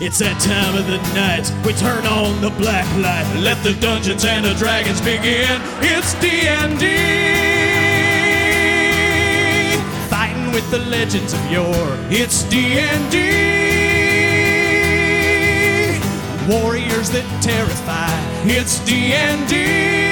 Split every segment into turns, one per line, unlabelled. It's that time of the night. We turn on the black light. Let the dungeons and the dragons begin. It's D and D. Fighting with the legends of yore. It's D and D. Warriors that terrify. It's D and D.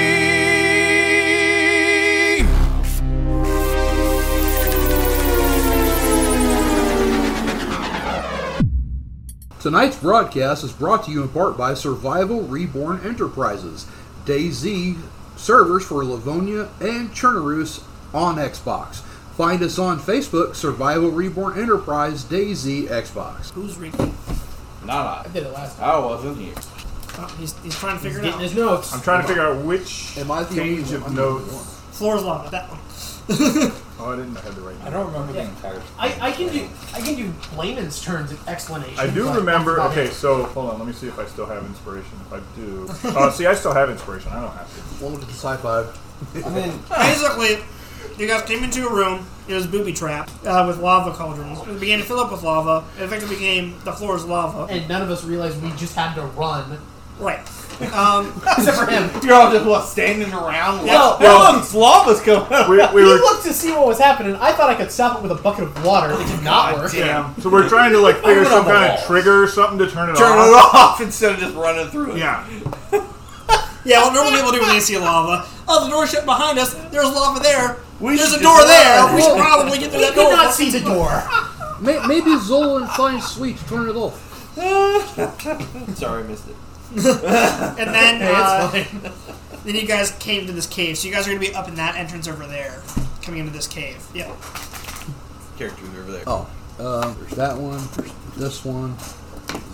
Tonight's broadcast is brought to you in part by Survival Reborn Enterprises, DayZ servers for Livonia and Chernarus on Xbox. Find us on Facebook, Survival Reborn Enterprise DayZ Xbox.
Who's reading?
Not I.
I did it last time.
I wasn't here.
Oh, he's, he's trying to figure
Getting
it out.
his notes.
I'm trying to figure out which
Am I the
page
only
of
one?
notes.
Floor's lava. That one.
Oh, I didn't have the right.
I
Name.
don't remember
Yeah.
the entire.
I, I can do I can do layman's terms and explanations.
I do
but
remember.
that's about
Okay,
it.
so hold on. Let me see if I still have inspiration. If I do, oh, see, I still have inspiration. I don't have to.
One with the high five.
I mean,
Basically, you guys came into a room. It was booby trapped uh, with lava cauldrons. It began to fill up with lava. It eventually became the floor is lava.
And none of us realized we just had to run.
Right. Um,
Except for him.
you're all just what standing
Yeah.
around. Well,
Well-
well, lava's coming out.
We, we
he
were.
looked to see what was happening. I thought I could stop it with a bucket of water. It did not work.
Yeah. So we're trying to like figure
it on
some
the
kind
wall.
of trigger or something to turn it
Turn
off.
it off instead of just running through it.
Yeah.
yeah, what normal people do when they see lava. Oh, the door shut behind us. There's lava there.
We
There's
should
a door
just
there.
run.
We should probably get through
We
that
could
door.
not see the door.
May- Maybe Zolan finds sweet to turn it off.
Sorry, I missed it.
And then, uh, then you guys came to this cave. So you guys are going to be up in that entrance over there, coming into this cave. Yeah.
Characters over there.
Oh, uh, there's that one, there's this one.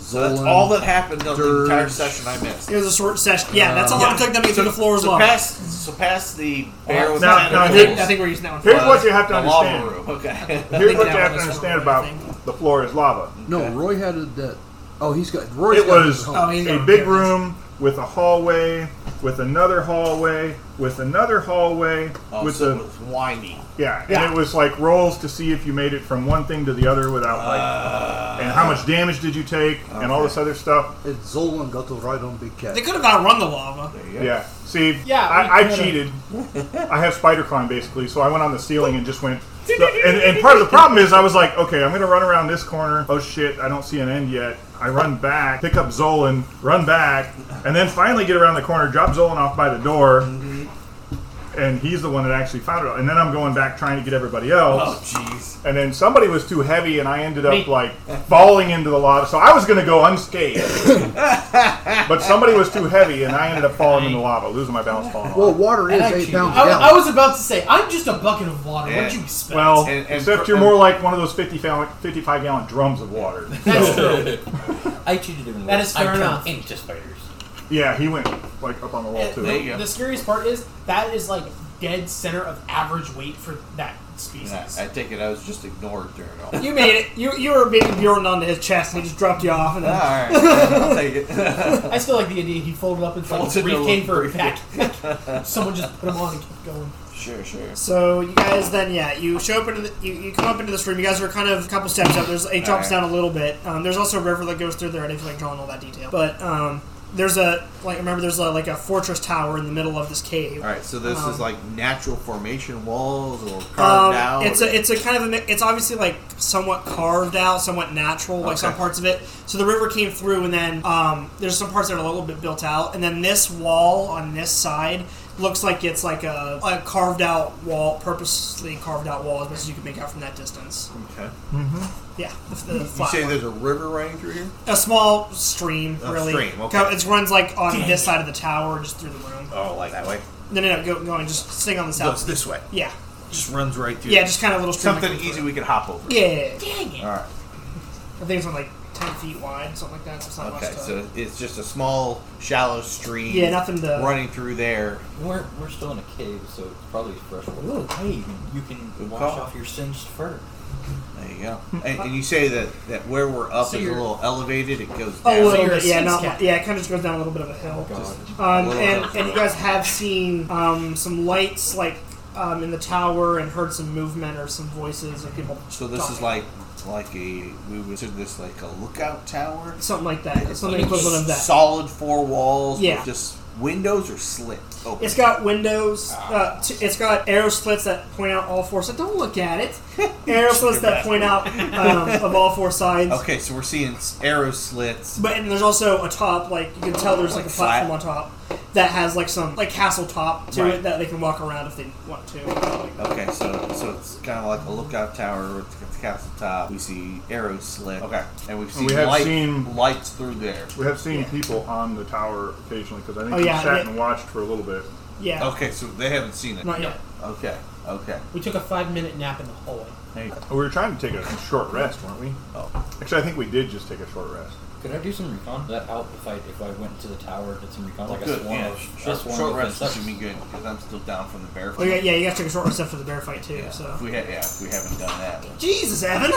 Zolan.
so that's all that happened on the
Dirge.
entire session I missed.
It was a short session. Yeah, that's how long it took them to get through the floor as
so
well.
past, so past the barrel. of
No, no,
I
tentacles,
think, I think we're using that one.
Here's
uh,
what you have to
the lava
understand.
room. Okay.
Here's what
that
you
one
have to
is
understand
wrong,
about
I think.
the floor is lava.
No, Roy had it that. Oh, he's got. Roy's
It
got
was
home.
Oh, he's
a
got
big
it.
room with a hallway, with another hallway, with another hallway,
Oh,
with
so
a
it was whiny.
Yeah, and
Yeah.
it was like rolls to see if you made it from one thing to the other without like, and how much damage did you take, and all this other stuff.
And Zolan got to ride on Big Cat.
They could have outrun the lava.
Yeah. See,
Yeah,
I,
we
I
kinda-
cheated. I have spider climb basically, so I went on the ceiling and just went. And, and part of the problem is I was like, okay, I'm gonna run around this corner. Oh shit, I don't see an end yet. I run back, pick up Zolan, run back, and then finally get around the corner, drop Zolan off by the door. And he's the one that actually found it. And then I'm going back trying to get everybody else.
Oh, jeez.
and then somebody was too heavy, and I ended up like falling into the lava. So I was going to go unscathed, but somebody was too heavy, and I ended up falling in the lava, losing my balance, falling.
Well,
Well,
water is
And I
eight
cheated.
pounds a
I,
gallon.
I was about to say, I'm just a bucket of water. What do you expect?
well
And- and-
except you're more like one of those 50 gallon, 55 gallon drums of water.
That's true.
I cheated him.
That is fair
I
enough.
turned into spiders.
Yeah, he went like up on the wall too.
There you go.
The scariest part is that is like dead center of average weight for that species.
Yeah, I take it I was just ignored during all.
You made it. You you were being Bjorn onto his chest, and he just dropped you off. And then,
Alright, I'll take it.
I still like the idea he folded up into like
Folds
a
into a
briefcase
little
for a backpack. Someone just put him on and kept going.
sure, sure.
so you guys then yeah you show up into the, you, you come up into this room. You guys are kind of a couple steps up. There's it drops
Alright.
down a little bit. Um, there's also a river that goes through there. I didn't feel like drawing all that detail, but um, there's a like remember there's a, like a fortress tower in the middle of this cave.
Alright, so this is like natural formation walls or carved
Um,
out.
it's a it's a kind of a mi- it's obviously like somewhat carved out, somewhat natural, like some
Okay.
parts of it. So the river came through, and then um, there's some parts that are a little bit built out, and then this wall on this side looks like it's like a, a carved out wall, purposely carved out wall as much as you can make out from that distance.
okay.
Yeah, the, the
You
flat
say
one.
there's a river running through here?
a small stream,
A
really.
stream, okay.
It runs like on this side of the tower, just through the room.
Oh, like that way.
No, no, no, go, go on, just sing on the
So it's
south.
this way.
Yeah,
Just runs right through.
yeah, just kind of a little stream. that
something
goes
easy
through.
we could hop over.
Yeah, yeah, yeah.
Alright.
I think it's on like ten feet wide, something like that. So it's not much
Okay,
to-
so it's just a small, shallow stream.
Yeah, nothing to-
running through there.
We're, we're still in a cave, so it's probably fresh water. Ooh, hey, you can wash
call.
off your singed fur.
There you go. and, and you say that, that where we're up
So
is a
you're-
little elevated. It goes
a
down.
little
you're a
bit, Oh, yeah,
sea
not
scout.
mu- yeah. It kind of just goes down a little bit of a hill.
Oh, Just
um,
a little
and
hill.
and you guys have seen um, some lights like um, in the tower and heard some movement or some voices of people.
So this is
talking.
like like a we would consider this like a lookout tower.
something like that. It's something
Like
equivalent of that.
Solid four walls.
Yeah.
With just windows or slit open.
It's got windows. Uh, t- it's got arrow slits that point out all four sides. Don't look at it. Arrow slits that point out um, of all four sides.
okay, so we're seeing s- arrow slits.
But and there's also a top, like you can tell there's like a
Like flat.
platform on top that has like some like castle top to
Right.
it that they can walk around if they want to.
Okay, so so it's kind of like a lookout tower with the castle top. We see arrow slit. Okay, and we've seen,
we have
light-
seen-
lights through there.
We have seen people on the tower occasionally because I think
Oh,
we
yeah,
sat
yeah.
and watched for a little bit.
Yeah.
Okay, so they haven't seen it.
Not yet.
Okay, okay.
We took a five minute nap in the hallway.
Hey,
We were trying to take a short rest, weren't we?
oh,
Actually, I think we did just take a short rest.
Could I do some recon? Would that help if I if I went to the tower and did some recon? like
good.
a swarm
Yeah,
of a
short,
swarm
short
of
rest
insects?
should be good because I'm still down from the bear.
Well, yeah, yeah, you got to take a short rest after the bear fight too.
Yeah, if
So
we had, yeah, if we haven't done that.
Jesus, Evan.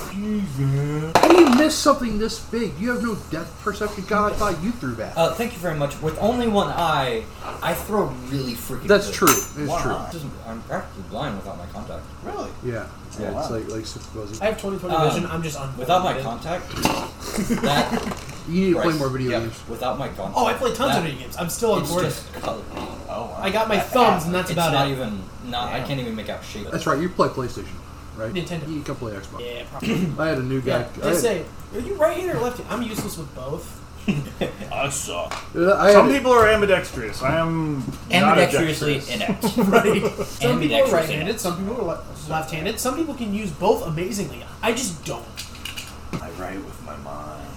How do you miss something this big? You have no depth perception. God, I thought you threw that.
Uh, thank you very much. With only one eye, I throw really freaking.
That's
good.
true. It's
Why
true.
not?
Doesn't- I'm practically blind without my contact.
Really?
Yeah. Yeah.
Wow.
It's like like super fuzzy.
I have 20 20
Um,
vision. I'm just on.
Without my contact, that
You need to play
Christ.
more video
Yeah,
games.
Without my contact.
Oh, I play tons
that,
of video games. I'm still on
It's
board.
just color.
Oh, wow.
I got my thumbs, and that's
it's
about
not
it.
even. Not. I can't even make out shape.
That's right. You play PlayStation, right?
Nintendo.
You can play Xbox.
Yeah, probably.
I had a new guy. I,
yeah.
had,
Just say, are you right handed or left handed? I'm useless with both.
I suck.
uh, I had
Some
a-
people are ambidextrous. I am not
Ambidextrously
ambidextrous.
inept.
Right. Some people are
Ambidextrous
right handed, some people are le- left handed, some people can use both amazingly. I just don't.
I write with my mind.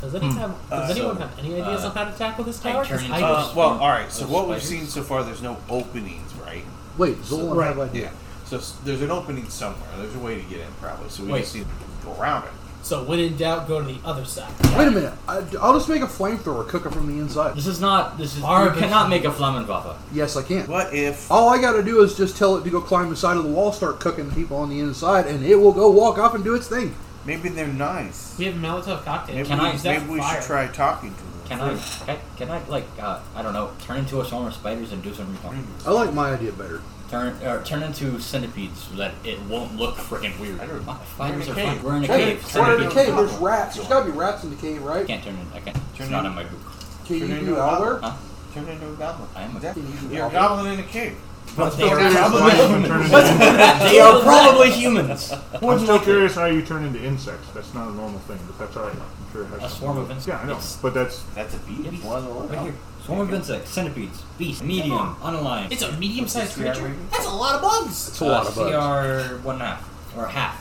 Does,
Hmm.
any have, does anyone
so,
have any ideas on how to tackle this
Uh, I
tower? 'Cause
turn into
I
a
Uh,
just-
well,
Those-
all right. So
those
what we've
spiders.
seen so far, there's no openings, right?
Wait, Zolan
Right.
have ideas.
So s- there's an opening somewhere. There's a way to get in, probably. So we
Wait.
just need to go around it.
so when in doubt, go to the other side.
Wait a minute. I, will just make a flamethrower, cook it from the inside.
This is not. This is.
Our-
You cannot make a Flammenwaffe.
Yes, I can.
What if?
All I gotta do is just tell it to go climb the side of the wall, start cooking people on the inside, and it will go walk up and do its thing.
Maybe they're nice.
We have Molotov cocktail.
Maybe
Can
we,
I- is
that
maybe we
fire?
should try talking to them.
Can I, can I, can I like, uh, I don't know, turn into a swarm of spiders and do some recon?
I like my idea better.
Turn, or turn into centipedes so that it won't look freaking weird.
I don't know.
Spiders
We're in a
are
cave.
fine. We're in a
Hey,
cave.
we're in a
Centipedes-
cave. There's rats. There's gotta be rats in the cave,
I
right?
can't turn in, I can't. It's not in my book.
Can you
Turn
do
into a
owlware?
Huh?
Turn into a goblin.
I am a-
Exactly.
Can you do
You're a
owlware?
goblin in a cave.
But they
Or
are,
is
probably,
life and turn into insects?
they are probably humans.
I'm still curious how you turn into insects. That's not a normal thing, but that's all right. I'm sure it has
A swarm of insects.
Yeah, I know. But that's
That's a bee.
Yes.
One of
Right here. Swarm of insects, centipedes, beast, medium, unaligned.
It's a medium sized
What's the
creature?
CR?
That's a lot of bugs!
It's a lot of bugs.
CR one half, or half.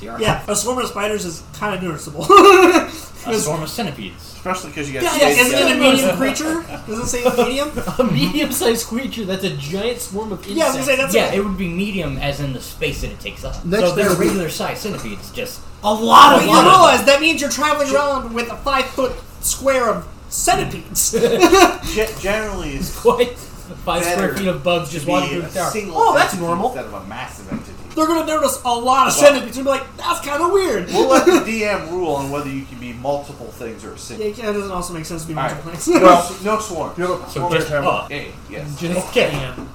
CR
Yeah,
half.
a swarm of spiders is kind of noticeable.
A swarm of centipedes.
Especially because you got
yeah,
yeah,
yeah,
space
isn't it a
yeah.
medium creature? Doesn't it say medium?
A medium sized creature that's a giant swarm of insects.
Yeah, I was gonna say that's
yeah,
a,
it would be medium as in the space that it takes up.
Next
so they're
thing-
regular sized centipedes, just
a lot
But
of
you
bugs.
realize that means you're traveling around with a five foot square of centipedes.
Ge- generally, it's
Quite five square
Better
feet of bugs just
be
walking through
a
the tower.
single
Oh, that's
entity
normal.
instead of a massive entity.
They're gonna notice a lot of centipedes and be like, "That's kind of weird."
We'll let the DM rule on whether you can be multiple things or a
Yeah,
single.
it doesn't also make sense to be
All right.
multiple planes.
Well, no swarm.
you have a
so
player's
just oh,
handbook.
up.
Hey, yes.
Just can't.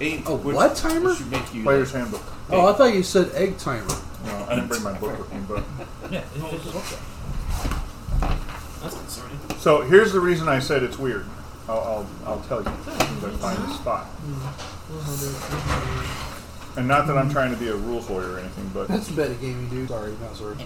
Eight,
A
which-
what timer?
Which would make you
Player's handbook.
Oh, I thought you said egg timer.
No, I didn't bring my book with me, but.
Yeah, it's just okay.
That's concerning.
So here's the reason I said it's weird. I'll, I'll, I'll tell you as soon as I find the spot. And not that I'm trying to be a rules lawyer or anything, but
That's metagaming, dude. Sorry, not sorry.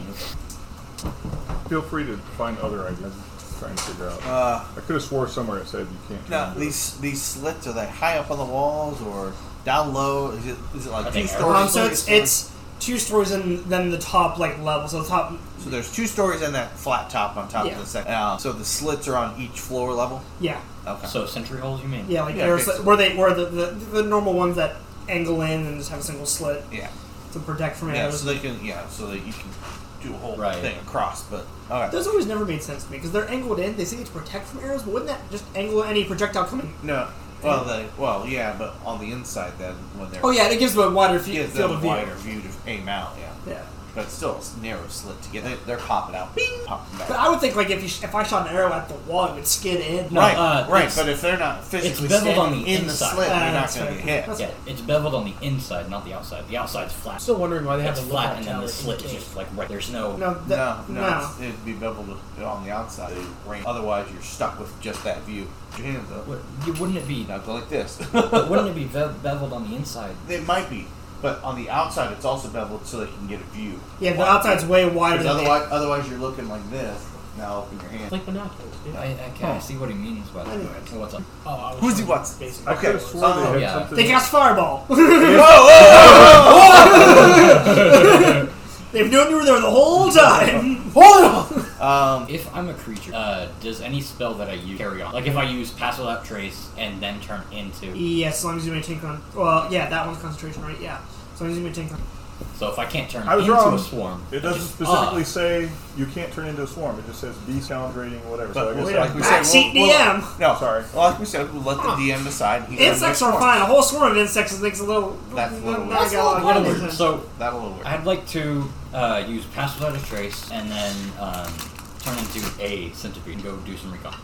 feel free to find other ideas. I'm Trying to figure out.
Uh,
I could have swore somewhere it said you can't.
now, these these slits are they high up on the walls or down low? Is it is it
I
like two
think
stories?
um, so
three
it's
stories?
it's two stories and then the top like level. So the top,
so there's two stories and that flat top on top
Yeah.
of the second. Uh, so the slits are on each floor level.
yeah,
Okay.
So sentry holes, you mean?
yeah, like
Yeah,
there's
okay, so-
where they where the, the the normal ones that angle in and just have a single slit
yeah,
to protect from
yeah.
arrows.
So they can yeah. So that you can do a whole
Right.
thing across. But all right.
Those always never made sense to me because they're angled in. They say it's protect from arrows, but wouldn't that just angle any projectile coming?
No. Well, they well yeah, but on the inside then when they're
Oh yeah, it gives them a wider
it
fe-
gives
field
them
of
a
view.
wider view to aim out. Yeah.
Yeah.
but it's still a narrow slit to get it. They're popping out. Bing! Popping
But
back.
I would think like if you sh- if I shot an arrow at the wall, it would skid in.
No,
right,
uh,
right.
it's-
But if they're not physically
beveled on
standing
the
in the
inside.
slit,
Ah,
they're not
that's
going to
fair.
get hit.
That's
Yeah, it's beveled on the inside, not the outside. The outside's flat.
I'm still wondering why they have
it's
a
flat, and then
tower
the slit
in
is
the
just like right. There's no.
No,
No,
that,
no, it's- it'd be beveled on the outside. It'd rain. Otherwise, you're stuck with just that view. Your hands up.
What, you, wouldn't it be?
Now go like this.
But wouldn't it be be- beveled on the inside?
it might be, but on the outside, it's also beveled so they can get a view.
Yeah, the
Why?
outside's way wider
Because
than the-
otherwise, otherwise, you're looking like this. Now open your hand.
Like binoculars. Dude.
I, I can I see what he means by that.
Anyway.
So what's up?
Oh, I was
Who's he
trying to-
wants?
Basically.
I could have
Okay, um,
sworn they
so-
had
Yeah.
something.
They cast fireball. They've known you were there the whole time. Hold on.
Um,
If I'm a creature, uh, does any spell that I use carry on? Like if I use pass without trace and then turn into.
Yeah, as long as you maintain con. Well, yeah, that one's concentration, right? Yeah, as long as you maintain con.
So if I can't turn
I was
into
wrong.
a swarm,
It
I
doesn't
uh,
just-
specifically
ah,
say you can't turn into a swarm. It just says decalibrating whatever. So I
but
guess
we-
that-
like we said,
Backseat
we'll, we'll,
DM.
no,
Sorry.
Well, like we said, we'll let the DM decide. He's
Insects
gonna
are
make
fine.
swarms.
A whole swarm of insects is a little.
That's a little
not- not
weird.
a lot of
whatever.
business.
So
That'll work.
I'd like to uh, use pass without a trace and then um, turn into a centipede and go do some recon.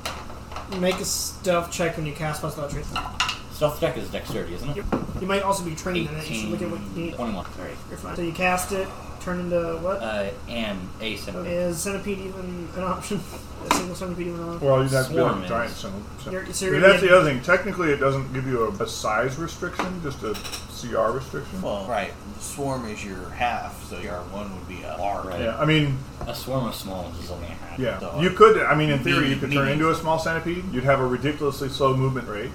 Make a stealth check when you cast plus without trace.
Stealth deck is dexterity, isn't it?
You might also be training in it. You should
18,
look at what you need.
21. Sorry, you're
So
fine.
you cast it, turn into what?
Uh, and a centipede.
Is centipede even an option? A single centipede even an option?
Well, you'd have to build
Swarm
a
is-
giant sim- sim-
You're- so
I
you're
mean,
gonna
that's
get-
the other thing. Technically, it doesn't give you a, a size restriction, just a CR restriction.
Well, right. The swarm is your half, so your one would be a large.
Right.
yeah, I mean,
A swarm of smalls is only a half.
yeah.
So-
you could, I mean, in theory, you
Medium-
could turn
medium.
into a small centipede. You'd have a ridiculously slow movement rate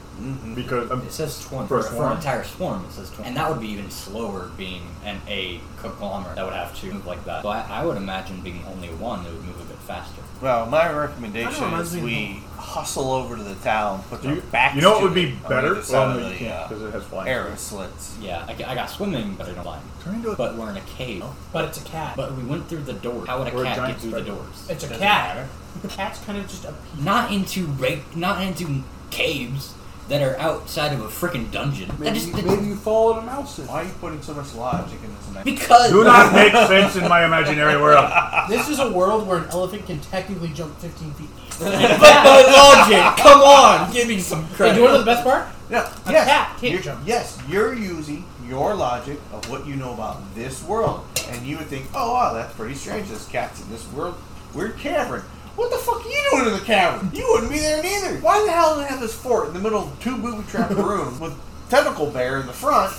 because um,
It says 20.
For a
For, for
swarm.
an entire swarm, it says 20. And that would be even slower being an A conglomerate that would have to move like that. So I, I would imagine being only one, it would move a bit faster.
Well, my
That
recommendation
reminds
is
me of-
we hustle over to the town, put our
you,
backs
you know what
to
would be
it on
better?
the other side
Well,
of
no, you
the,
can't
uh,
because it has flying.
arrow slits.
Yeah, I, g- I got swimming, but I don't climb.
Turn into a Oh.
But we're in a cave.
But it's a cat.
But we went through the door. How would a
Or a
cat
giant
get through the
spider.
doors?
it's a
Doesn't
cat.
matter.
The cat's kind of just a.
Not into break, not into caves that are outside of a freaking dungeon. That
Maybe,
just-
you- maybe you followed him out. Sid.
Why are you putting so much logic in this? man?
because
Do not make sense in my imaginary world.
This is a world where an elephant can technically jump 15 feet.
but the logic. Come on, give me some
Hey,
credit.
do you want to know the best part?
No,
A
yes,
cat can't
you're,
jump.
Yes, you're using your logic of what you know about this world, and you would think, "Oh, wow, that's pretty strange. This cat's in this world, weird cavern. What the fuck are you doing in the cavern? You wouldn't be there neither. Why the hell do they have this fort in the middle of two booby trap rooms with tentacle bear in the front,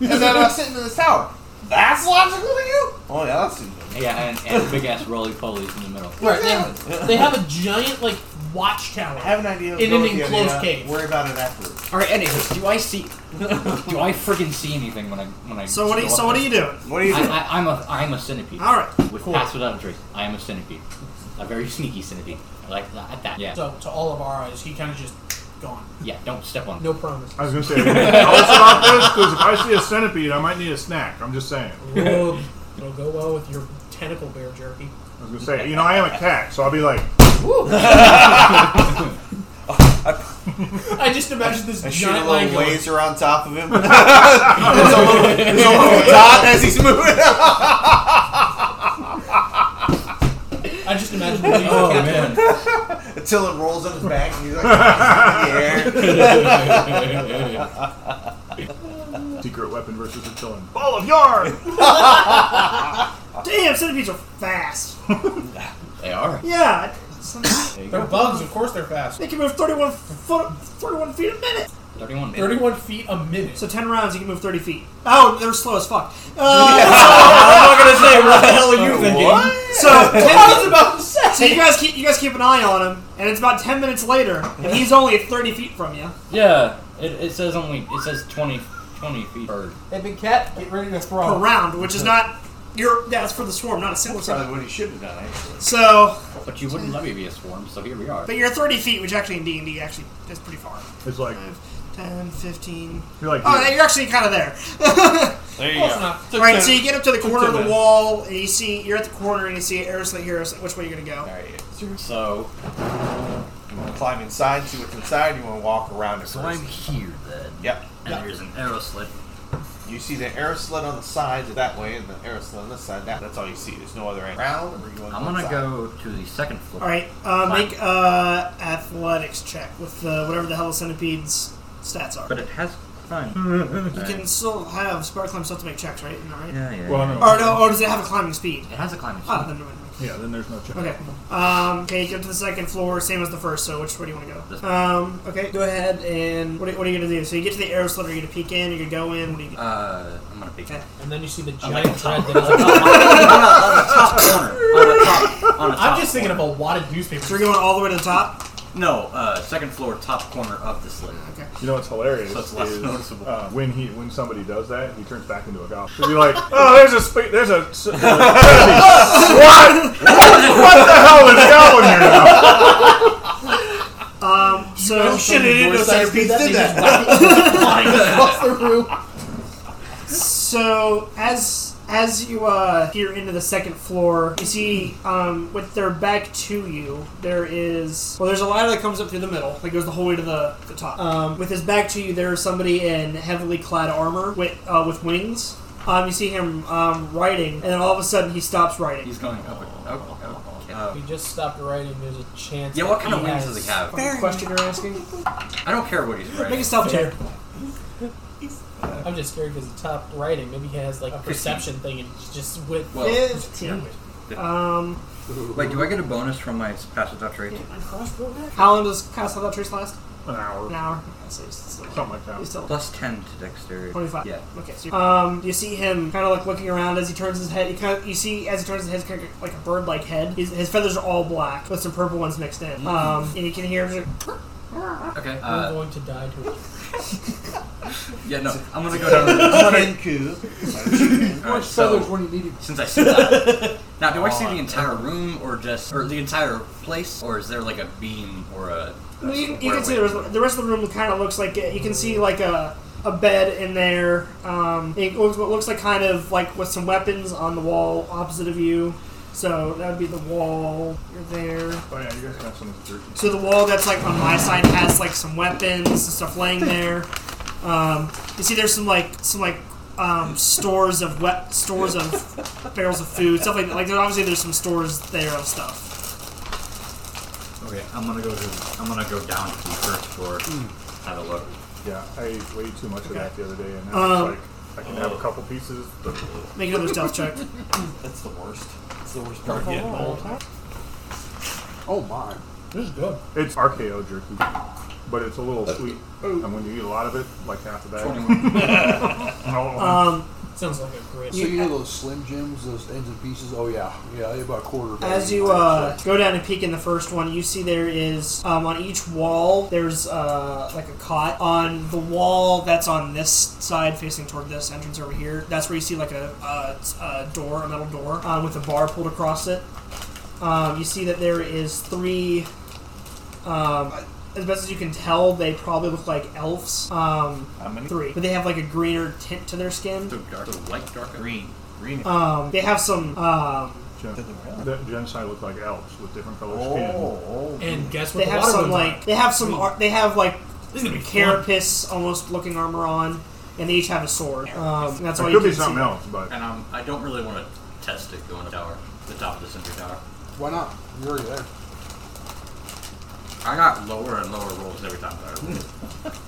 and then us sitting in this tower? That's logical to you? Oh yeah, that's
yeah, and, and big ass roly polies in the middle.
Right, they, have, they have a giant, like,
I
watchtower.
have an idea.
In
Go
an
with the
enclosed
idea.
cave.
Worry about it afterwards.
All right. Anyways, do I see? do I freaking see anything when I when I?
So what? Are you,
go up
so what are
there?
you doing?
What do you?
I,
think?
I, I'm a I'm a centipede.
All right.
With
cool.
pass without a trace, I am a centipede. A very sneaky centipede. I like that. at that. Yeah.
So, to all of our eyes, he kind of just gone.
yeah. Don't step on.
No promise.
I was going to say, tell us about this because if I see a centipede, I might need a snack. I'm just saying.
Whoa. It'll go well with your tentacle bear jerky.
I was going to say, you know, I am a cat, so I'll be like,
I just imagine this
I shoot a
giant
little
lion going,
laser on top of him. there's a little, there's a little dot as he's moving.
I just imagine the laser
Oh
cat
man.
Until it rolls on his back and he's like, "Ah, yeah.
secret weapon versus a chilling ball of yarn.
Damn, centipedes are fast.
they are.
Yeah,
They're bugs, of course they're fast.
they can move 31 foot, 31 feet a minute.
Thirty-one.
31 feet a minute.
So 10 rounds, you can move 30 feet. Oh, they're slow as fuck. Uh,
I'm not gonna say what the hell are you thinking.
So I was about to say. So you guys keep you guys keep an eye on him, and it's about ten minutes later, and he's only thirty feet from you.
Yeah. It, it says only. It says 20, 20 feet per.
Hey, big cat, get ready to
per
throw.
round, which is not your that's for the swarm, not a single swarm.
Probably what he should have done, actually.
So,
But you wouldn't let me be a swarm, so here we are.
but you're thirty feet, which actually in D and D actually is pretty far.
It's like,
5, 10, 15.
you're like,
Oh, you're actually kind of there.
There you
Of course not.
All right, so you get up to the corner of the
minutes.
wall, and you see you're at the corner, and you see Aerosmith here. so Which way you're gonna go?
Alright,
So
you want to climb inside, see what's inside, you want to walk around it
so
first.
I'm here then.
Yep.
And there's an arrow slit.
You You see the air slit on the sides that way, and the air slit on this side that. That's all you see. There's no other angle. Round, or you want
I'm
one
gonna
side?
go to the second floor.
All right, uh, make uh, athletics check with the, whatever the hell the centipede's stats are.
But it has fine.
you can still have spark climb stuff to make checks, right? Am I right?
Yeah, yeah.
Well,
yeah.
no.
Or no? Or does it have a climbing speed?
It has a climbing.
Ah,
speed.
then never mind.
Yeah, then there's no check.
Okay. Um, okay, you get to the second floor, same as the first, so which way do you want to
This
go? Um, okay, go ahead and what are, what are you going to do? So you get to the arrow sliver, you're going to peek in, you're going to go in, what do you do?
Uh, I'm gonna pick
Okay.
And then you see the
like
giant
top.
thread that is on top.
top corner. On a top. On a top
I'm just thinking
corner.
of a wadded newspaper.
So we're going all the way to the top?
No, uh, second floor, top corner of the slit.
Okay.
You know what's hilarious
So it's less
is
noticeable.
uh, when he when somebody does that, he turns back into a goblin. He'll be like, "Oh, there's a spe- there's a s- what? what? What the hell is goblin here now?"
So, shit, I didn't know centipede did that. So as as you uh, peer into the second floor, you see um, with their back to you, there is well, there's a ladder that comes up through the middle, that goes the whole way to the, the top. Um, with his back to you, there is somebody in heavily clad armor with uh, with wings. Um, you see him um, writing, and then all of a sudden he stops writing.
He's going up. a- up- up- okay.
You just stopped writing. There's a chance.
yeah, what
that
kind of
he
wings
has-
does he have?
Fucking question you're asking?
I don't care what he's
Make a
wearing.
stealth check.
I'm just scared because the top writing. Maybe he has like a perception thing and he's just with.
Well,
Fifteen. Um,
Wait, do I get a bonus from my passive without trait?
how long does cast without trace last?
An hour,
An hour. Okay, so he's still,
something like
he's
that.
still
Plus ten to dexterity.
25.
Yeah.
Okay. So you- um, you see him kind of like looking around as he turns his head. You kind of, you see as he turns his head, kind of like a bird-like head. His, his feathers are all black with some purple ones mixed in. Um, and you can hear him.
Okay.
I'm
Uh,
going to die to it.
yeah, no. I'm gonna go down. To
Kenku.
the, all right,
feathers
so
when you need it.
since I see that, now do I see the entire room or just or the entire place or is there like a beam or a?
Well, you, you
or a
can see the
window?
rest, of- the rest of the room kind of looks like you can see like a a bed in there. Um, it looks what looks like kind of like with some weapons on the wall opposite of you. So that would be the wall. You're there.
Oh yeah, you guys got some of this jerky.
So the wall that's like on my side has like some weapons and stuff laying there. Um, you see, there's some like some like um, stores of wet stores of barrels of food, stuff like that. Like there, obviously there's some stores there of stuff.
Okay, I'm gonna go to I'm gonna go down to the first floor, have a look.
Yeah, I ate way too much of that the other day, and now it's like I can have a couple pieces. But
Make another stealth check.
That's the worst. That's the worst part. Getting old.
Oh my.
This is good.
it's RKO jerky, but it's a little sweet, and when you eat a lot of it, like half a bag, oh,
Sounds like a great.
So you know those Slim Jims, those ends and pieces? Oh yeah, yeah, they're about a quarter. of a
As
bag.
you uh, go down and peek in the first one, you see there is um, on each wall there's uh, like a cot. On the wall that's on this side, facing toward this entrance over here, that's where you see like a, a, a door, a metal door um, with a bar pulled across it. Um, you see that there is three. Um, as best as you can tell, they probably look like elves. Um,
How many?
three, but they have like a greener tint to their skin.
So dark, so light dark
Green. Green.
Um, they have some. Um,
Gen-
Doesn't
the genocide look like elves with different color skin.
oh, oh.
And guess what?
they
the
have
water
some
balloons
like
are.
they have some
Sweet.
ar- they have like
This is gonna be fun.
carapace almost looking armor on, and they each have a sword. Um, and that's
It
why you
could be
can
something
see.
else, but
And um, I don't really want to test it going to tower, the top of the center tower.
why not? You're already there.
I got lower and lower rolls every time. that I roll.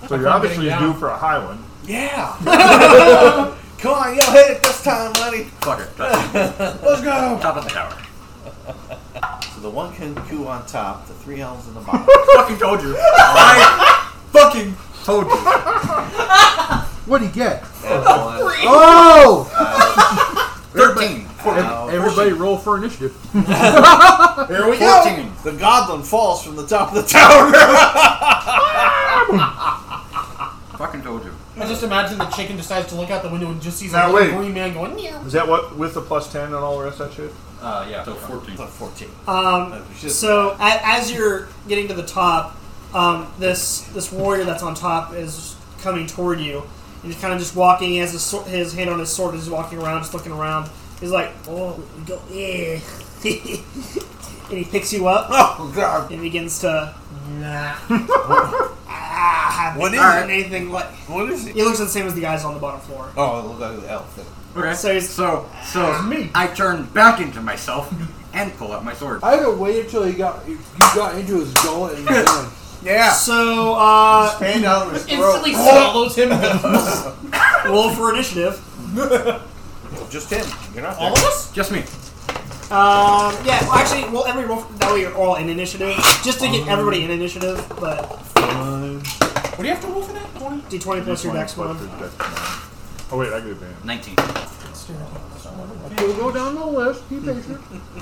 so you're obviously
getting
due
down.
for a high one.
Yeah. Come on, y'all hit it this time, buddy.
Fuck it, top,
Let's go.
top of the tower.
So the one Kenku on top, the three elves in the bottom.
fucking told you. I fucking told you.
What'd he get?
Everyone,
Oh!
Thirteen.
uh,
Everybody roll for initiative.
Here we
Fourteen. The goblin falls from the top of the tower.
Fucking told you.
I just imagine the chicken decides to look out the window and just sees
Now
a little
wait.
green man going. Meow.
Is that what with the plus ten and all the rest of that shit?
Uh, yeah. So fourteen.
So Fourteen.
Um,
That was just-
so a- as you're getting to the top, um, this this warrior that's on top is coming toward you, and he's kind of just walking. He has his, sw- his hand on his sword. He's walking around, just looking around. He's like, "Oh, we go, yeah," and he picks you up
oh God.
and begins to. ah,
What is
there
it?
anything like?
What is it?
He looks the same as the guys on the bottom floor.
Oh, it looks like an elf.
Okay.
So he's-
so so
me.
I turn back into myself and pull out my sword.
I'd have waited till he got you got into his gullet and he's done.
Yeah.
So uh,
Hand out of his throat.
Instantly swallows him. All
roll for initiative.
Just him. You're not
of us?
Just me.
Um, yeah, well, actually, well, every roll that way you're all in initiative, just to get everybody in initiative. But
What do you have to roll for that? 20?
d20 plus your dex mod.
Oh wait, I could have been.
Nineteen.
We'll go down the list. Be patient.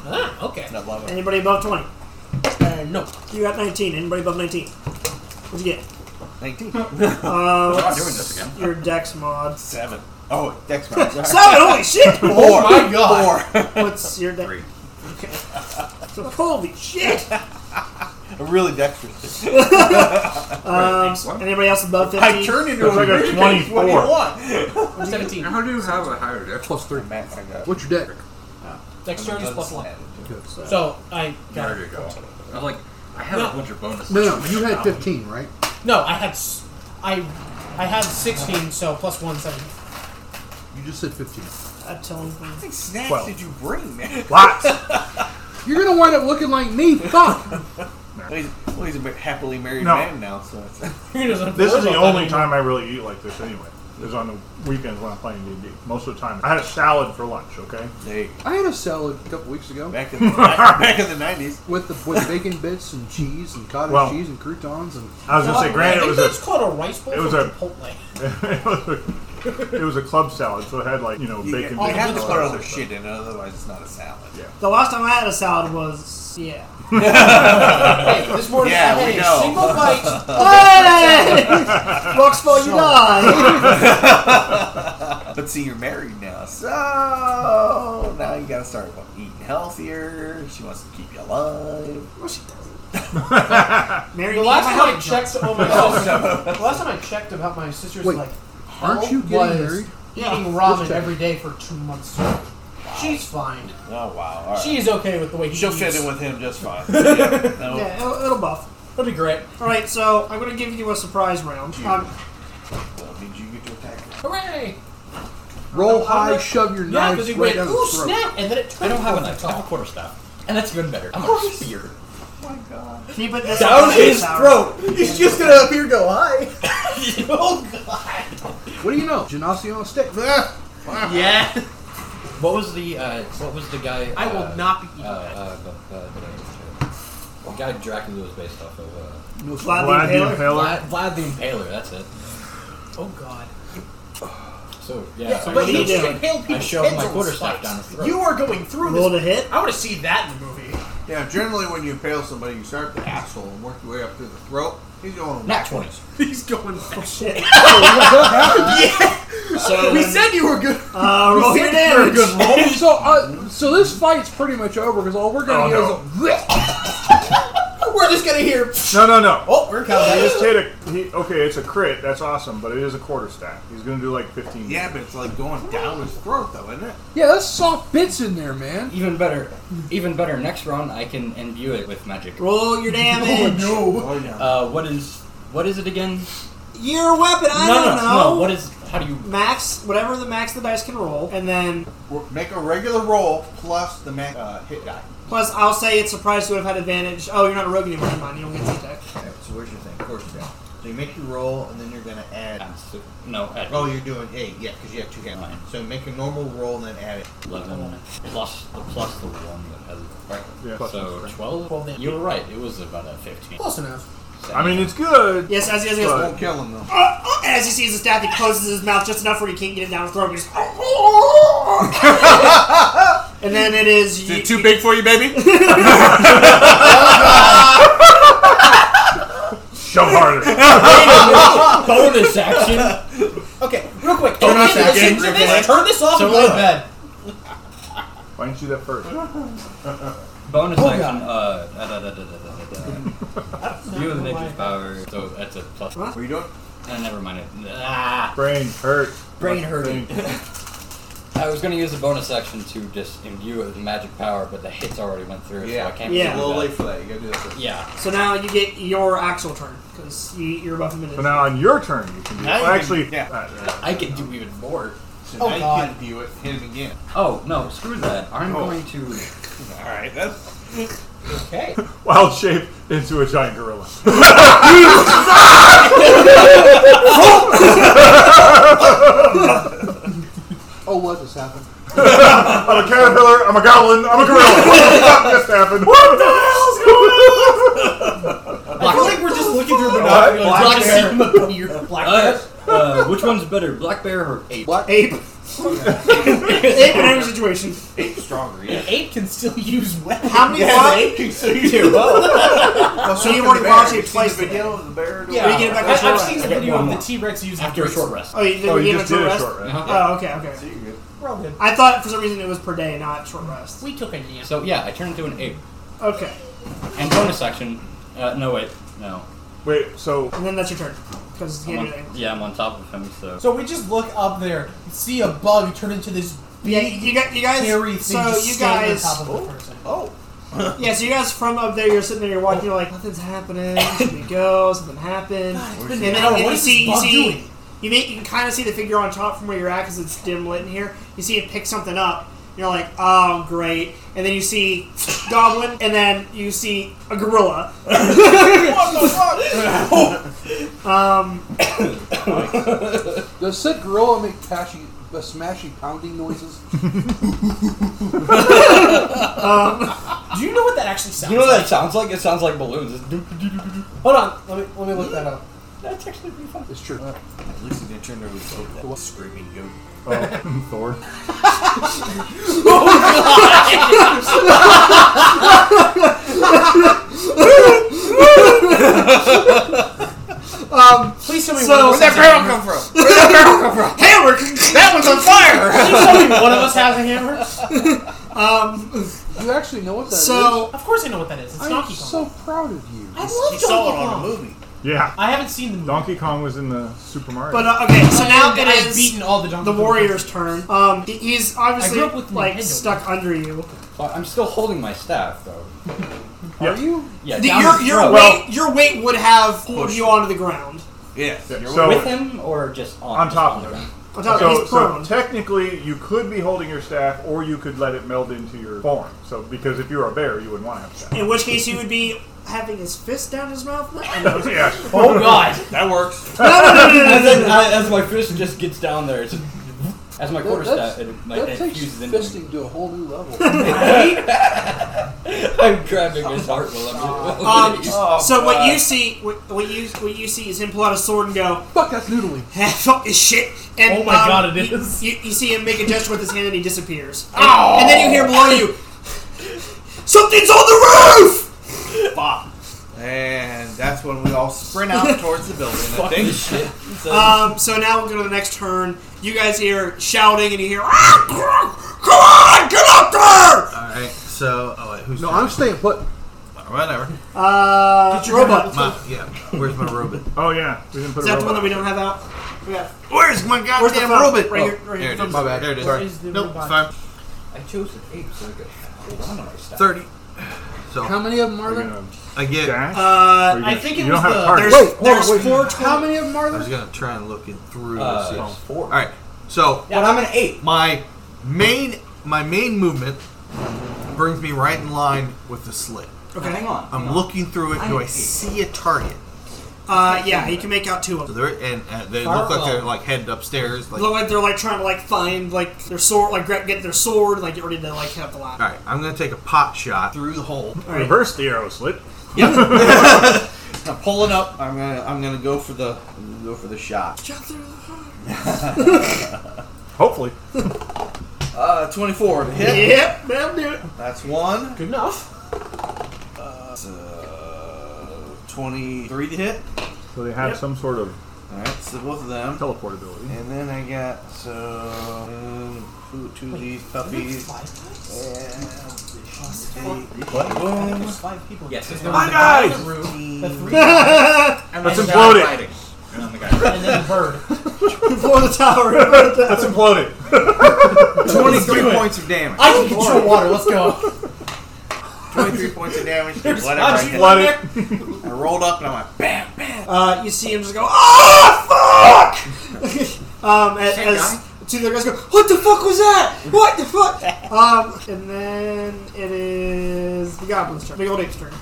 Ah, okay.
I love it.
Anybody above 20?
Uh, no.
You got 19. Anybody above 19? What'd you get?
19.
We're not doing this again.
Your dex mod.
Seven. Oh, Dex mod.
Seven! Holy
Sorry.
shit!
Four.
Oh,
my god.
What's your dex?
Three.
So, holy shit!
I'm really dexterous.
Um,
What?
anybody else above 15?
I turned into a
That's like a
really big
24.
21.
17.
How do you have a higher deck?
Plus three.
Max, I got.
What's your deck?
Dexterity is plus one.
Good.
So I got
There you go. I'm like, I have
No.
a bunch of bonuses.
No, no, you had 15, right?
no. I had s- I I had 16, so plus one seven.
You just said 15.
I'm telling you.
snacks
Twelve.
did you bring, man?
Lots.
You're gonna wind up looking like me. Fuck.
Well, he's, well, he's a bit happily married
No.
man now, so it's,
He doesn't
This is the
worry about
only
that
time I really eat like this anyway. Is on the weekends when I'm playing D&D. Most of the time, I had a salad for lunch. Okay,
hey,
I had a salad a couple weeks ago
back in the back in the nineties.
with the with bacon bits and cheese and cottage
Well-
cheese and croutons and
I was gonna say,
Uh,
granted, it
I think
was
that's
a
called a rice bowl.
it was
from
a-
Chipotle.
it was a club salad, so it had like you know
They
bacon. bits
have
and
to
all
put
that
other
stuff.
shit in, it, otherwise it's not a salad.
Yeah.
The last time I had a salad was. Yeah.
Hey, this morning
Yeah,
I had
we
a
know.
single bite.
Hey! Roxfall, you die!
But see, you're married now, so now you gotta start what, eating healthier. She wants to keep you alive.
No, she doesn't. Mary,
The
me,
last
my
time I
helmet
checked, oh my god, the last time I checked about my sister's
Wait,
like,
aren't
health
you getting
was
married?
Yeah.
Eating ramen
Just check.
every day for two months. She's fine.
Oh wow! All right.
She is okay with the way he
She'll
eats.
fit in with him just fine. Yeah,
jump.
no.
Yeah, it'll, it'll buff.
That'd be great.
Alright, so I'm gonna give you a surprise round. Um,
Well, did you get to attack? her?
Hooray!
roll high, shove your
Yeah,
knife
because he
right
went,
down
ooh,
his throat.
snap! And then it
I
turned
don't have a
off
knife.
the
I have a
top.
quarter staff, and that's even better. I'm a spear.
Oh my god!
keep it this
Down
way,
his
sour.
throat! He's just gonna up here go, hi! oh god!
What do you know? Genasi on a stick.
Yeah!
What was the uh, what was the guy?
I will
uh,
not be eating
Uh, uh, the, the, the, the guy Dracula was based off of. Uh,
No
Vlad
Vlad the
the Impaler.
Impaler.
Vlad, Vlad the Impaler. That's it.
that. Oh god.
So yeah,
Yeah,
I,
but
you
he
shoved-
do.
just impaled
I
people's
shoved
heads
my
on
quarterstaff
spikes.
down his throat.
You are going through
Roll to
this.
hit.
I want to see that in the movie.
Yeah, generally when you impale somebody, you start at the asshole and work your way up through the throat. He's going.
Nat twenties.
He's going.
Shit.
So we said you were good.
Uh, roll your damage.
so, uh, so this fight's pretty much over because all we're gonna
Oh,
get is a
We're just gonna hear.
No, no, no.
Oh, we're
He
coming.
just hit a. He, okay, it's a crit. That's awesome, but it is a quarter stack. He's gonna do like 15.
Yeah, but it's like going down his throat, though, isn't it?
yeah. That's soft bits in there, man.
Even better, even better. Next round, I can imbue it with magic.
Roll your damage.
Oh yeah.
Uh, what is what is it again?
Your weapon, I
no,
don't
no,
know.
no. What is? How do you?
max, whatever the max the dice can roll, and then
R- Make a regular roll plus the ma- uh, hit die.
plus I'll say it's surprised to have had advantage. Oh, you're not a rogue anymore. Never mind. You don't get the attack.
Okay, so where's your thing? Course down. So you make your roll, and then you're gonna add.
Ah, No, add
Oh, you're doing eight, yeah, because you have two hands.
Nine.
So make a normal roll and then add it.
eleven plus the plus the one that has it. Right.
Yeah, plus
so
one.
12?
Well, then-
you were right. It was about a fifteen.
Close enough.
I mean, it's good.
Yes, as he as he goes,
Right.
Won't kill him though.
"Uh, uh," and as he sees the staff, he closes his mouth just enough where he can't get it down his throat. and Just, and then it is you,
big for you, baby?
Shove harder.
bonus action.
Okay, real quick.
Turn
Turn,
off that
this,
game,
turn
Triple A.
this, turn this off and go to bed.
Why didn't you do that first?
bonus action. Uh, da, da, da, da, da, da, da. you have the nature's power, so that's a plus.
Huh?
Were you doing?
Uh, never mind it. Ah,
Brain hurt.
brain hurting. I was gonna use a bonus action to just imbue it with magic power, but the hits already went through,
Yeah,
so I can't.
Yeah.
It's a
do
little
that.
late for that. You gotta do this. first.
Yeah.
So now you get your actual turn because you, you're above a minute.
So now on your turn, you can do.
Now
Well,
you can-
actually,
yeah.
uh, uh,
I can do even more.
So
Oh,
now
God.
you can view it. Hit him again.
Oh no! Screw that. I'm
Oh.
going to.
All right. That's
Okay.
wild shape into a giant gorilla.
Oh, what just happened?
I'm a caterpillar. I'm a goblin. I'm a gorilla. What the fuck just happened? What the hell's going on?
I feel like we're just looking through
Black-
binoculars.
black
Black Sigma beer. Black
Uh, uh, which one's better, black bear or ape?
Black
Ape. Ape in any situation.
eight stronger.
An
Yeah.
ape can still use weapons.
How many wild-
so you do.
so you've already watched it twice
The
then.
video of the bear.
Yeah.
We get it back
I,
on short
I've seen
rest.
the
I get
video
one
of the
more.
T Rex using
After a short rest.
Oh, you did
Oh, you
you
just
get a
did a
rest?
short rest.
Oh, okay, okay.
We're all good.
I thought for some reason it was per day, not short rest.
We took a nap.
So yeah, I turned into an ape.
Okay,
And bonus action. Uh, no wait, no.
Wait, so
and then that's your turn because you
I'm
can't do
on-
anything.
yeah, I'm on top of him, so.
So we just look up there, see a bug turn into this
Yeah,
big,
you got you guys.
hairy thing.
So
just
you
standing
guys,
on top of the person.
Oh.
yeah, so you guys from up there, you're sitting there, you're watching, you're like, nothing's happening. Should we go? Something happened.
it's
And
been
then
an hour.
and
What
you
is
see, you
Bob
see,
doing?
you, may, you can kind of see the figure on top from where you're at because it's dim lit in here. You see it pick something up. and You're like, oh great, and then you see goblin, and then you see a gorilla.
What the fuck?
Does said gorilla make tashy, uh, smashy pounding noises?
Do you know what that actually sounds
You know what
like?
that sounds like? It sounds like balloons. It's doop, doop, doop, doop.
Hold on, let me let me look that up.
That's actually pretty fun.
It's true.
At least he didn't turn over his oak. That screaming goat.
oh, Thor.
Please tell me
So-
one of us has a hammer.
come from?
Hammer, that one's on fire.
Please tell me one of us has a hammer.
You actually know what that is?
So
Of course I know what that is. It's
I'm
Donkey Kong.
so proud of you.
I love
He
Donkey
saw it
Kong.
on a movie.
Yeah,
I haven't seen the movie.
Donkey Kong was in the Super Mario.
But uh, okay, so now it
I've
is
beaten all the Donkey
the
Kong
warrior's
games.
turn. Um, he- he's obviously
I grew up with
like
Nintendo.
stuck under you.
Well, I'm still holding my staff, though.
Are you?
Yeah,
The-
down
your,
his
your
throat.
Well-
weight your weight would have pulled you onto the ground.
Yeah.
Yeah,
You're
so-
right.
with him or just on?
On top of
Just
him.
On top of it,
so,
Uh, he's
so
prone.
technically, you could be holding your staff, or you could let it meld into your form. So, because if you were a bear, you wouldn't want to have staff.
in which case he would be having his fist down his mouth. um, I know.
yeah.
Oh god!
That works.
as, I- as my fist just gets down there, it's just, as my
That,
quarter
that's,
staff, it, my,
that
it
takes
fuses into me.
fisting to a whole new level.
I'm grabbing his heart while I'm
Um,
doing it.
Oh,
so what
God.
you see, what, what you what you see is him pull out a sword and go,
Fuck, that's noodling.
"Hey, "Fuck this shit!" And
Oh my
um,
God, it
you-
is.
You, you see him make a gesture with his hand and he disappears. And, and then you hear below you,
Oh.
"Something's on the roof!"
Bop. And that's when we all sprint out towards the building. I
Fuck
think.
this shit. So,
Um, so now we'll go to the next turn. You guys hear shouting and you hear, "Ah, come on, get up there!
All right. So, oh wait, who's
No, I'm staying put.
whatever.
Uh, robot.
My, yeah. Where's my robot?
Oh yeah, we didn't put
Is
a
that the one
robot.
that we don't have out? Yeah.
Where's my goddamn
Where's the phone?
robot?
Right
Oh,
here, right
there
here.
it is.
My bad.
There it is.
Where
Sorry.
is the
nope,
robot?
it's fine.
I chose an ape, so I could hold on to my staff.
Thirty. So
How many of them are
Are you
there?
gonna
I get.
dash?
Uh,
Or you
I
gonna-
think it
you
was
don't have
the-
a target.
there's
Wait, hold
there's
on, wait.
four
How many of them are
I was
there?
gonna try and look it through.
Uh,
to see.
it's four.
All right. So
Yeah, and I'm an ape.
my main my main movement brings me right in line with the slit.
Okay, hang on.
I'm
hang on.
looking through it.
I'm
Do
an
I
ape.
see a target?
Uh, yeah, you can make out two of
So
them.
they're and uh, they
Fire
look like they're
well.
like headed upstairs. Like
Look like they're like trying to like find like their sword, like gra- get their sword, like get ready to like hit up the ladder.
All right, I'm gonna take a pot shot through the hole.
All right.
Reverse the arrow slit.
I'm pulling up. I'm gonna I'm gonna go for the I'm gonna go for the shot.
Hopefully,
Uh, 24 to hit.
Yep, that'll do it.
That's one.
Good enough.
That's, uh, 23 to hit.
so they have
Yep.
some sort of
All right, so both of them.
teleportability.
And then I got so um, two, two of these puppies.
Five times?
And
What?
boom.
There's five people.
Yes,
There's
it's
the
one
guy
guy.
in the room, the three,
Let's
And the
implode
guy
it.
fighting. And then the guy-
and then the bird.
Before the tower.
Let's implode it.
Twenty-three
do it.
points of damage.
I can control water. Let's go.
Twenty-three points of damage. Blood
I
everywhere.
just
Flood it.
I rolled up and I went bam, bam.
Uh, you see him just go, ah, fuck! um, as, as two of the guys go, what the fuck was that? What the fuck? um, and then it is the goblin's turn, the old ape's turn.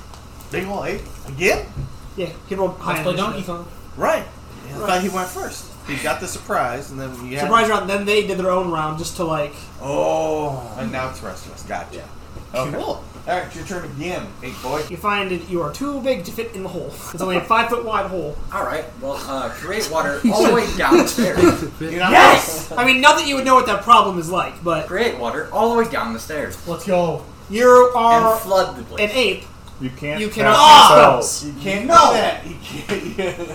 Big ol' eight again.
Yeah, he rolled high.
Let's play
initiative.
Donkey Kong.
Right. I thought he went first. He got the surprise, and then you had
Surprise round. Then they did their own round just to like.
Oh, and now it's the rest of us. Gotcha. Okay. Cool. All right, it's your turn again, big boy.
You find that you are too big to fit in the hole. It's only a five foot wide hole.
All right. Well, uh, create water all the way downstairs.
You're not
I mean, not that you would know what that problem is like, but
create water all the way down the stairs
Let's go.
you
and
are
flood the
an
place.
ape.
You can't.
You
cast
cannot
spells.
cast
You can't know that. You can't.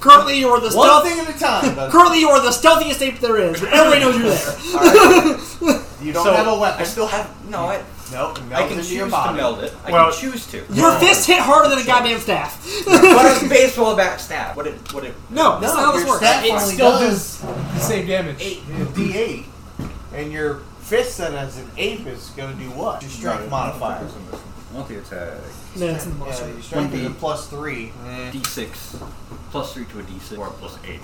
Currently, you are the
One
stealth.
thing at a time. Bud.
Currently, you are the stealthiest ape there is. But everybody knows you're there.
You don't
So,
have a weapon.
I still have no. I,
No,
I can choose
your
to
body.
meld it. I
Well-
can choose to.
Your fist hit harder than a goddamn staff.
What a baseball bat stab. What it? What it?
No, that's
No,
not how this
your
works.
staff
It
finally
still
does
does the same damage.
eight D8, and your fist that as an ape is going to do what? Your strength modifier.
Multi attack.
No, it's in the
Yeah,
monster.
your strength is a
1D.
plus three. Eh.
D6 plus three to a D6 or plus eight.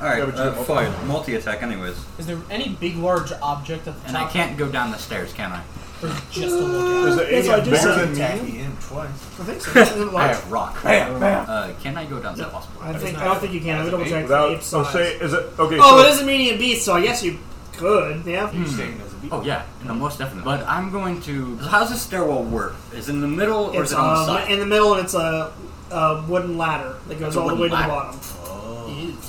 All
Yeah,
right.
but you
Uh,
have
fine. Multi attack, anyways.
Is there any big, large object at the
And I
top?
can't go down the stairs, can I?
for just to look
Is
That's what
it
I
alien
do
bigger
say.
than
Attack
me?
you him twice.
I think so. It's in the
I
large.
have rock. Uh, can I go down? Is that possible?
I think I don't think you can. I double check the
Without,
ape
so
size.
say, is it okay?
Oh,
so
it is a medium beast, so I guess you could. Yeah.
You're staying as a bee.
Oh yeah, no, most definitely. But I'm going to. How's the stairwell work? Is it in the uh, middle or
It's
is it on the
um,
side?
in the middle, and it's a, a wooden ladder that goes
a
all the
wooden
way to the
ladder.
bottom.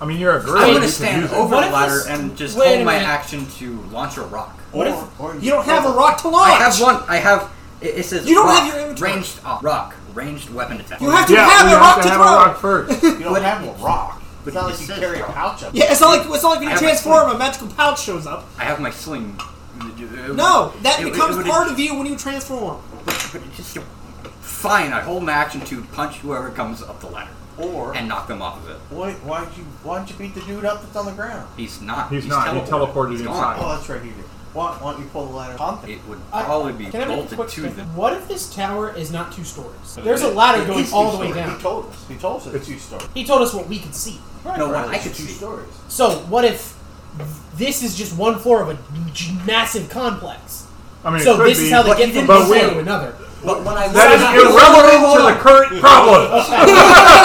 I mean, you're a girl.
I'm
you
gonna
can
stand
use it.
over
What
the
if
ladder
this-
and just
wait a
hold my
minute.
action to launch a rock.
Or,
if-
Oh, or
You don't have a rock to launch.
I have one. I have. It, it says.
You don't
rock,
have your inventory.
Ranged uh, rock. Ranged weapon attack.
You have to
Yeah,
have
we
a rock
have
to
to have
throw.
a rock first.
You don't have a rock. It's not
it
like you
says-
carry a pouch up.
Yeah, it's not like it's not like when
I
you
have my
transform, a magical pouch shows up.
I have my sling.
No, that
It- it
becomes
would-
part of you when you transform.
But it just fine. I hold my action to punch whoever comes up the ladder
Or
and knock them off of it.
why why'd you why'd you beat the dude up that's on the ground?
He's not.
He's not, he teleported
He's
inside.
gone.
Oh, that's right here. Why, why don't you pull the ladder on them?
It would
at.
probably be
can I make a
bolted
quick
to
statement?
the
What if this tower is not two stories? There's a ladder going
It's
all
two
the way
stories.
down.
He told us. He told us it's two stories.
He told us what we could see.
Right,
No, what
right,
I
it's
could
two
see.
stories.
So what if this is just one floor of a g- massive complex?
I mean, it
So
could
this
be.
is how they
But
get
he
from
didn't
one
say-
floor to another.
But when I
that is irrelevant to the current problem.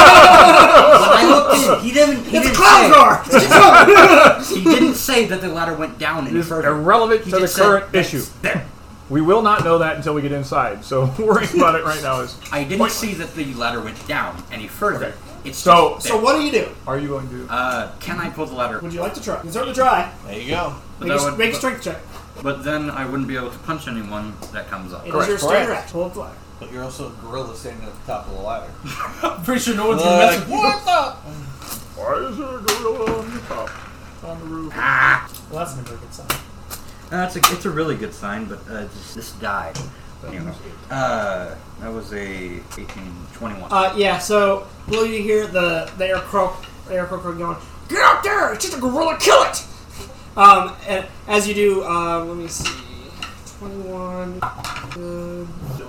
When I looked in, he didn't. He
It's a
didn't
cloud
say,
guard. It's a cloud guard.
He didn't say that the ladder went down
It
any
is
further.
irrelevant
He
to the
just said,
current
"That's
issue.
There.
We will not know that until we get inside. So worrying about it right now is.
I didn't
pointless.
see that the ladder went down any further.
Okay.
It's
So-
just
so
there.
what do you do?
Are you going to?
Uh, can I pull the ladder?
Would you like to try? You can certainly try.
There you go.
But
Make a,
that would-
make a
but-
strength check.
But then I wouldn't be able to punch anyone that comes up.
It is
Correct.
your standard
Correct.
action. Pull up the ladder.
But you're also a gorilla standing at the top of the ladder.
I'm pretty sure no one's gonna mess with you.
what the?
Why is there a gorilla on the top? On the roof?
Ah,
Well, that's never a good sign.
that's a, Uh, it's a really good sign, but uh, just, this died. But, you know, uh, that was a 18, 21.
Uh, yeah. So will you hear the the air croak the air croak going? Get out there! It's just a gorilla. Kill it. Um, and as you do, um, let me see. Twenty-one. Uh, um, Good.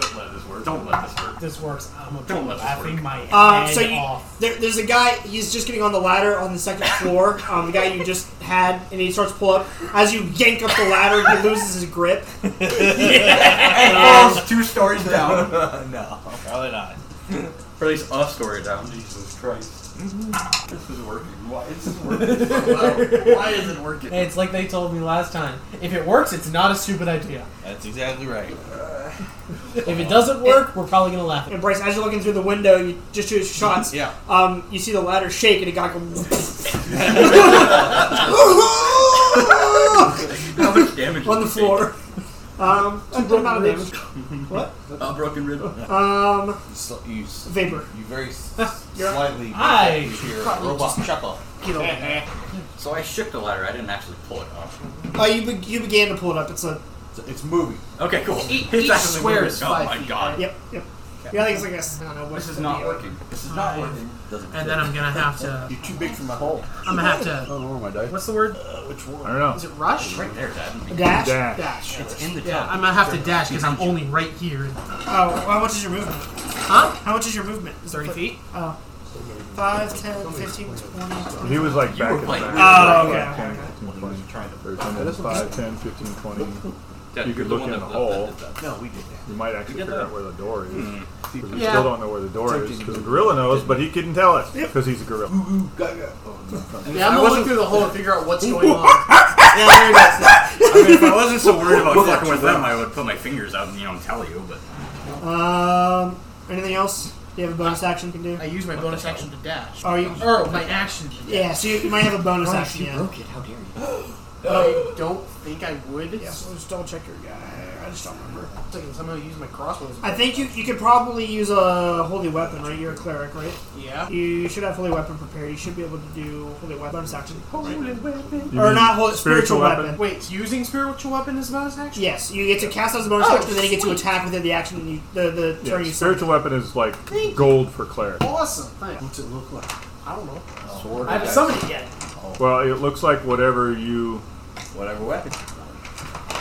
don't let this work. Don't let this work.
This works. I'm a
Don't let this
laughing
work.
my head
Um, so you,
off.
there, there's a guy. He's just getting on the ladder on the second floor. Um, the guy you just had, and he starts to pull up. As you yank up the ladder, he loses his grip.
It falls two stories down. or
no, probably not.
at least a story down. Jesus Christ.
Mm-hmm.
This is working. Why is this working? Why is it working?
Hey, it's like they told me last time. If it works, it's not a stupid idea.
That's exactly right.
If it doesn't work, we're probably gonna laugh. at
And Bryce, as you're looking through the window, you just shoot shots.
Yeah.
Um, you see the ladder shake, and a guy goes
How much damage
on the
did it
floor. Um, a good amount of damage. What?
take? A broken rib.
Um,
You, sl- you, s-
vapor.
you very s- slightly.
I
hear a
probably
robot chuckle.
You know.
So I shook the ladder. I didn't actually pull it off.
Uh, you be- you began to pull it up. It's a
It's, it's moving.
Okay, cool.
Each-
It's
each
actually
square
moving.
is
Oh
five
my
feet,
god.
yep yep. Yeah, I think it's like a s- I don't know. What's
This is
the
not
deal?
working.
This is not working.
Doesn't
And then I'm gonna have to.
You're too big for my hole.
I'm gonna have to.
Oh, where am I, Dave?
What's the word?
Which one?
I don't know.
Is it rush?
Right there, Dad.
Dash.
Dash.
It's in the
Yeah,
top.
I'm gonna have to dash because I'm only right here.
Oh, well, how much is your movement?
Huh?
How much is your movement? Is it
30
like
feet?
Oh. 5, 10, 15, 20, 25.
He was like back Oh, in the
playing
back.
really
Like,
well.
10, 15, 20,
Trying to.
13, 5, 10, 15, 20.
Dad,
You could
you're
look
one
in
that
the
left that
hole.
did that.
No, we did that.
You might actually
did
figure
that. Hmm.
out where the door is. Because we
Yeah.
still don't know where the door is. Because the gorilla knows, but he couldn't tell us. Because he's a gorilla.
Mm-hmm.
Ooh, gaga. Oh, no.
Yeah, I'm gonna
I
look
wasn't-
through the hole and figure out what's going on.
Yeah, there you go. It's not- I mean, if I wasn't so worried about fucking with them, I would put my fingers out and you know tell you. But
Um, anything else? Do you have a bonus action you can do?
I use my bonus action to dash.
Oh, you-
Or my action to dash.
Yeah, so you, you might have a bonus
Gosh,
action,
you
yeah.
it. How dare you?
I don't think I would.
So just double check your guy. I just don't remember.
Second, somehow use my crossbows.
I think you, you could probably use a holy weapon, right? You're a cleric, right?
Yeah.
You should have holy weapon prepared. You should be able to do holy weapon bonus action.
You
Or
mean
not holy, spiritual,
spiritual
weapon.
weapon?
Wait, using spiritual weapon is a bonus action?
Yes, you get to cast that as a bonus
Oh,
action, and then you get to
sweet.
attack within the action. You, the the
Yeah,
turn you
spiritual weapon is like gold for cleric.
Awesome. Thanks.
What's it look like?
I don't know.
Sword.
I haven't summoned it yet.
Well, it looks like whatever you.
Whatever weapon.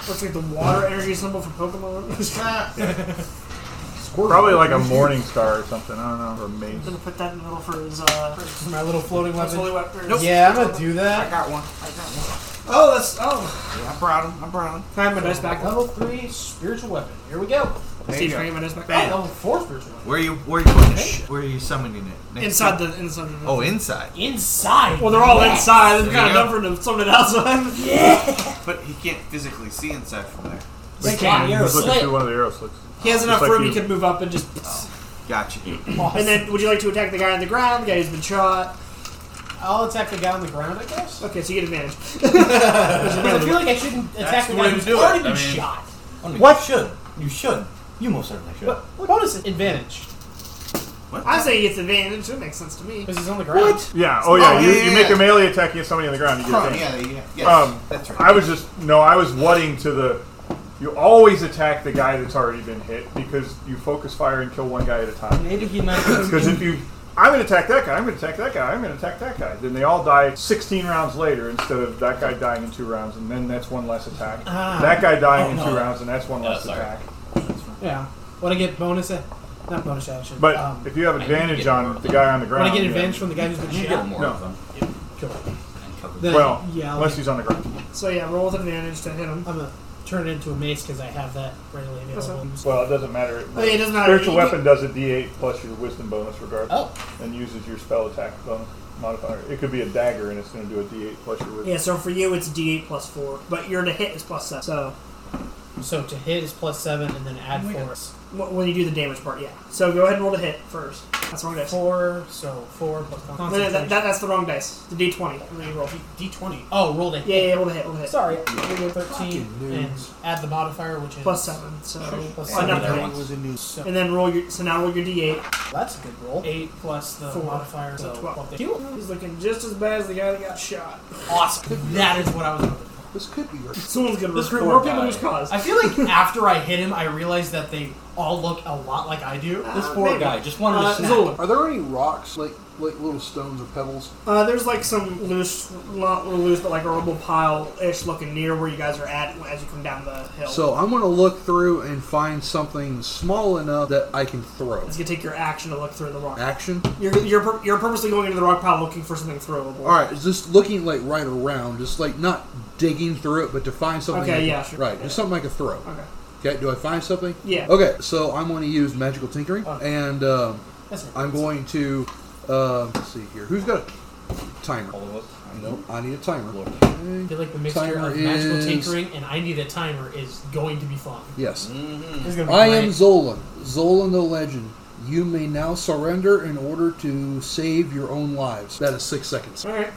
Looks like the water energy symbol for Pokemon.
Probably like a morning star or something. I don't know. Or mace.
I'm gonna put that in the middle for his uh. for his
My little floating
holy
weapon.
weapon.
Yeah, I'm gonna do that.
got one. I got one.
Oh, that's oh.
Yeah, I brought him. I brought him.
Can I have my dice back?
Level three spiritual weapon. Here we go.
Steve, can I get my dice back?
Oh, level four spiritual weapon.
Where are you where are you putting it? Where are you summoning it? Next
Inside
to-
the inside. The,
Oh, inside.
Inside.
Well, they're all inside. It's
There you
kind of
go.
dumb for them. Someone else. yeah.
But he can't physically see inside from there.
They
He's
can.
looking through one of the arrow slits.
He has enough
like
room.
you.
He could move up and just.
Gotcha.
And then, would you like to attack the guy on the ground? The guy who's been shot.
I'll attack the guy on the ground, I guess.
Okay, so you get advantage.
Because I feel like I shouldn't attack the guy
way to
who's
do it.
already
I
been
mean-
shot.
What? Oh, You should. You should. You most certainly should.
But bonus advantage.
I say he gets advantage. That makes sense to me.
Because he's on the ground.
Yeah. Oh yeah.
Oh,
you,
yeah,
you
yeah,
make
yeah.
a melee attack against somebody on the ground. You get
Oh,
a
yeah, yeah, yes,
Um,
that's right.
I was just no. I was wutting to the. You always attack the guy that's already been hit because you focus fire and kill one guy at a time.
Maybe he might.
Because if you, I'm going to attack that guy. I'm going to attack that guy. I'm going to attack that guy. Then they all die 16 rounds later instead of that guy dying in two rounds, and then that's one less attack.
Ah,
That guy dying
oh,
in two rounds, and that's one
Yeah,
less
sorry.
attack.
Yeah. Would I get bonus? A- not bonus action.
But
um,
if you have
I
advantage
get more
on
of
the
them.
guy on the
would
ground,
I get
yeah.
advantage from the guy who's been
You get
shot?
more
No.
of them.
Cool.
And cover
Then-
Well,
yeah. I'll
unless
get-
he's on the ground.
So yeah, roll with advantage to hit him.
I'm gonna turn it into a mace because I have that readily available.
Well, it doesn't matter.
Oh, yeah, it doesn't matter.
Spiritual
You
weapon does a D8 plus your wisdom bonus regardless.
Oh.
And uses your spell attack bonus modifier. It could be a dagger, and it's going to do a D8 plus your wisdom.
Yeah, so for you it's D8 plus four, but your to hit is plus seven. So
So to hit is plus seven, and then
Oh
add four.
wh- when you do the damage part, yeah. So go ahead and roll to hit first. That's the wrong dice. No,
Four. So four plus con-
no, that, that, that's the wrong dice. The D20. And then you roll.
D twenty. Oh, rolled a hit.
Yeah, yeah, roll to hit, roll to hit.
Sorry. We go thirteen and add the modifier, which is
Plus seven. So
Plus
Oh,
seven.
not
There
three.
once.
was a new.
So
And then roll your. So now roll your D8.
that's a good roll. Eight plus the
Four.
modifier.
So
So
12.
Cool.
He's looking just as bad as the guy that got shot.
Awesome. That is what I was. Hoping. for.
This could be right.
Someone's gonna
This
recruit
poor
more people
guy.
to his cause.
I feel like after I hit him, I realized that they all look a lot like I do.
This
Um,
poor
Ah, maybe.
guy just wanted
Uh,
to snap.
Zul.
Are there any rocks, like like little stones or pebbles?
Uh, there's like some loose, not loose, but like a rubble pile ish looking near where you guys are at as you come down the hill.
So I'm going to look through and find something small enough that I can throw.
it's gonna take your action to look through the rock.
Action.
You're, you're, pur- you're purposely going into the rock pile looking for something throwable.
All right, just looking like right around, just like not digging through it, but to find something.
Okay,
I can-
yeah, sure.
Right, just something I could throw.
Okay.
Okay, do I find something?
Yeah.
Okay, so I'm going to use magical tinkering, and um,
That's right.
I'm going to um let's see here. Who's got a timer?
All of us.
Nope, I need a timer.
I
Okay.
feel like the mixture
Timer
of magical
is-
tinkering and I need a timer is going to be fun.
Yes,
It's gonna be
I am
great.
Zolan, Zolan the Legend. You may now surrender in order to save your own lives. That is six seconds.
All right.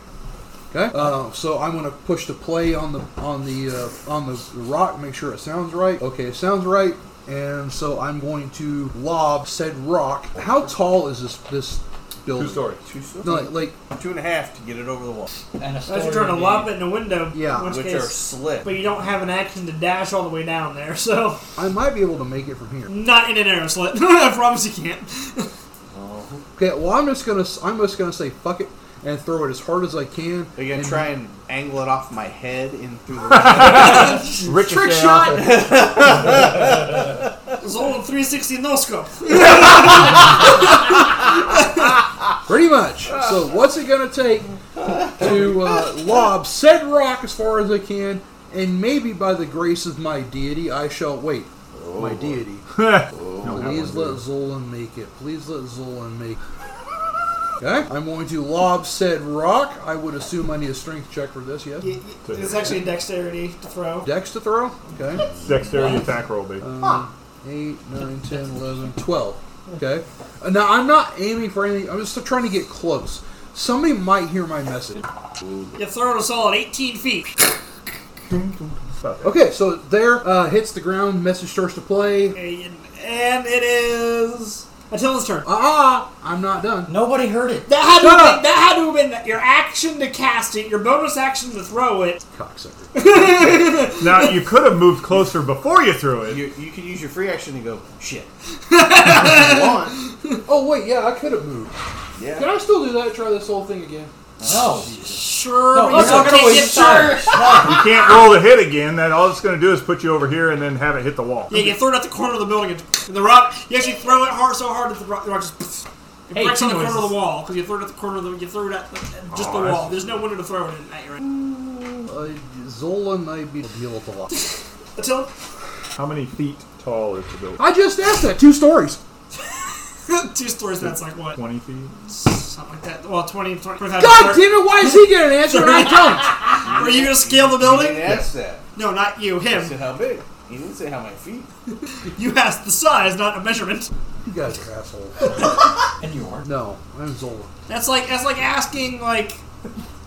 Okay. Uh, so I'm gonna push the play on the on the uh, on the rock. Make sure it sounds right. Okay, it sounds right. And so I'm going to lob said rock. How tall is this this building.
Two stories.
Two stories.
No, like, like
Two and a half to get it over the wall,
And a
Unless you're
story
trying to
being-
lop it in a window.
Yeah.
in which
which are
case,
slick.
but you don't have an action to dash all the way down there, so
I might be able to make it from here.
not in an arrow slit. I promise you can't.
Okay, well I'm just gonna I'm just gonna say fuck it and throw it as hard as I can.
Are you
and
gonna try and angle it off my head in through the window?
trick
uh,
shot.
Zolan 360 no scope.
Pretty much. So what's it gonna take to uh, lob said rock as far as I can, and maybe by the grace of my deity, I shall wait. my deity. Please let Zolan make it. Please let Zolan make. it. Okay, I'm going to lob said rock. I would assume I need a strength check for this. Yes.
Y- y- It's actually a dexterity to throw.
Dex to throw. Okay.
Dexterity attack roll, baby.
8, 9, 10, 11, 12. Okay. Uh, Now, I'm not aiming for anything. I'm just trying to get close. Somebody might hear my message.
You throw it a solid 18 feet.
Okay, so there, uh, hits the ground, message starts to play.
And and it is Attila's turn.
Ah, I'm not done.
Nobody heard it.
That had, to
Shut
have
up.
been, that had to have been your action to cast it, your bonus action to throw it.
Cocksucker.
Now you could have moved closer before you threw it.
you, you can use your free action to go shit. If you want.
Oh, wait, yeah, I could have moved.
Yeah.
Can I still do that? Try this whole thing again?
No.
Sure,
No,
but
you're
you still
not gonna
can't get
waste time.
sure.
You can't roll the hit again. That all it's going to do is put you over here and then have it hit the wall.
Yeah, you throw it at the corner of the building, and and the rock. You actually throw it hard, so hard that the rock, the rock just. pfft. It
Hey,
breaks
two
on the corner of
noises.
the wall because you threw it at the corner of the. You threw it at, at just
Oh,
the
I
wall.
see.
There's no window to throw it in at. Right?
Uh, Zola might be deal with a lot.
Attila,
How many feet tall is the building?
I just asked that, two stories.
two stories. That's like what,
Twenty feet.
something like that. Well, 20, 20 25.
God damn it, why is he getting an answer and I don't?
Are you gonna scale the
I
building?
didn't ask that.
No, not you.
I said
Him.
how big. He didn't say how many feet.
You asked the size, not a measurement.
You guys are assholes.
And you are.
No, I'm Zola.
That's like that's like asking like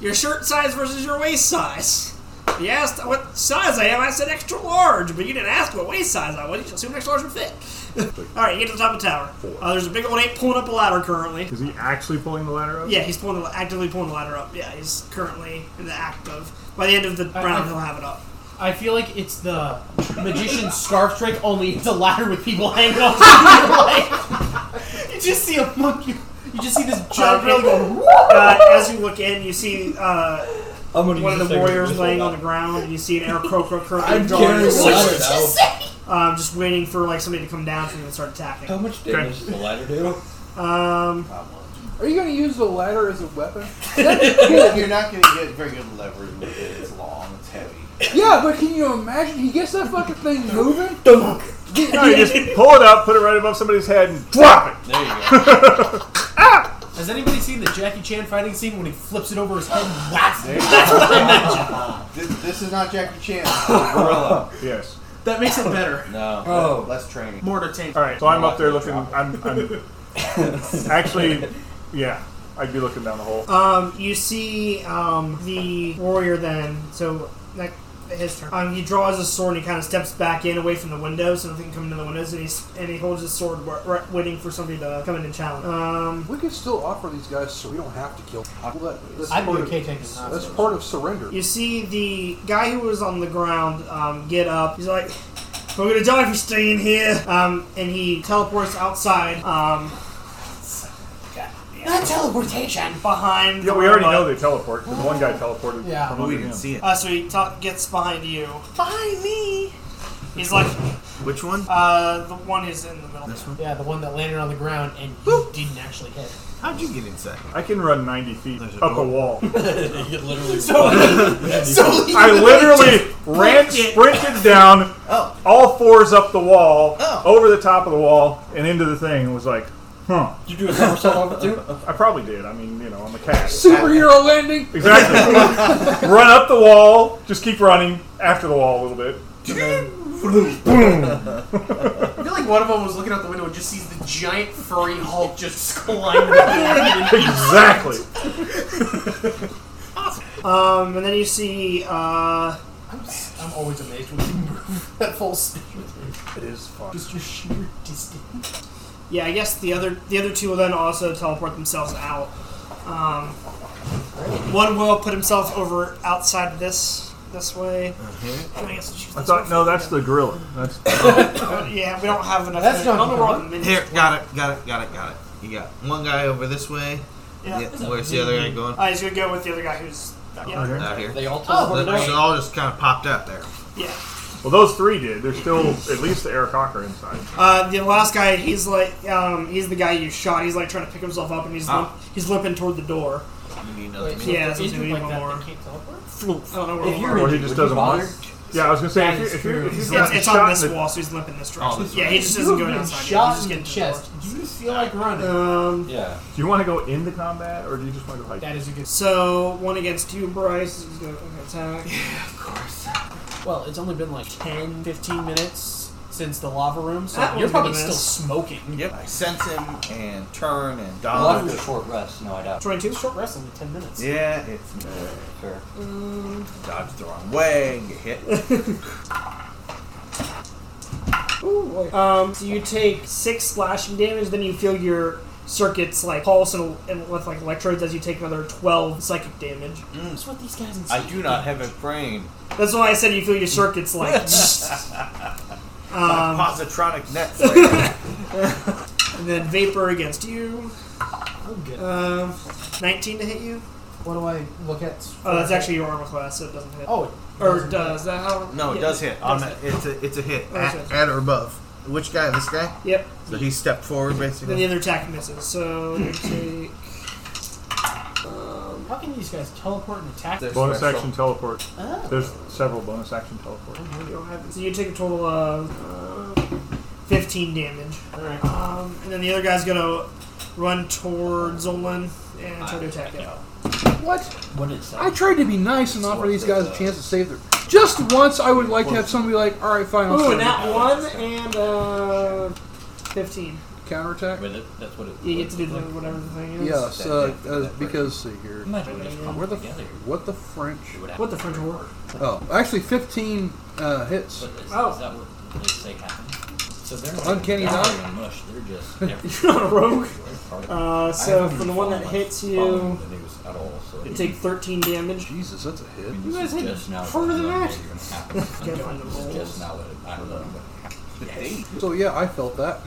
your shirt size versus your waist size. You asked what size I am. I said extra large, but you didn't ask what waist size I was. You assumed extra large would fit. All right, you get to the top of the tower. Uh, there's a big old ape pulling up a ladder currently.
Is he actually pulling the ladder up?
Yeah, he's pulling the, actively pulling the ladder up. Yeah, he's currently in the act of. By the end of the
I-
round,
I-
he'll have it up.
I feel like it's the magician's scarf trick, only it's a ladder with people hanging off. Like, you just see a monkey. You just see this giant
Uh,
really go.
Uh, as you look in, you see uh,
I'm gonna
one
use
of the
this thing to
warriors
whistle
laying
that.
on the ground, and you see an Aarakocra currently
I'm
drawing
carrying
a
the
sword.
ladder now.
Um, just waiting for like somebody to come down from and start attacking.
How much damage does the ladder do?
Um,
Are you going to use the ladder as a weapon?
You're not gonna get very good leverage with it. It's long. It's heavy.
Yeah, but can you imagine? He gets that fucking thing moving.
No, you just pull it up, put it right above somebody's head, and drop it.
There you go.
Has anybody seen the Jackie Chan fighting scene when he flips it over his head and whacks it?
This, this is not Jackie Chan. It's a gorilla.
Yes.
That makes it better.
No.
Oh.
Less training.
More entertaining.
All right. So I'm up there looking. I'm. I'm actually, yeah. I'd be looking down the hole.
Uh,
um, you see um, the warrior then, so that his turn. Um, he draws his sword and he kind of steps back in away from the window so nothing can come into the windows, and, he's, and he holds his sword wa- wa- waiting for somebody to come in and challenge. Um,
We can still offer these guys, so we don't have to kill. Well, that- that's
I'd be
part of-
okay taking this.
That's part of surrender.
you see the guy who was on the ground um, get up. He's like, "We're gonna die if we stay in here." Um, and he teleports outside. Um,
Not teleportation.
behind.
Yeah,
the
we
uh,
already
robot.
know they teleport. 'cause one guy teleported.
Yeah.
from
But we
under
didn't
him.
see it.
Uh, so he ta- gets behind you.
Find me.
He's like,
Which one?
uh, the one is in the middle.
This one?
Yeah, the one that landed on the ground and you didn't actually hit.
How'd you get inside?
I can run 90 feet
There's a
up a
door.
wall.
You literally.
I literally ran, sprinted down,
Oh.
all fours up the wall,
Oh.
over the top of the wall, and into the thing, and was like, huh.
Did you do a somersault over too?
I probably did. I mean, you know, I'm a cat.
Superhero landing.
Exactly. Run up the wall, just keep running after the wall a little bit. and then-
I feel like one of them was looking out the window and just sees the giant furry Hulk just climbing. up the
exactly.
Um, and then you see, uh,
I'm, I'm always amazed when you move that full speed. It is fun. Just your sheer distance.
Yeah, I guess the other the other two will then also teleport themselves out. Um, one will put himself over outside this this way. I guess it's just
Uh-huh. I
this
thought,
way.
no, that's the gorilla. That's
Yeah, we don't have enough.
That's
I don't know where all the
John
minions
Here,
went.
got it, got it, got it, got it. You got one guy over this way.
Yeah.
Yeah, where's the other guy going?
Uh, he's gonna go with the other guy who's. Yeah.
Out here.
They all
Oh,
They
teleport away.
so all just kind of popped out there.
yeah.
well, those three did. There's still at least the Eric Hawker inside.
Uh, the last guy, he's like, um, he's the guy you shot. He's like trying to pick himself up, and he's
Ah.
limp, he's limping toward the door.
You need another
Wait, so
Yeah,
if
so
he's
we need
like
one
that,
more.
they can't teleport?
I don't know where
If
we
you're
are.
Or he
injured,
just
would you
doesn't want
bother?
Yeah, I was gonna say
That
if you're, if
is
you're, if
true.
you're
It's,
not
it's on
shot
this
in the-
wall, so he's limping this
Oh,
direction.
this
Yeah, he just doesn't go outside. yet.
Shot
He's just
in the
getting
chest. Do you feel like running?
Um,
Yeah.
Do you want to go into combat or do you just want to hike?
that is a good.
so one against you, Bryce. He's gonna attack.
Well, it's only been like 10, 15 minutes since the lava room, so
That
you're
one's
probably
gonna
still
miss.
smoking.
Yep. I sense him and turn and
Uh,
A lot
dodge.
of short rest, no, I doubt.
Twenty-two.
Short rest only 10 minutes.
Yeah, it's me.
Sure.
dodge the wrong way, and get hit.
Um, so you take six slashing damage, then you feel your circuits like pulse and, and with like electrodes as you take another twelve psychic damage.
That's what these guys
I do not have a brain.
That's why I said you feel your circuits like.
My positronic net. flare.
and then vapor against you.
I'm good.
Um, nineteen to hit you.
what do I look at?
Oh, that's actually your armor class, so it doesn't hit.
Oh, it
or
doesn't-
does that how?
No, it
yeah,
does hit.
does
On
hit.
a, it's a it's a hit
Oh,
at,
it's a-
at or above. Which guy? This guy.
Yep.
So he stepped forward
Then the
basically.
other attack misses. So you take. Um,
How can these guys teleport and attack?
There's
Bonus
special.
action teleport.
Oh.
There's several bonus action teleport.
you don't have it. So you take a total of uh, fifteen damage.
All right.
Um, and then the other guy's gonna run towards Zolan and try to attack it.
What?
What is that?
I tried to be nice and offer these guys a chance to save their. Just once, I would like to have somebody like, all right, fine, I'll
Ooh,
save
and
it."
that one and uh, fifteen.
counterattack.
With it, that's what it.
You get to do the, whatever the thing is.
Yes,
that-
uh,
that-
uh,
that
because see here,
Imagine we just come
where the
together.
what the French?
It would
What the
happen.
French word?
Oh, actually, fifteen uh, hits.
But is,
Oh.
is that what they say happened? So they're not
Uncanny
even
dodge?
dying mush. They're just. everywhere.
You're not a rogue.
They're part of-
Uh,
I
so
haven't
from the
been
one that
following-
hits
following
you,
the news at all, so
you take thirteen damage.
Jesus, that's a hit.
I mean, this
guys
is
had
just now
further than that.
what is gonna happen.
Gotta find the
This is
rolls.
just now what I don't know. what happened.
So yeah, I felt that.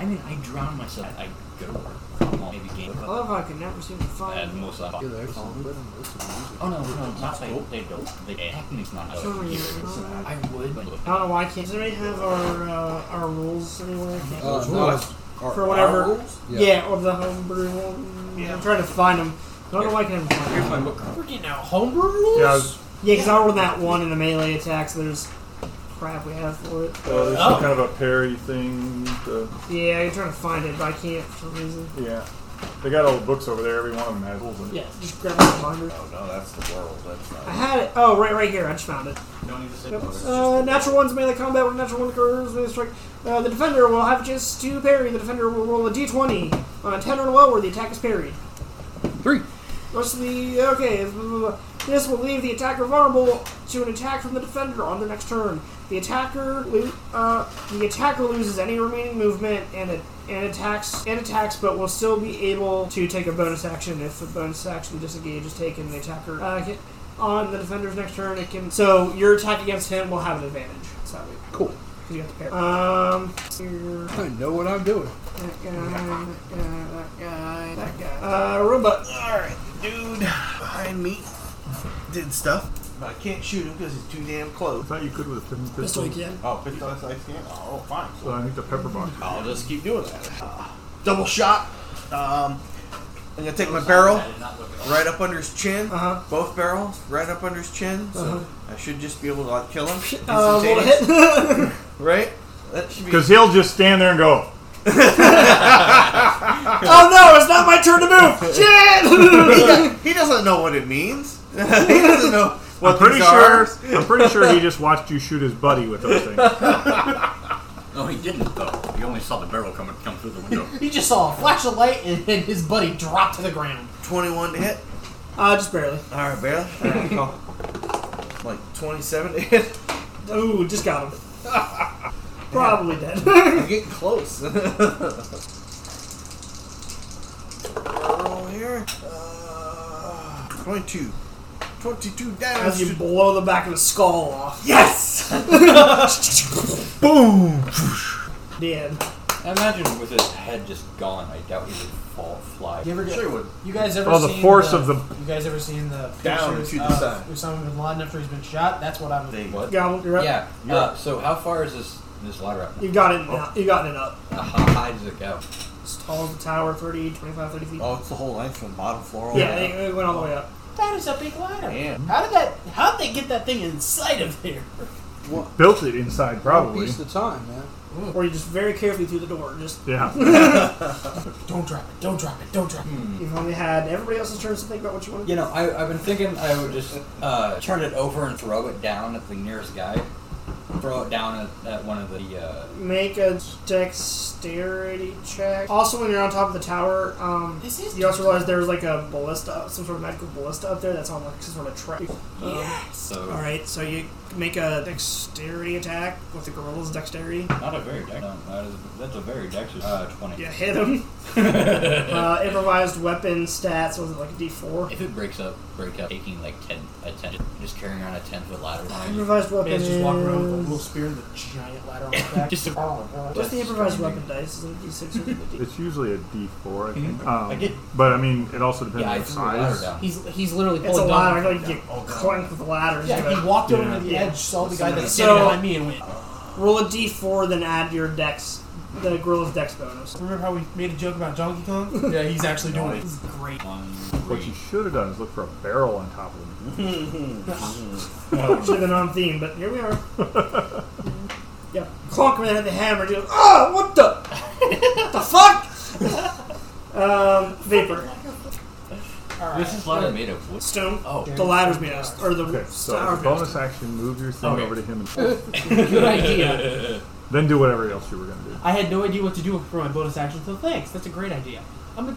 I mean, I drown myself. I go to work. Maybe game.
I love how I can never seem to find.
And most of
Yeah,
the
there's some good and there's some music.
Oh no, no, not they, they don't. They technically not out
Sorry,
here.
uh,
I would,
I
but
don't know why I can't. Does anybody have our uh, our rules anywhere? I can't-
Uh, no, it's- or-
For whatever.
rules?
Yeah.
Yeah. or the homebrew. one.
Yeah.
I'm trying to find them. I don't know why I can't find them.
my book.
We're getting out homebrew rules?
Yeah, I was, uh,
Yeah, because I rolled that one in the melee attack, so there's crap we have for it.
uh, there's
Oh.
some kind of a parry thing. To,
Yeah, I'm trying to find it, but I can't for some reason.
yeah, they got all the books over there. Every one of them has rules in it.
Yeah.
Just grab my binder.
Oh no, that's the world. That's
I
not.
had it. Oh, right, right here. I just found it.
Don't need to say
Yep.
that.
Uh, natural ones melee combat with natural one occurs melee strike. Uh, the defender will have just to parry. The defender will roll a d20 on a 10 or lower. The attack is parried.
Three.
Most of the okay. blah, blah, blah. This will leave the attacker vulnerable to an attack from the defender on their next turn. The attacker lo- uh, the attacker loses any remaining movement and it and attacks and attacks, but will still be able to take a bonus action if a bonus action disengage is taken. The attacker uh, can- on the defender's next turn it can. So your attack against him will have an advantage. Sorry,
Cool.
because you have to pair. Um, here,
I know what I'm doing.
that guy, that guy, that guy, that guy. Uh, robot.
All right, dude behind me did stuff.
But I can't shoot him because he's too damn
I
close.
thought you could with a pistol.
Pistol again.
Oh, pistol I scan. Oh, fine.
So I think the pepper box.
I'll just keep doing that.
Double shot. Um, I'm gonna take my barrel
I did not look at all.
right up under his chin.
Uh-huh.
Both barrels right up under his chin. So I should just be able to like kill him.
Uh,
Oh,
roll a
instantaneous,
hit.
Right? That should be.
Because he'll just stand there and go.
Oh no, it's not my turn to move! Shit!
He doesn't know what it means. he doesn't know. What
I'm pretty
these are.
sure. I'm pretty sure he just watched you shoot his buddy with those things.
No, he didn't though. He only saw the barrel coming come through the window.
He just saw a flash of light and then his buddy dropped to the ground.
21 to hit.
uh, just barely.
All right, barely. All right, cool. Like 27 to hit.
Ooh, just got him. Probably dead.
I'm getting close.
there. Uh, 22. 22
As you
damage.
blow the back of the skull off.
Yes!
Dead.
Imagine with his head just gone, I doubt he would fall, fly.
You ever get,
Sure would.
You guys ever
Well, the
seen
force of the-
You guys ever seen the
Down Uh,
pictures
to the
of
side.
Osama bin Laden after he's been shot? That's what I'm.
They-
What?
Gobble, you're up.
Yeah. Uh, so how far is this this ladder up?
You've got it now. You've gotten it up.
Uh, How high does it go?
It's tall as the tower, 30, 25, 30 feet.
Oh, it's the whole length from the bottom floor. all
yeah,
the way
it, it went all the way up.
That is a big ladder.
Damn.
How did that? How did they get that thing inside of there?
Built it inside,
One
probably.
piece at a time, man.
Or you just very carefully through the door. Just
Yeah.
Don't drop it! Don't drop it! Don't drop it!
you've only had everybody else's turn to think about what you want to
You know, I, I've been thinking I would just uh, turn it over and throw it down at the nearest guy. Throw it down at, at one of the. Uh,
do. Make a dexterity check. Also, when you're on top of the tower, um,
This is
you also realize there's like a ballista, some sort of magical ballista up there that's on like some sort of track. Um,
so
all right, so you make a dexterity attack with the gorilla's dexterity.
not a very dex. No, that is, that's a very dexterous uh, twenty.
You hit him. uh, improvised weapon stats was it like a D4?
If it breaks up, break up, taking like ten, a ten, just carrying around a ten foot ladder.
Improvised weapon.
Man's just walking around with a
is-
little spear and the giant ladder on his back. Oh
Just a-
What's the improvised weapon dice? Is it D6 or D?
it's usually a D4, I think. Um,
Mhm. I did-
But I mean, it also depends
yeah, I
on the
threw the ladder
size.
down.
He's he's literally
It's a
pulling
ladder.
down-
Like you clank with the ladder. and
Yeah,
do
he
it.
walked over
Yeah.
to the edge, saw the guy that's
So-
standing behind me, and went.
Roll a D4, then add your dex, the gorilla's dex bonus.
Remember how we made a joke about Donkey Kong? yeah, he's actually doing it. This is great.
One,
What you
three.
should have done is look for a barrel on top of them.
Should have been on theme, but here we are. yeah, Clonkman had the hammer. Just ah, what the, what the fuck? um, vapor,
Alright.
This is ladder made of wood.
stone.
Oh.
the ladder's made out, or the
Okay,
tower's
so as a
made out of
bonus action, move your thing
Okay.
over to him and
Good idea.
then do whatever else you were going to do.
I had no idea what to do for my bonus action, so thanks. That's a great idea. I'm a,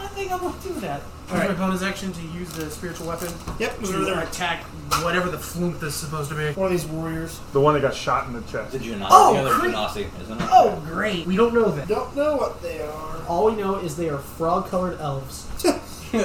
I think I'm gonna do that. All
Alright.
right. bonus action to use the spiritual weapon
stone. Yep, was
to
over there.
attack whatever the flunk this is supposed to be.
One of these warriors.
The one that got shot in the chest.
The genasi,
Oh,
the other
great.
genasi, isn't it?
Oh, great. We don't know that.
Don't know what they are.
All we know is they are frog-colored elves.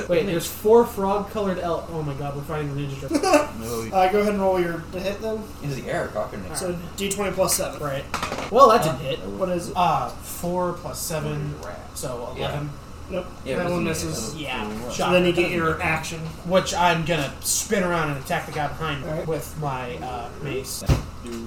Wait, there's four frog-colored elves. Oh my god, we're fighting the ninja turtles.
Uh, go ahead and roll your to hit them.
Is the air cocking it?
So D20 plus seven.
right. Well, that didn't hit.
What is it?
Uh, four plus seven, so eleven.
Nope.
Yeah,
that
it
one
doesn't-
misses.
Yeah.
So
Shot.
then you get your action.
Which I'm gonna spin around and attack the guy behind me
Alright.
with my uh, mace.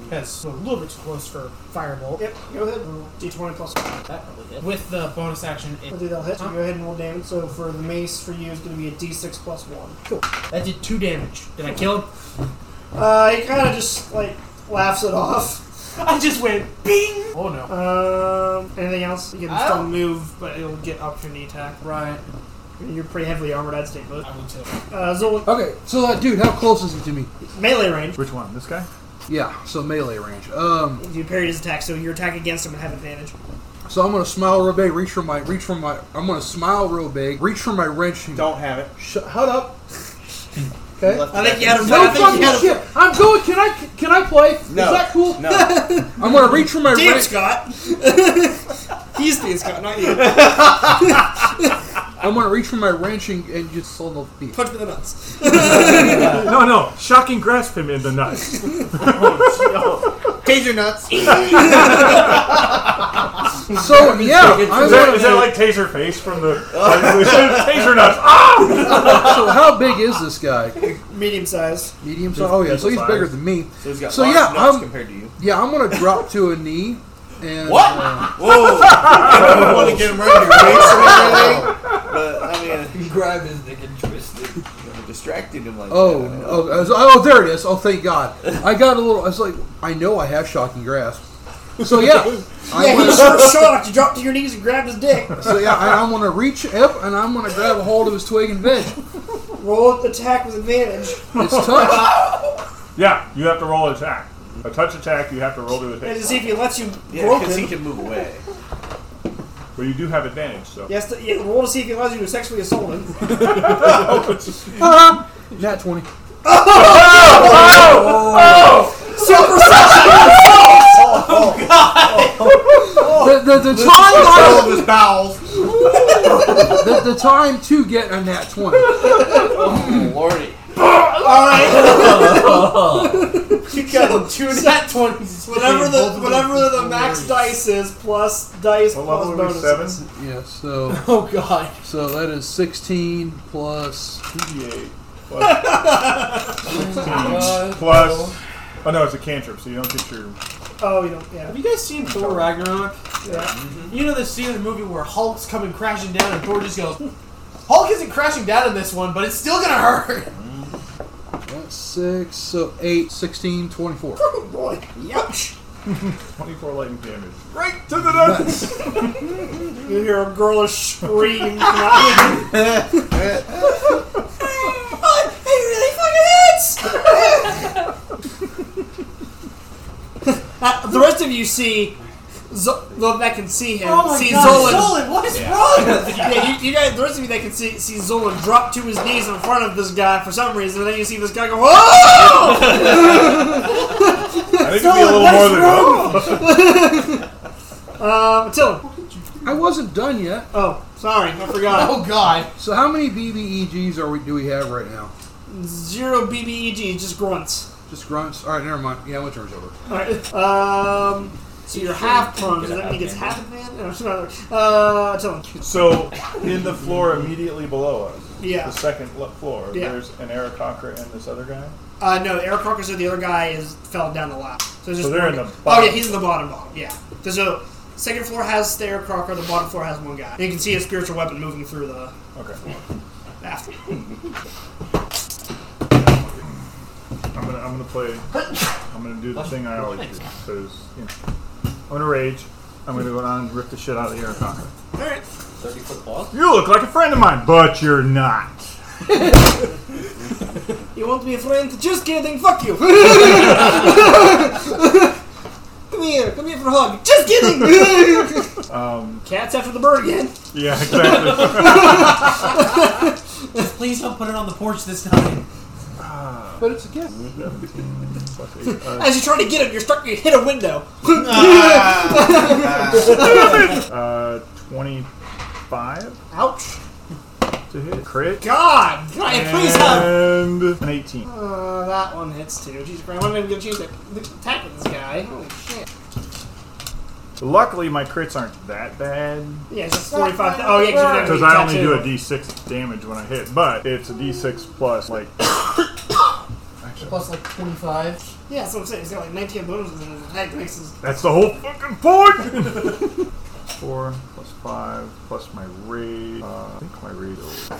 Because we're a little bit too close for firebolt.
Yep, go ahead. Roll D20 plus.
That probably hit. With the bonus action,
We'll
it,
do that hit. So go ahead and roll damage. So for the mace for you is going to be a D6 plus one. Cool.
that did two damage. Did I kill him?
Uh, he kind of just like laughs it off.
I just went bing. Oh no.
Um, anything else? You can
I
still
don't-
move, but you'll get opportunity E attack.
Right.
You're pretty heavily armored. I'd say, but
I will too.
uh, Zol-
Okay, so that dude, how close is he to me?
melee range.
Which one? This guy?
Yeah, so melee range. Um,
You parried his attack, so your attack against him would have advantage.
so I'm gonna smile real big, reach for my, reach for my, I'm gonna smile real big, reach for my wrench. and-
Don't have it.
Shut shut up. Okay.
Left
I
it
think
back
you had
in.
him.
No
I think
fucking
you had him.
shit. I'm going. Can I? Can I play? Is
No.
that cool?
No.
I'm gonna reach for my
Damn,
wrench.
Scott. He's the Scott, not you.
I'm gonna reach for my wrench and, and just slow the beat.
Punch me in the nuts.
No, no. Shocking grasp him in the nuts.
Taser nuts.
So yeah, I'm
Is that,
gonna,
is that like Taser Face from the Taser Nuts? Ah!
so how big is this guy?
Medium size.
Medium size. Oh yeah, so he's
size.
bigger than me.
So he's got
So
large
yeah, um,
nuts
I'm-
compared to you.
Yeah, I'm gonna drop to a knee. And,
What?
uh,
Whoa! I don't want to get him right in your face or anything, but I mean,
He grabbed his dick and twisted.
I distracted him like.
oh,
that.
oh, I was- oh, there it is. Oh, thank God. I got a little. I was like, I know I have shocking grasp. So yeah, I
Yeah, he
wanna,
sure shocked. You dropped to your knees and grabbed his dick.
so yeah, I, I'm gonna reach up and I'm gonna grab a hold of his twig and veg.
Roll up the attack with advantage.
It's touch.
Yeah, you have to roll an attack. A touch attack, you have to roll to
And
attack.
to see if he lets you
Yeah,
rope
because he
him.
can move away.
But you do have advantage, so.
Yes, to, yeah, roll to see if he allows you to sexually assault him.
Nat twenty.
Oh,
Super sexual.
oh,
The the, the time I
his bowels.
oh,
the, the time to get a nat 20.
Oh, lordy.
You got two nat twenties.
Whatever the whatever the max dice is plus dice
What
plus
level are we?
bonuses.
Seven?
Yeah, so
Oh god.
so that is 16 plus.
D8 plus 16 plus. Oh no, it's a cantrip, so you don't get your.
Oh, you don't. Yeah.
Have you guys seen Thor Ragnarok?
yeah.
You know the scene in the movie where Hulk's coming crashing down and Thor just goes, "Hmm, Hulk isn't crashing down in this one, but it's still gonna hurt.
That's 6, so 8, 16, 24.
Oh boy. Yuck.
24 lightning damage. Right to the nuts!
You hear a girlish scream. I really fucking hurts. Uh, the rest of you see, Zo- well, that can see him. see Zolan.
Oh Zolan, what is wrong with you?
Yeah, you, you guys. The rest of you that can see see Zolan drop to his knees in front of this guy for some reason, and then you see this guy go, "Whoa!"
I think it'd be a little more than
Uh, Attila.
I wasn't done yet.
Oh, sorry, I forgot.
Oh god.
So how many BBEGs are we do we have right now?
Zero BBEG, just grunts.
Just grunts. All right, never mind. Yeah, my turn's over.
Alright. Um, so you're half prone. Does that mean it's half advantage? No, it's not. Uh, tell him.
So, in the floor immediately below us,
Yeah.
the second lo- floor,
Yeah.
there's an Arakakra and this other guy.
Uh, no, Eric Crocker the other guy is fell down the lap. So, it's just
So they're
one
in
guy.
the bottom.
Oh yeah, he's in the bottom bottom. Yeah. So, so second floor has the Eric Crocker. The bottom floor has one guy. And you can see a spiritual weapon moving through the
Okay.
after.
I'm gonna, I'm gonna play. I'm gonna do the thing I always do. Because, you know. I'm gonna rage. I'm gonna go down and rip the shit out of the Arakakra.
All right.
Thirty foot claws.
You look like a friend of mine, but you're not.
You want to be a friend? Just kidding. Fuck you. come here. Come here for a hug. Just kidding.
Um,
Cats after the bird again.
Yeah, exactly.
Please don't put it on the porch this time.
But it's a gift.
As you try to get him, you're stuck. You hit a window.
uh, 25
Ouch.
to hit. Crit.
God, Ryan, please help.
And an 18.
Uh, that one hits too. Jesus Christ, I'm not even gonna choose to attack with this guy.
Oh,
Holy shit.
Luckily, my crits aren't that bad
Yeah, it's just 45. Oh, yeah, because
because I only do a d6 damage when I hit, but it's a d6 plus like. Actually,
Plus like 25.
Yeah, that's what I'm saying. He's got like 19 bonuses in his attack. Makes his.
that's the whole fucking point. Four plus five plus my rage. Uh, I think my rage is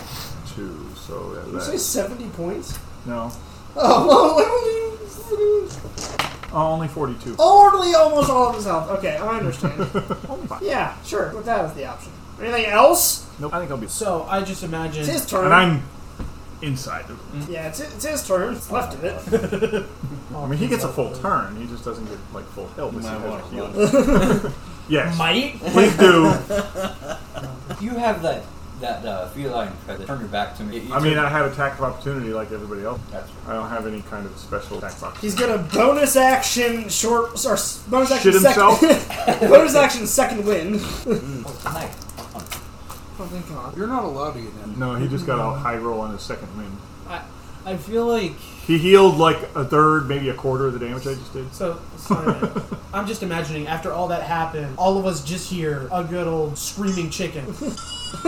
two, so yeah,
You say
that,
70 points?
no,
Oh, well,
Uh, only 42.
Oh. only almost all of his health. Okay, I understand.
Fine.
yeah, sure. But that was the option. Anything else?
Nope, I think I'll be.
So I just imagine.
It's his turn.
And I'm inside. The,
yeah, it's, it's his turn. It's left of it.
I mean, he gets a full turn. He just doesn't get like full health. unless
might
he has
wanna
a healer. yes,
Might?
please do.
You have that that uh, feline feather. Turn your back to me. You
I mean,
turn-
I have attack of opportunity like everybody else.
That's-
I don't have any kind of special attack box.
He's gonna bonus action short. Or s- bonus action
Shit himself?
second. bonus action second win.
oh, nice.
Oh, thank God.
You're not allowed to get them.
No, he just got a high roll on his second win.
I, I feel like.
He healed like a third, maybe a quarter of the damage I just did.
So, Simon, I'm just imagining after all that happened, all of us just hear a good old screaming chicken. we just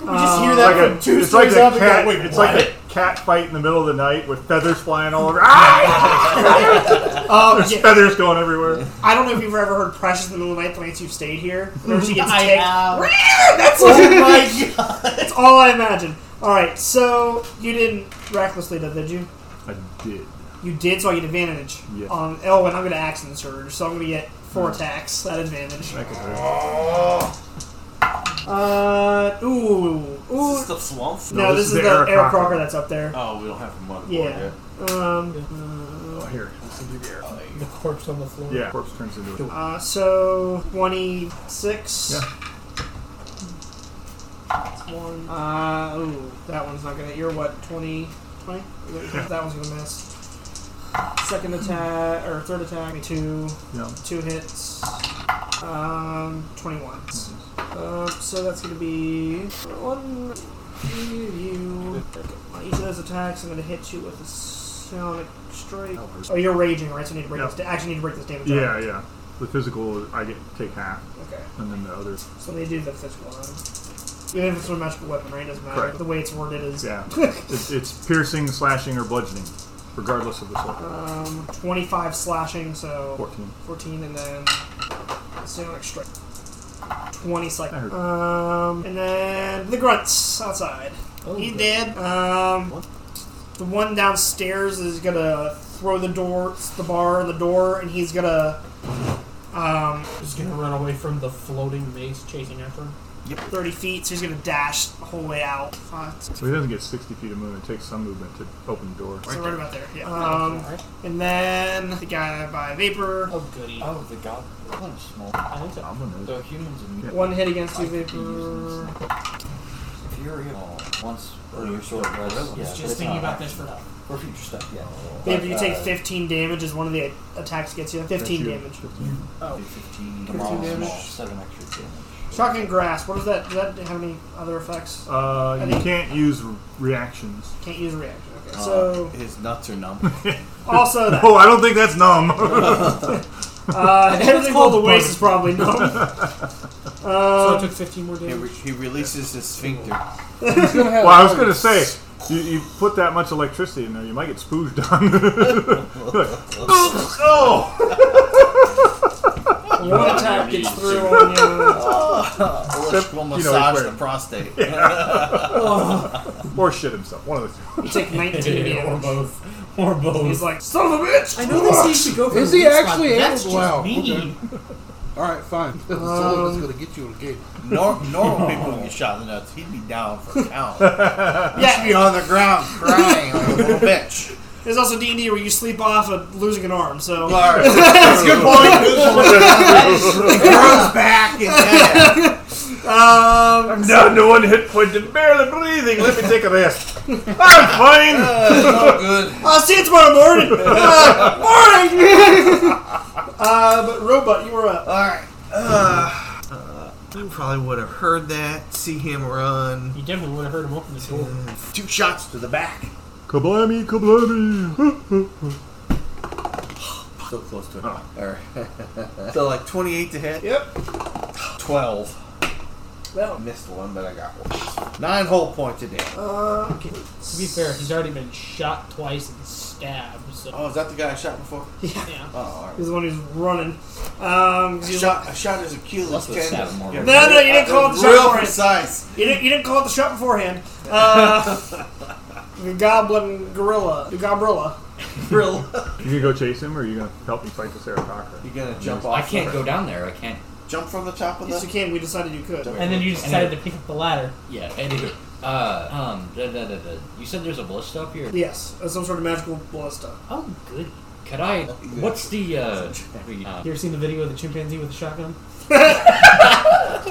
hear that
Like a-
from two
it's like
stories
a
up and
cat.
go, wait,
it's like a cat fight in the middle of the night with feathers flying all over. Ah!
Oh, yeah.
feathers going everywhere.
I don't know if you've ever heard Precious in the middle of the night once you've stayed here. Whenever she gets
I
kicked.
have.
That's,
Oh my god.
that's all I imagine. Alright, so you didn't recklessly though, did you?
I did.
You did, so I get advantage.
Yes.
On oh, and I'm gonna action surge, so I'm gonna get four attacks at advantage.
That could hurt.
Uh ooh. Ooh.
Is this the swamp?
no, this, is, the
Eric
Eric
Crocker.
Crocker that's up there.
Oh, we don't have a motherboard
yeah.
yet.
Um
Oh, here. Let's do the air.
The corpse on the floor.
Yeah, corpse turns into a.
uh, so twenty six.
Yeah.
One. Uh, ooh, that one's not gonna. You're what, 20? 20? That one's gonna miss. Second attack, or third attack, two.
Yeah.
Two hits. Um, 21. Uh, so that's going to be one. You. On each of those attacks, I'm going to hit you with a sonic strike. Oh, you're raging, right? So I need to break
Yeah.
this. Da- actually, need to break this damage.
Yeah,
out.
yeah. The physical, I get take half,
Okay.
and then the other.
So they do the physical round. Even if it's with a magical weapon, right? It doesn't matter.
Correct.
The way it's worded is
Yeah, it's, it's piercing, slashing, or bludgeoning, regardless of the sword.
25 slashing, so
14.
14 and then sonic strike. 20 psychic.
I heard.
Um, and then the grunts outside. he did. Um, the one downstairs is gonna throw the door, the bar, on the door, and he's gonna
Just gonna run away from the floating mace chasing after him.
30 feet, so he's gonna dash the whole way out. Uh,
So he doesn't get 60 feet of movement. It takes some movement to open the door.
so right about there. Yeah. Um,
Alright.
and then the guy by vapor.
Oh goody.
Oh, the god. What small.
I think so.
Ominous.
The humans and
One hit against you,
I could be
vapor.
using this. If you're you know, once or your short rest, yeah, but
Just
it's
thinking
not
about
action.
this for now.
for future stuff. Yeah.
Vapor, you
But,
take
uh,
15 damage as one of the attacks gets you. 15 damage.
do 15,
damage.
small, seven extra damage.
Shocking grasp. What does that? Does that have any other effects?
Uh, you can't use re- reactions.
Can't use reaction. Okay. so
His nuts are numb.
also that.
Oh, I don't think that's numb.
Uh, everything called
called
the
the
waist is probably Um, numb.
So I took 15 more
he,
damage.
re- he releases his sphincter.
well, I was going to say, you, you put that much electricity in there, you might get spooged on. oh!
One attack gets through on you.
Or will
you know, he's
massage the
wearing-
prostate.
Or shit himself. One of the two.
You take 19
or
damage.
both. Or both.
He's like, son of a bitch!
I know this thing should go for
Is
the
he
weak spot,
actually
but
able-
That's just
wow,
me.
Alright, fine. That's all that's going to get you in a game.
Nor- normal people would get shot in the nuts. He'd be down for a count.
Yeah,
be on the ground crying like a little bitch.
there's also D&D where you sleep off of losing an arm, so...
That's a good point. Grows back in half.
I'm down to one hit point and barely breathing. Let me take a rest. I'm fine!
So good.
I'll see you tomorrow morning! Uh, morning! uh, but Robot, you were up.
Alright. Uh, uh, I probably would have heard that, see him run.
You definitely would have heard him open the door.
Two shots to the back.
Kablammy, kablammy.
So close to it. Alright. so like 28 to hit.
Yep.
12.
Well,
Missed one, but I got one. Nine whole points a day.
uh, okay.
To be fair, he's already been shot twice and stabbed, so.
Oh, is that the guy I shot before?
Yeah.
Oh, alright.
He's the one who's running. Um, 'cause
I
he's
shot, I shot his Achilles
Let's
tendon.
stab him more.
Yeah.
No, no, you didn't call it the shot
Real
beforehand.
precise.
You didn't, you didn't call it the shot beforehand. Uh, the goblin gorilla. The gobrilla.
Real.
You gonna go chase him, or you gonna help me fight the Saratoga?
You're gonna jump off.
I can't
of
go
it.
down there. I can't.
Jump from the top of
Yes, you
the.
can. We decided you could.
And then you decided to pick up the ladder.
Yeah. Anywho. Uh, um, da, da, da, da. you said there's a ballista up here.
Yes, uh, some sort of magical ballista.
Oh, good. Could I? What's the uh? we- uh,
You ever seen the video of the chimpanzee with a shotgun?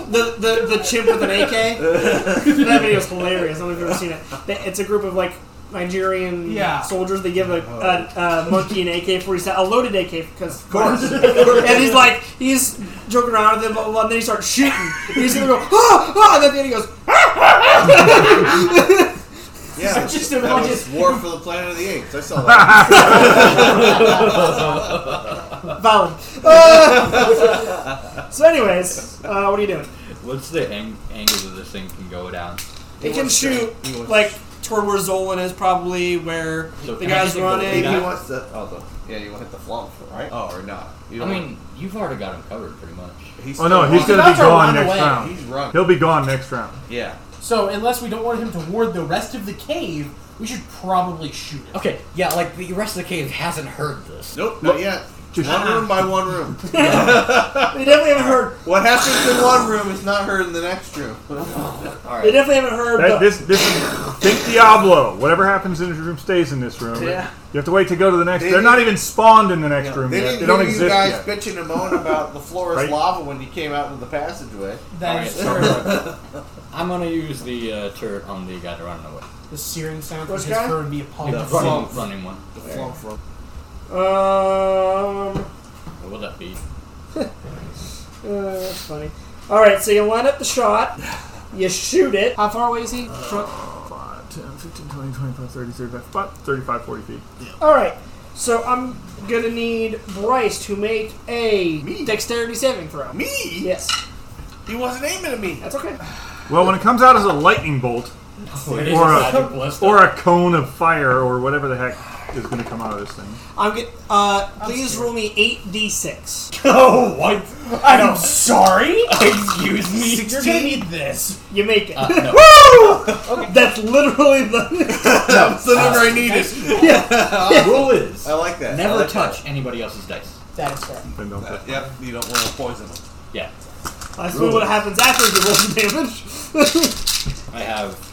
The the, the chimp with an AK. that video is hilarious. I don't know if you've ever seen it. They- It's a group of like Nigerian
Yeah.
soldiers. They give a, a, a monkey an AK forty seven, a loaded AK, because of
course.
and he's like he's joking around with them, blah, blah, blah, and then he starts shooting. And he's gonna go ah ah, and then at the end he goes
Yeah,
just
that
imagine-
was War for the Planet of the Apes. I saw that.
valid. Ah! so, anyways, uh, what are you doing?
what's the ang- angle that this thing can go down?
It can
wants
shoot
to- he wants-
like toward where Zolan is probably where
So
the
can I
guy's
take a look
He
running.
at that?
wants to. Oh, the, yeah, you want to hit the flump, right? Oh, or not? You
I
don't-
mean, you've already got him covered pretty much.
he's
Oh, no,
still running.
he's gonna be
He's not
gone
running
next
away.
round.
He's running.
He'll be gone next round.
Yeah.
So, unless we don't want him toward the rest of the cave, we should probably shoot him.
Okay. Yeah. Like the rest of the cave hasn't heard this.
Nope. Not yet.
Just-
one room by one room.
They definitely haven't heard.
What happens in one room is not heard in the next room.
All
They
right.
definitely haven't heard. the-
That, this, this is, think Diablo. Whatever happens in this room stays in this room.
Yeah.
You have to wait to go to the next.
They
They are
didn't-
not even spawned in the next room
They
yet.
didn't
They don't
hear you
exist
guys
yet.
bitching and moaning about the floor is
Right.
lava when you came out of the passageway.
That is
All right,
true.
I'm gonna use the uh, turret on the guy running away.
The searing sound
Which
from his
guy?
fur would be appalling.
The
Run.
frog.
Running, running one.
The flump room.
Um,
What would that be?
Uh, that's funny. All right, so you line up the shot, you shoot it. How far away is he? Truck.
5, 10, 15, 20, 25, 30, 35, about 35, 40 feet.
All right, so I'm gonna need Bryce to make a dexterity saving throw.
Me?
Yes,
He wasn't aiming at me.
that's okay.
Well, when it comes out as a lightning bolt,
Oh,
It is
or
a
a,
magic blister.
or a cone of fire, or whatever the heck is going to come out of this thing.
I'm get. Uh, please roll me eight d6.
Oh, what? I'm sorry?
Excuse me.
You're gonna need this.
You make it.
Uh, no.
That's literally the.
That's the number I needed.
Rule is.
I like that. I
Never
like
touch anybody else's dice.
That is fair.
Then don't
That. Yep, you don't want to poison them.
Yeah.
That's what happens after you roll the damage.
I have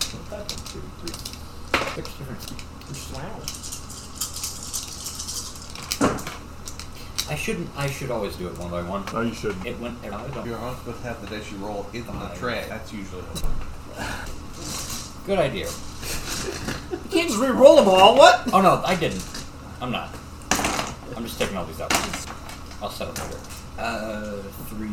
I shouldn't. I should always do it one by one.
No, Oh, you shouldn't.
It went. I don't-
You're not supposed to have the dice you roll in the
Five.
tray. That's usually
Good idea.
you can't just re-roll them all. What?
Oh no, I didn't. I'm not. I'm just taking all these out. I'll settle later. Uh, three,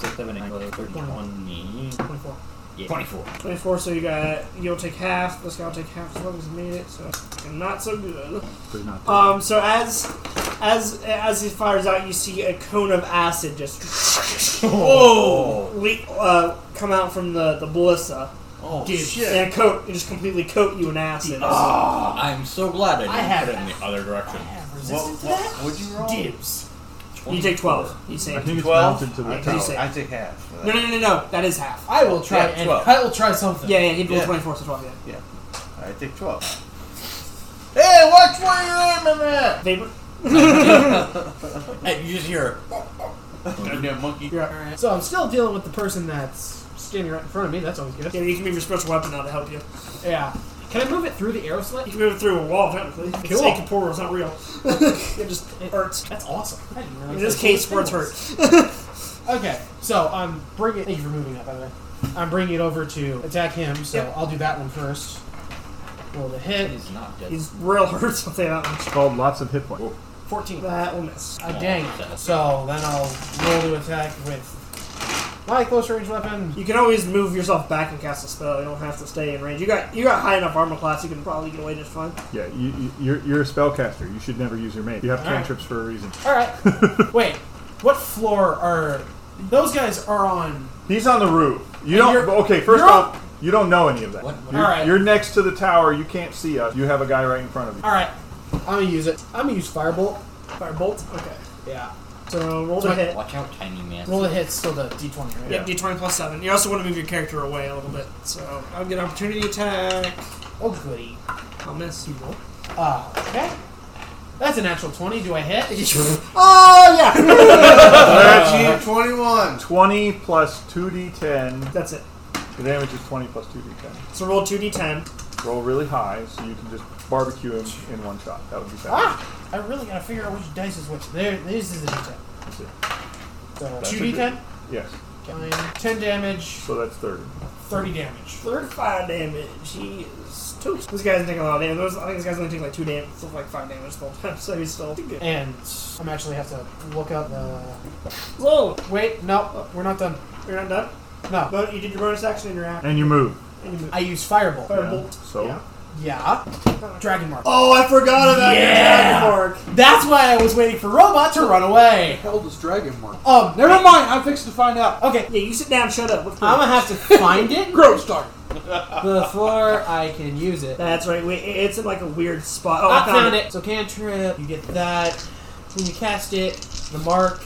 six, seven, eight, eleven, thirteen, twenty.
Twenty-four.
Yeah, twenty-four.
24, so you got you'll take half. This guy will take half as long as he made it, so not so good.
They're not there.
Um, so as as as he fires out, you see a cone of acid just
Oh.
Whoa!
le- uh, come out from the the ballista. Oh shit! And coat and just completely coat you in acid.
I'm so glad I didn't
I have
put it
it.
in the other direction.
Resistant to that?
would you roll?
Dibs.
you take 12. You
I
say.
think it's
12?
mounted to the
I,
do
tower.
say-
take, I take half. for that.
No, no, no, no, no. That is half.
I will try
Yeah,
and
twelve.
I will try something.
Yeah, yeah. He rolled
Yeah.
24, so 12. Yeah.
I take 12. Hey, watch where you're aiming at!
Vapor.
Hey, you just hear.
Goddamn monkey.
You're
All
up.
right. So I'm still dealing with the person that's standing right in front of me. That's always good.
Yeah, you can move your special weapon now to help you.
Yeah. Can I move it through the arrow
You
slit?
can move it through a wall technically. It's
Cool.
cool. portal. It's not real. it just hurts.
That's awesome. I didn't realize
In this
that's what
case, words
thing was.
hurt.
Okay, so I'm bringing. Thank you for moving that, by the way. I'm bringing it over to attack him, so
Yep.
I'll do that one first. Roll the hit.
He's not dead.
He's real hurts. I'll say that much.
It's called lots of hit points. Whoa.
14. Ah,
That will miss.
dang it. So then I'll roll to attack with my close range weapon.
You can always move yourself back and cast a spell. You don't have to stay in range. You got you got high enough armor class. You can probably get away just fine.
Yeah, you, you, you're, you're a spellcaster. You should never use your mate. You have
All right.
cantrips for a reason.
Alright. Wait, what floor are. Those guys are on.
He's on the roof. You
And
don't.
you're-
okay, first
you're
off, you don't know any of that.
What- what-
You're,
All right.
you're next to the tower. You can't see us. You have a guy right in front of you.
Alright, I'm gonna use it. I'm gonna use Firebolt.
Firebolt. Okay.
Yeah.
So roll to
So-
hit.
Watch out, tiny man.
Roll the hit, still the d20, right?
Yep, d20 plus 7. You also want to move your character away a little bit. So I'll get opportunity attack.
Oh, goody.
I'll miss. You roll.
Uh, okay. That's a natural 20. Do I hit?
oh, yeah!
Uh, 21.
20 plus 2d10.
That's it.
The damage is 20 plus 2d10.
So roll 2d10.
Roll really high, so you can just barbecue him in one shot. That would be bad.
Ah! I really gotta figure out which dice is which. There, this is a d10.
That's it.
So
That's
two
a
d10,
Yes.
Nine, 10 damage,
So that's 30.
30 damage.
35 damage. He is toast. This guy's taking a lot of damage. I think this guy's only taking like 2 damage. Still like 5 damage the whole time, so he's still good.
And I'm actually have to look up the.
Whoa!
Wait, no, we're not done.
You're not done?
No,
But you did your bonus action and you're out.
And you move.
And you move.
I use firebolt.
Yeah.
Firebolt.
So
Yeah.
Yeah, dragon mark.
Oh, I forgot about
Yeah!
your dragon
That's why I was waiting for robot to run away.
hell does Dragon Mark?
Um,
Never mind, I'm fixing to find out.
okay,
Yeah, you sit down, shut up. What's
I'm
going
gonna
on?
have to find it
Gross start.
before I can use it.
That's right. Wait, it- it's in like a weird spot. Oh,
I found it. So cantrip, you get that. When you cast it, the mark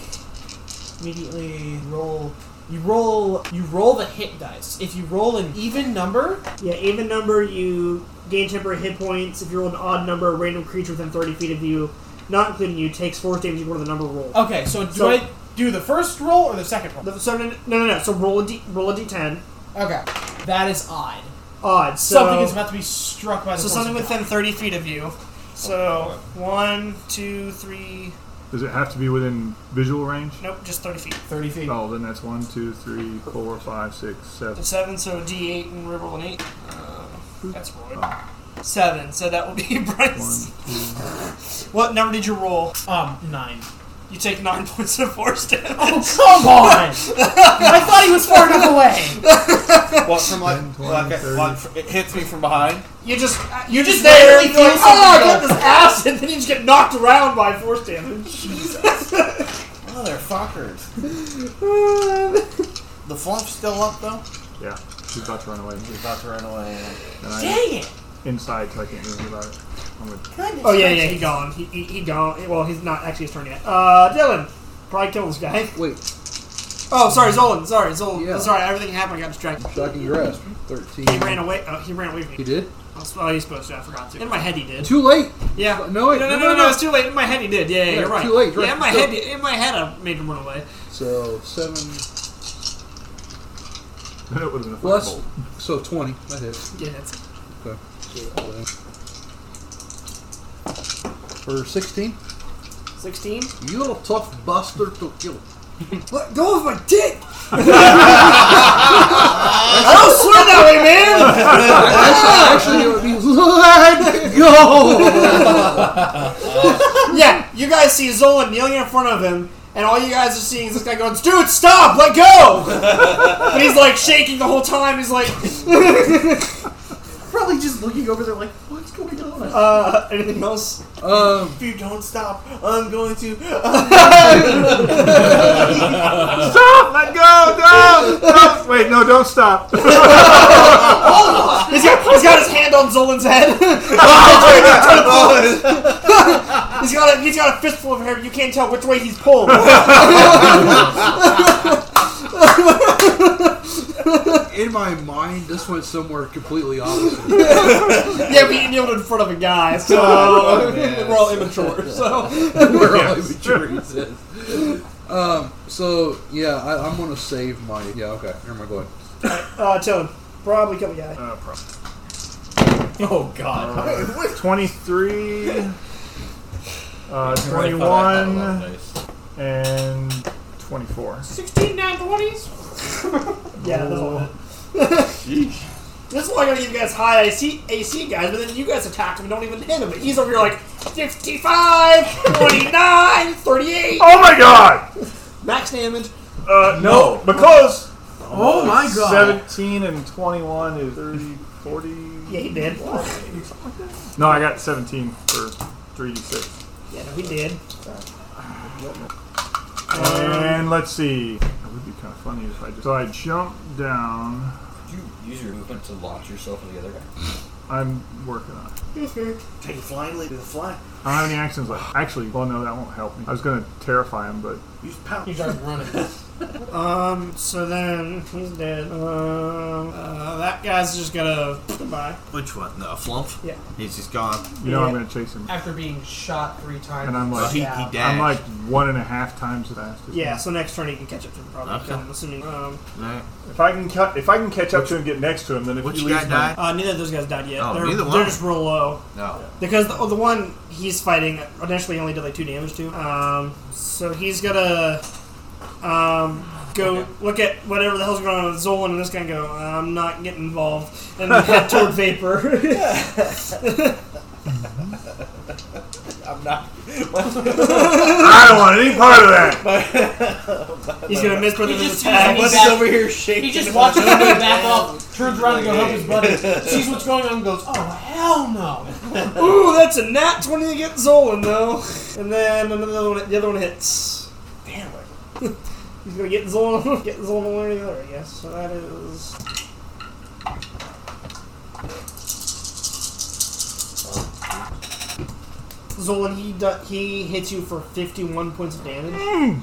immediately roll. You roll. You roll the hit dice. If you roll an even number,
Yeah, even number, you gain temporary hit points. If you roll an odd number, a random creature within 30 feet of you, not including you, takes force damage equal to the number rolled.
okay. So do
So-
I do the first roll or the second roll?
The- So, no, no, no, no. So roll a, d, roll a d10.
Okay, that is odd.
Odd. So,
something is about to be struck by the
So
force
something
of God.
within 30 feet of you. So one, two, three.
does it have to be within visual range?
Nope, just 30 feet.
thirty feet.
Oh, then that's one, two, three, four, five, six, seven.
So seven, so d8 and reroll an eight. Uh, that's rolled. Seven, so that will be Bryce.
One, two,
What number did you roll?
Um, nine. Oh,
You take nine points of force damage.
Come on! I thought he was far enough away.
What from like,
10, 20,
like, a-
30.
like fr- it hits me from behind.
You just uh, you just
just
there.
barely
You like, oh,
feel
I got
something
this ass, and then you just get knocked around by force damage.
Motherfuckers. the fluff's still up though.
Yeah, she's about to run away.
He's about to run away.
And I'm
Dang it!
inside, so I can't do anything about it. I'm gonna
Goodness
Oh yeah, yeah,
gracious.
he gone. He, he, he gone. Well, he's not actually his turn yet. Uh, Dylan, probably kill this guy.
Wait,
Oh, sorry, Zolan. Sorry, Zolan.
Yeah.
Sorry, everything happened. I got distracted.
shocking grasp. Thirteen.
He ran away. Oh, he ran away from
He
me.
did.
Oh, he's supposed to. I forgot to. In my head, he did.
Too late.
Yeah.
No, wait,
no, no,
no, no,
no, no,
no.
It's too late. In my head, he did. Yeah, yeah,
Yeah,
you're right.
too late, right.
Yeah, in my
So-
head, in my head, I made him run away.
So seven
Then it would have been a
plus.
firebolt.
So twenty. That hits.
Yeah, that's
Okay. So all in. For sixteen,
sixteen.
you little tough bastard to kill.
Let go of my dick. I don't swear that way, man.
Actually, it would be let go.
yeah, you guys see Zolan kneeling in front of him, and all you guys are seeing is this guy going, "Dude, stop! Let go!" but he's like shaking the whole time. He's like,
Probably just looking over there like, what's going on?
uh, anything else?
Um,
If you don't stop, I'm going to.
Stop! Let go! No! Stop! Wait, no, don't stop.
He's got, he's got his hand on Zolan's head. he's got a he's got a fistful of hair. but You can't tell which way he's pulled. Uh,
in my mind, this went somewhere completely opposite.
yeah, we kneeled in front of a guy, so we're all immature. So
We're all
Yes.
immature, he says. Um, so yeah, I, I'm gonna save my yeah. Okay, here am I going?
uh, tell him probably kill the guy.
Uh, problem.
Oh god.
Wait,
23, uh,
Right, but I thought about
21,
this.
and 24.
16 nine twenties.
Yeah, that's all. it. This is why I gotta give you guys high AC, AC guys, but then you guys attack him and don't even hit him. But he's over here like 55, 29, 38.
Oh my god!
Max damage.
Uh, no,
No.
because
oh my god.
17 and 21 is 30, 40.
Yeah, he did.
No, I got 17 for 3d6.
Yeah, no, he did.
And let's see. That would be kind of funny if I just. So I jump down.
Did you use your movement to launch yourself at the other guy?
I'm working on it.
Take a flying leap and fly.
I don't have any actions left. Actually, well, no, that won't help me. I was going to terrify him, but
Use pound.
You start running.
Um, so then he's dead. Um, uh, that guy's just gonna goodbye.
Which one? The flump?
Yeah.
He's just gone.
you know I'm
Yeah.
going to chase him.
After being shot three times.
And I'm like-
he, he
stabbed.
dashed.
I'm like one and a half times as fast. as
Yeah,
him.
so next turn he can catch up to him probably.
Okay.
I'm assuming. Um,
Alright.
If I can cut, if I can catch up to him, get next to him, then if
Which
he
guy
leaves my-
died?
uh, neither of those guys died yet.
Oh,
they're,
neither one.
They're just real low
No.
because the, the one he's fighting initially only did like two damage to. Um, so he's gonna um go look at whatever the hell's going on with Zolan and this guy and go. I'm not getting involved and then head toward Vapor.
I'm not.
I don't want any part of that.
he's gonna miss with
He
his
just-
attack.
he's
What's
back-
over here shaking?
He just watches him back off, turns around and goes help his buddy, sees what's going on, and goes, "Oh hell no!"
Ooh, that's a nat 20 against Zolan, though. And then another one, the other one hits.
Damn it.
He's gonna get Zolan, get Zolan one way or the other, I guess. So that is. Zolan, he do- he hits you for 51 points of damage.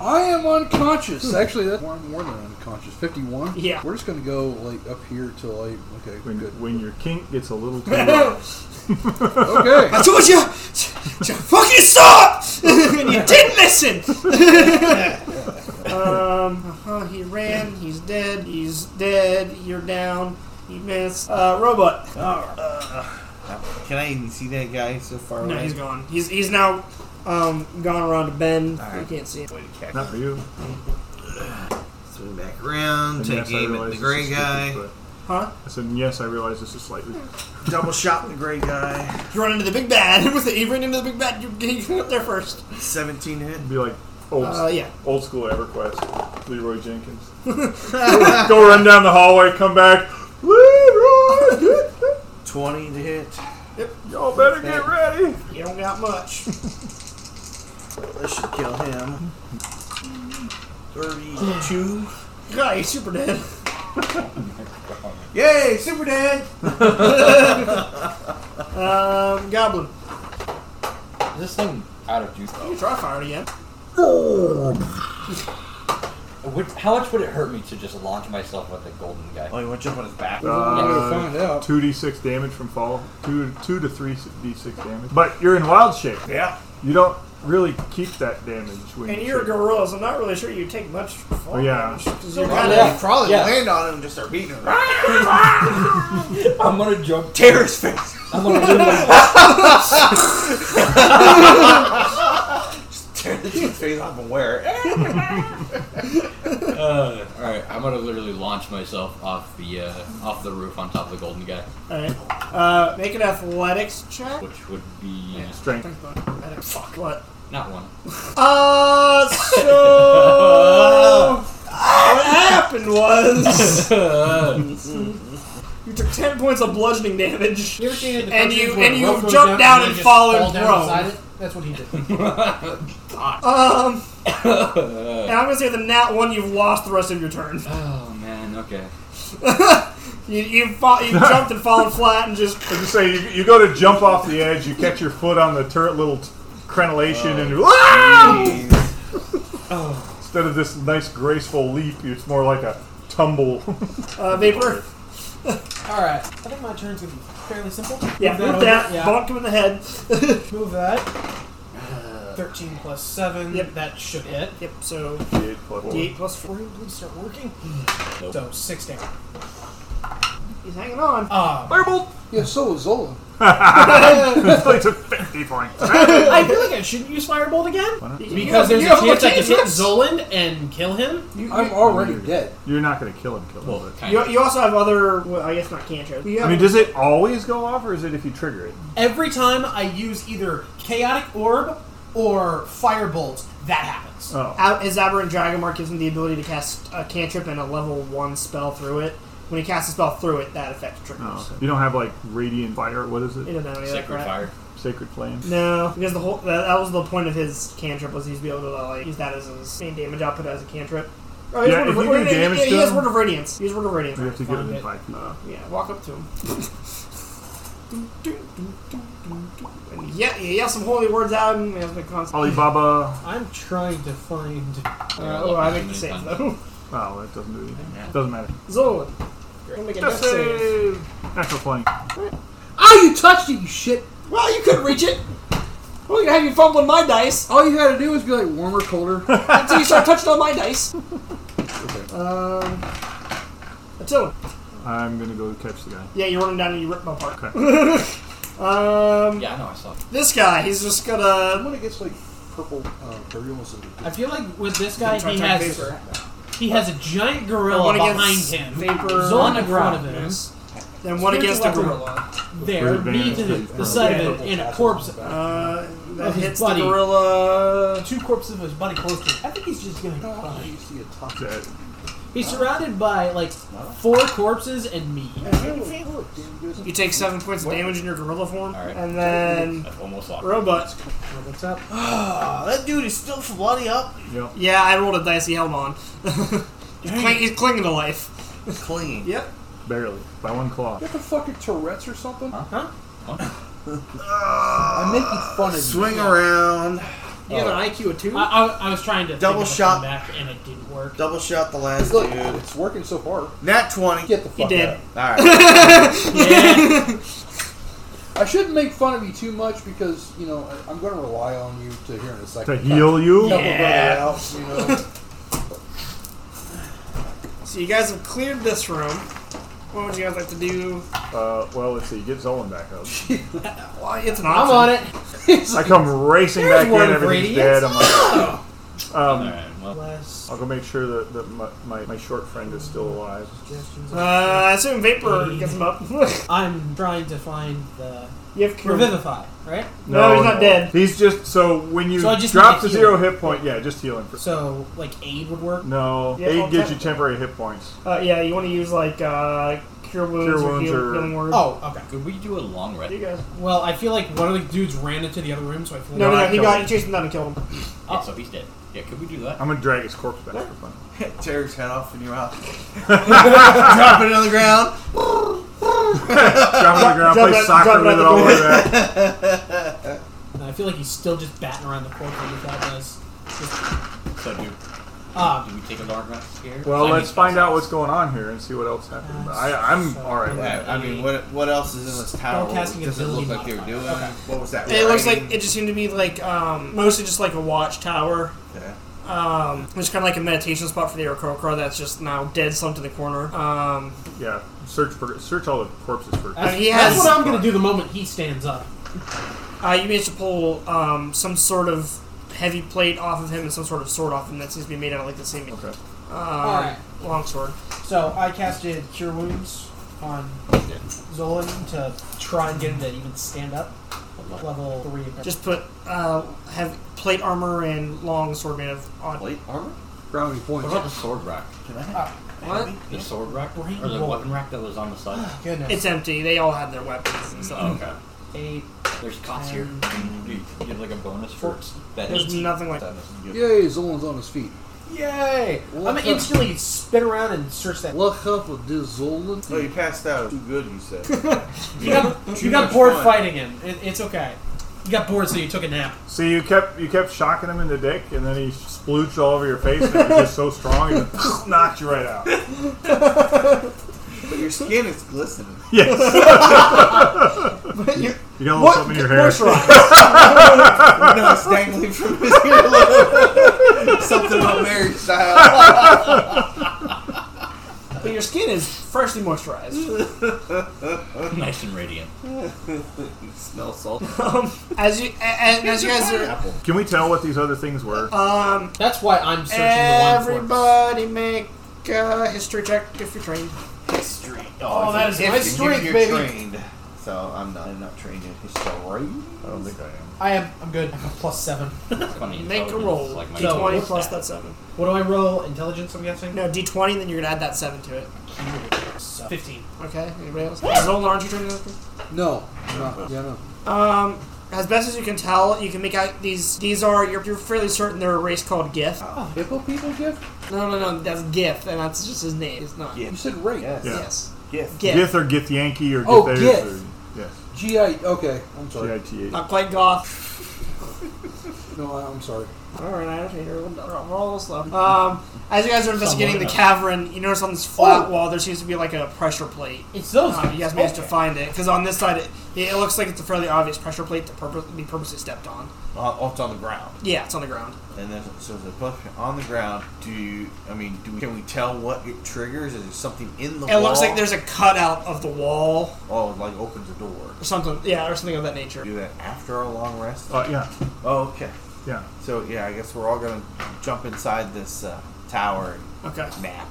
I am unconscious. Actually, that's more, more than unconscious. Fifty-one.
Yeah.
We're just gonna go like up here till I. Okay.
When,
good.
when your kink gets a little too low.
Okay.
I told you! Fucking stop! and you didn't listen! um, uh-huh, he ran, he's dead, he's dead, you're down, he missed. Uh, robot.
Can I even see that guy so far away?
No, he's gone. He's he's now um, gone around to Ben. You can't see him.
Way to catch.
Not for you.
Swing back around,
And
take
yes, I
aim at
realize
the
this
gray
is
guy.
stupid,
Huh?
I said, yes, I realize this is slightly.
Double shot the gray guy.
You run into the big bad. With the, you run into the big bad, you get up there first.
17 hit.
It'd be like old,
Uh, yeah.
old school EverQuest, Leroy Jenkins. go, go run down the hallway, come back. Leroy, Jenkins,
20 to hit.
y'all better get ready.
You don't got much.
This should kill him. 32.
Guy, he's super dead.
Yay, Super Dad!
Um, Goblin.
Is this thing out of juice?
You can try fire it again.
Would, how much would it hurt me to just launch myself at the golden guy?
Oh, you want to jump on his back?
Uh,
find out.
2d6 damage from fall. 2, two to 3d6 damage. But you're in wild shape.
yeah.
You don't really keep that damage when
And
you
you're a
shoot.
gorilla, so I'm not really sure you take much. fall
Oh, yeah.
damage, 'cause you're
Yeah.
kinda-
Yeah.
Probably
Yeah.
land on him and just start beating him.
I'm gonna jump.
Tear his face.
I'm gonna do my
Tear the dude's face off and wear it.
uh, all right. I'm gonna literally launch myself off the uh, off the roof on top of the golden guy,
Alright. Uh, make an athletics check.
which would be
Strength.
Athletics. Fuck. What?
not one.
Uh, so. what happened was. you took 10 points of bludgeoning damage.
You ever seen it? The
And
cartoons
you-
where
and you
Rocco goes
jump down and
just
fall
falls
and
down
prone.
beside it? That's what he did.
Um. and I'm gonna say the nat one, you've lost the rest of your turn.
Oh man. Okay.
You, you've, fall, you've jumped and fallen flat and just.
I was just saying, you, you go to jump off the edge, you catch your foot on the turret little t- crenellation, and
Oh,
Wah! instead of this nice graceful leap, it's more like a tumble.
Uh, Vapor.
Alright. I think my turn's gonna be fairly simple.
Yeah,
Move
with
over.
that,
Yeah.
bonk him in the head.
Move that. 13 plus 7.
Uh, Yep.
That should hit.
Yep, so
Eight plus four.
D8 plus 4.
Were you please start working? So, 6 damage.
He's hanging on.
Um,
Yeah, so is Zola.
They took 50 points.
I feel like I shouldn't use Firebolt again. Because
You
there's a
have- you have
chance I could hit
limitations.
Zolan and kill him.
You,
I'm
you,
already dead.
You're not going to kill him, kill him.
Well, kind
you, you also have other. Well, I guess not cantrips. You
I
have-
mean, does it always go off, or is it if you trigger it?
Every time I use either Chaotic Orb or Firebolt, that happens.
Oh.
Ab- his aberrant dragon mark gives him the ability to cast a cantrip and a level one spell through it. When he casts a spell through it, that effect triggers.
Oh, okay. You don't have like radiant fire. What is
It
it?
doesn't have any of that
of sacred
crap.
fire.
Sacred flame.
No, because the whole that, that was the point of his cantrip was he'd be able to uh, like use that as his main damage output as a cantrip. Oh, he has
Yeah,
Word
if
of-
you do
wait, wait,
damage
yeah, he
to
has
him-
word of radiance. He has word of radiance.
You have to get
Find
it in
it.
five feet. Uh,
Yeah, walk up to him. And yeah, you yell some holy words out and he has the constant.
Alibaba.
I'm trying to find.
Uh, oh, I make the save though.
Oh, that doesn't do anything. Doesn't matter.
Zolan, you're gonna make a death
Just
save.
save. Natural twenty.
Oh, you touched it, you shit.
Well, you could reach it. Well, you have you fumbling my dice
All you had to do was be like warmer, colder.
until you start touching on my dice. Um, Attila.
I'm gonna go catch the guy.
Yeah, you run him down and you rip him apart.
Of, yeah, I know. I saw. it.
This guy, he's just gonna.
when it gets like purple uh, virulence,
I feel like with this guy,
Try-
he
try
has
vapor.
he has a giant
And
gorilla
one
behind
against
him.
Vapor
Zolan in front of him.
Then one against the gorilla.
There,
With
me to
advantage.
the, the side of it, and a corpse.
Uh, that
his
hits
buddy.
the gorilla.
Two corpses of his buddy close to him. I think he's just gonna
Ah,
die.
That-
He's surrounded by like four corpses and me.
You take seven points of damage in your gorilla form,
All right.
and then
I've almost lost.
robot.
What's up?
Oh, that dude is still bloody up.
Yep.
Yeah, I rolled a dice. He held on. he's, cling- he's clinging to life.
Clinging.
Yep.
Barely. By one claw.
Get the fucking Tourette's or something.
Ah,
I'm making fun of
Uh, swing around.
You have an IQ of two.
I, I, I was trying to
Double
think of a
shot.
comeback and it didn't work.
Double shot the
you.
last
Look,
dude.
it's working so far.
Nat 20.
Get the
he
fuck
did.
out.
Alright.
Yeah.
I shouldn't make fun of you too much because you know I, I'm going to rely on you to here in a
To
second.
heal you.
Couple
Yeah.
brother out, you know.
So you guys have cleared this room. What would you guys like to do?
Uh, well, let's see. Get Zolan back up.
Well, it's an
I'm
option.
on it.
I come racing
There's
back
one
in. Everything's
radiant.
dead. I'm like,
All right, Well,
Less
I'll go make sure that, that my, my, my short friend is still alive.
suggestions.
Uh, I assume Vapor gets him up.
I'm trying to find the
you have cure.
revivify, right?
No, he's not dead.
He's just so when you
So I just
drop
need
to
to
zero
heal.
hit point, yeah, just healing. For,
So like aid would work.
no,
Yeah,
aid
well,
gives
that-
you temporary hit points.
Uh, yeah, you want to use like uh, cure wounds
Cure
or
wounds
heal,
or-
healing word.
Oh, okay.
could we do a long rest?
you guys.
Well, I feel like one of the dudes ran into the other room, so I flew.
No, no,
I
no. He
killed
got
him.
he chased him down and killed him.
Yeah, Oh, so he's dead. Yeah, could we do that?
I'm gonna drag his corpse back for fun.
Tear his head off in your mouth.
Drop it on the ground.
Drop it on the ground,
Drop
play
it- drop
soccer
it
with
on
it
the
all the way back.
I feel like he's still just batting around the corner without us.
So do,
Ah,
do we take a long rest here?
Well,
I
let's
mean,
find out what's going on here and see what else happened.
That's
I, I'm
so
all right. with
bad.
it.
Yeah, I mean, what what else is in this tower?
Spellcasting
Does it look
ability
like they were doing?
modifier. Okay.
What was that?
It looks like
writing?
it just seemed to be like um, mostly just like a watchtower.
Okay.
Um, it's kind of like a meditation spot for the Orokrokra that's just now dead, slumped in the corner. Um,
Yeah, search for search all the corpses for.
that's,
And he
that's
has-
what I'm gonna do the moment he stands up.
uh, you managed to pull um, some sort of heavy plate off of him and some sort of sword off him that seems to be made out of like the same
Okay.
All right.
long sword.
So I casted Cure Wounds on Zolan to try and get him to even stand up. Level three.
Just put uh, have plate armor and long sword made of odd.
Plate armor?
Brownie
What
points.
Uh-huh.
about the sword rack?
Can I have?
Ah, what?
The sword rack? Or
Great
the
lord.
weapon rack that was on the side?
Goodness.
It's empty. They all had their weapons and
Mm-hmm.
Oh,
stuff.
okay.
eight.
There's cots here. Do you you have like a bonus for that?
There's
hit?
nothing like
That
that.
doesn't do it.
Yay, Zolan's on his feet.
Yay!
Well,
I'm gonna
that's
instantly spin around and search that.
Look up with this Zolan.
Oh, you passed out. Too good, you said.
You got, you got
much
bored
fun.
fighting him. It, it's okay. You got bored, so you took a nap.
See, you kept you kept shocking him in the dick, and then he splooched all over your face, and he was just so strong, he just knocked you right out.
but your skin is glistening.
Yes.
you-
You got a little something in your hair.
no, it's dangling from his earlobe. Something about Mary style.
But your skin is freshly moisturized.
Nice and radiant.
Smell salt.
Um, As you and, as you guys are,
Apple.
Can we tell what these other things were?
um,
That's why I'm searching the one
everybody make a history check if you're trained.
History.
Oh, that is
If
my
you-
strength,
if you're
baby.
Trained. So I'm not. I'm not trained in history. I don't think I am.
for. I am. I'm good. I'm a plus seven.
It's funny.
Make a
intelligence
roll.
is Like my
So-
D20
what's
plus
that?
that seven.
What do I roll? Intelligence. I'm guessing.
No, D20, then you're gonna add that seven to it.
So, Fifteen.
Okay. Anybody else? Zolan, aren't you trained in history?
No, no, yeah, no.
Um, as best as you can tell, you can make out these. These are you're, you're fairly certain they're a race called Gif.
Hippo people gift?
No, no, no, that's Gif, and that's just his name. It's not.
Yeah.
You said rape.
Yes.
Yeah.
Yes.
Yes.
Gif.
Gith or Gith Yankee or Gith
Oh,
Ayers
Gith.
or- Yes.
G I. Okay, I'm
G I
sorry.
T H.
Not quite Goth.
No, I- I'm sorry.
All right, I don't know. We're all slow. Um, as you guys are investigating the cavern, you notice on this flat wall there seems to be like a pressure plate.
It's those.
Um,
guys.
you guys managed to
Okay.
find it because on this side it, it looks like it's a fairly obvious pressure plate to purpose, be purposely stepped on.
Uh, oh, it's on the ground.
Yeah, it's on the ground.
And then so the book on the ground. Do you? I mean, do we, can we tell what it triggers? Is there something in the
It
wall?
looks like there's a cutout of the wall
Oh, it, like opens a door.
or something. Yeah, or something of that nature.
Do that after our long rest.
Uh, yeah.
Oh, okay.
Yeah.
So yeah, I guess we're all gonna jump inside this uh, tower
Okay.
and map.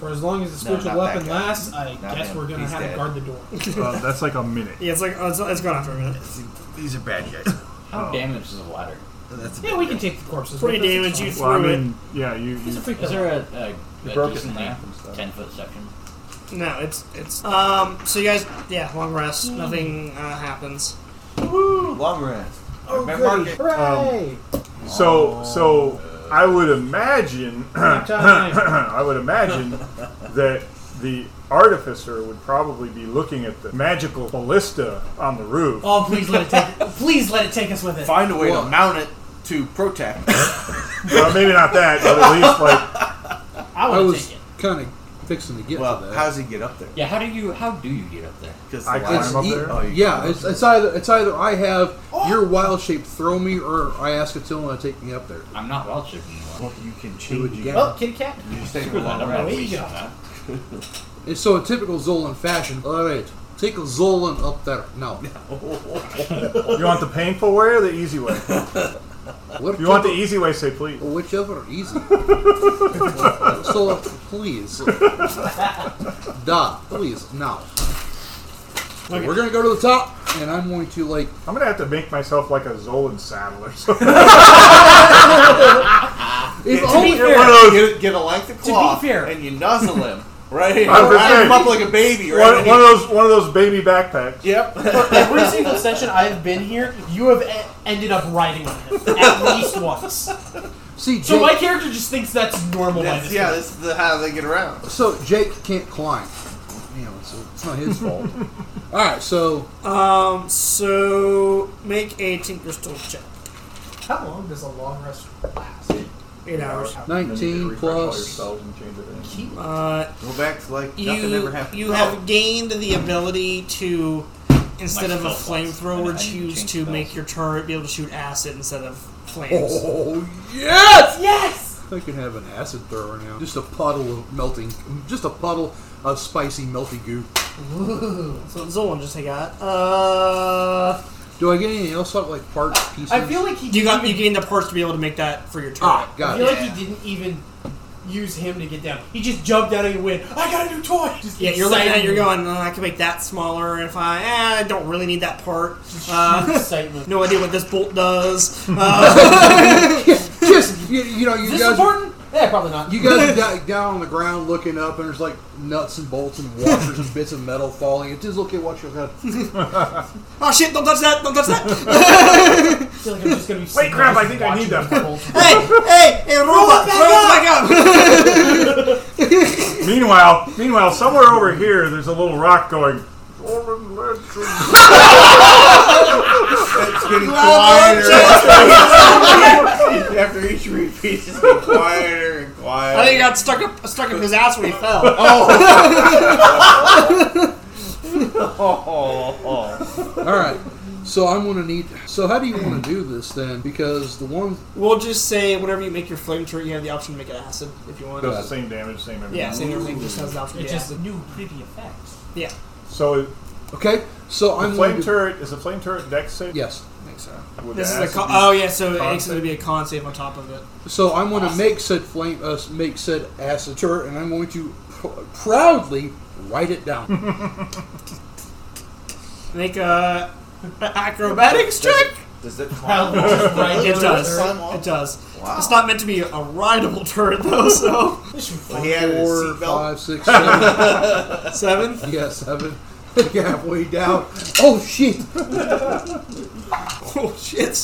For as long as the
No,
spiritual
not that
weapon
guy.
lasts, I
Not
guess
him.
we're gonna
He's
have to
dead.
guard the door.
Uh, that's like a minute.
Yeah, it's like oh, it's, it's gone after a minute.
These are bad guys.
How damaged is a ladder?
That's a
Yeah, we can take the corpses.
Pretty
That's
damage,
fine.
you-
Well, I
Through it.
mean, yeah, you.
He's a
you
freak.
Is there a, a, a
broke it in
decently
half and stuff.
10 foot section?
No, it's it's. Um. So you guys, yeah, long rest. Nothing uh, happens.
Woo! Long rest.
Oh,
Remember market.
goody. Hooray!
So, so I would imagine,
time.
I would imagine that the artificer would probably be looking at the magical ballista on the roof.
oh, please let it take. Please let it take us with it.
Find a way
Well-
to mount it to protect.
Well, maybe not that, but at least like
I
I
want to
was
take it.
kind of fixing to get
well,
to that.
how does he get up there?
Yeah, how do you how do you get up there?
Because
I
the
climb
ladder-
up
e-
there?
Oh, you
yeah, it's, it's either it's either I have your wild shape throw me, or I ask Attila to take me up there.
I'm not wild chicken
Well,
anymore.
you can
He would
change.
get
Oh, kitty cat.
You stay for
Screw that,
long
I'm not
rest.
There you
wasting
go.
that.
It's so in typical Zolan fashion. All right, take Zolan up there. No,
you want the painful way or the easy way?
Which
If you want
of
the easy way, say please.
Which of them are easy? so please, da, please now. We're gonna go to the top, and I'm going to like
I'm gonna have to make myself like a Zolan saddle or something.
if
To be
only
fair,
Get, get a length of cloth
fair.
and you nuzzle him. Right?
I'm just
Wrap him
saying.
up like a baby, right?
one, one of those, one of those baby backpacks.
Yep.
Every single session I've been here, you have e- ended up riding on him at least once.
see
So my
Jake.
character just thinks that's normal. by
That's,
this
yeah,
point.
this is the, how they get around.
So Jake can't climb. You know, so it's not his fault. All right, so
Um, so make a Tinker's Tool check.
How long does a long rest last?
Eight hours.
nineteen plus.
Uh,
Go back to like nothing
you
ever happened.
you have gained the ability to, instead
Like
of a
spell slots.
flamethrower,
I- I
choose to
change
make
spells.
your turret be able to shoot acid instead of flames.
Oh yes!
Yes.
I can have an acid thrower now. Just a puddle of melting, just a puddle of spicy melty goo.
So Zolan just I got. Uh,
Do I get anything else out like parts, pieces?
I feel like he.
you got
didn't
you
even-
gained the parts to be able to make that for your turret.
ah,
I
got
feel
it.
like he didn't even use him to get down. He just jumped down and went, "I got a new toy." Just
Yeah, you're looking at it,
excitement.
you're going, "Uh, I can make that smaller if I, eh, I don't really need that part. Uh,
excitement.
no idea what this bolt does. Uh,
Just you, you know, you
Is this
guys.
important? Yeah, probably not.
You guys are di- down on the ground looking up, and there's like nuts and bolts and washers and bits of metal falling. It is okay. Watch your head.
oh shit, don't touch that, don't touch that.
I feel like I'm just gonna be.
Wait, crap! I think I need them.
hey, hey, hey, robot, roll it back up.
meanwhile, meanwhile, somewhere over here, there's a little rock going.
It's getting quieter. After each repeat, it's getting quieter and quieter.
I think he got stuck up, stuck up his ass when he fell.
oh, oh.
All right. So I'm gonna need. So how do you want to do this then? Because the one
We'll just say whenever you make your flame turret, you have the option to make it acid if you want.
Does the same damage, same everything.
Yeah, same everything just has the option.
It's
yeah.
just a new creepy effect.
yeah,
So
okay. So
the
I'm
flame
going to-
turret is the flame turret deck save.
Yes.
I think so.
Would
This is a
the acid
con-
be-
oh yeah, so it it's
save?
going to be a con save on top of it.
So I'm going to make said flame, uh, make said acid turret, and I'm going to pr- proudly write it down.
Make a acrobatics check.
Does it
Proud
climb?
just right
It
into
does.
the-
Climb up?
It does.
Wow.
It's not meant to be a rideable turret though. So
Well, he had it in his
Four,
seatbelt.
five, six, seven.
seven.
yeah, seven. Halfway down. Oh shit!
Oh shit.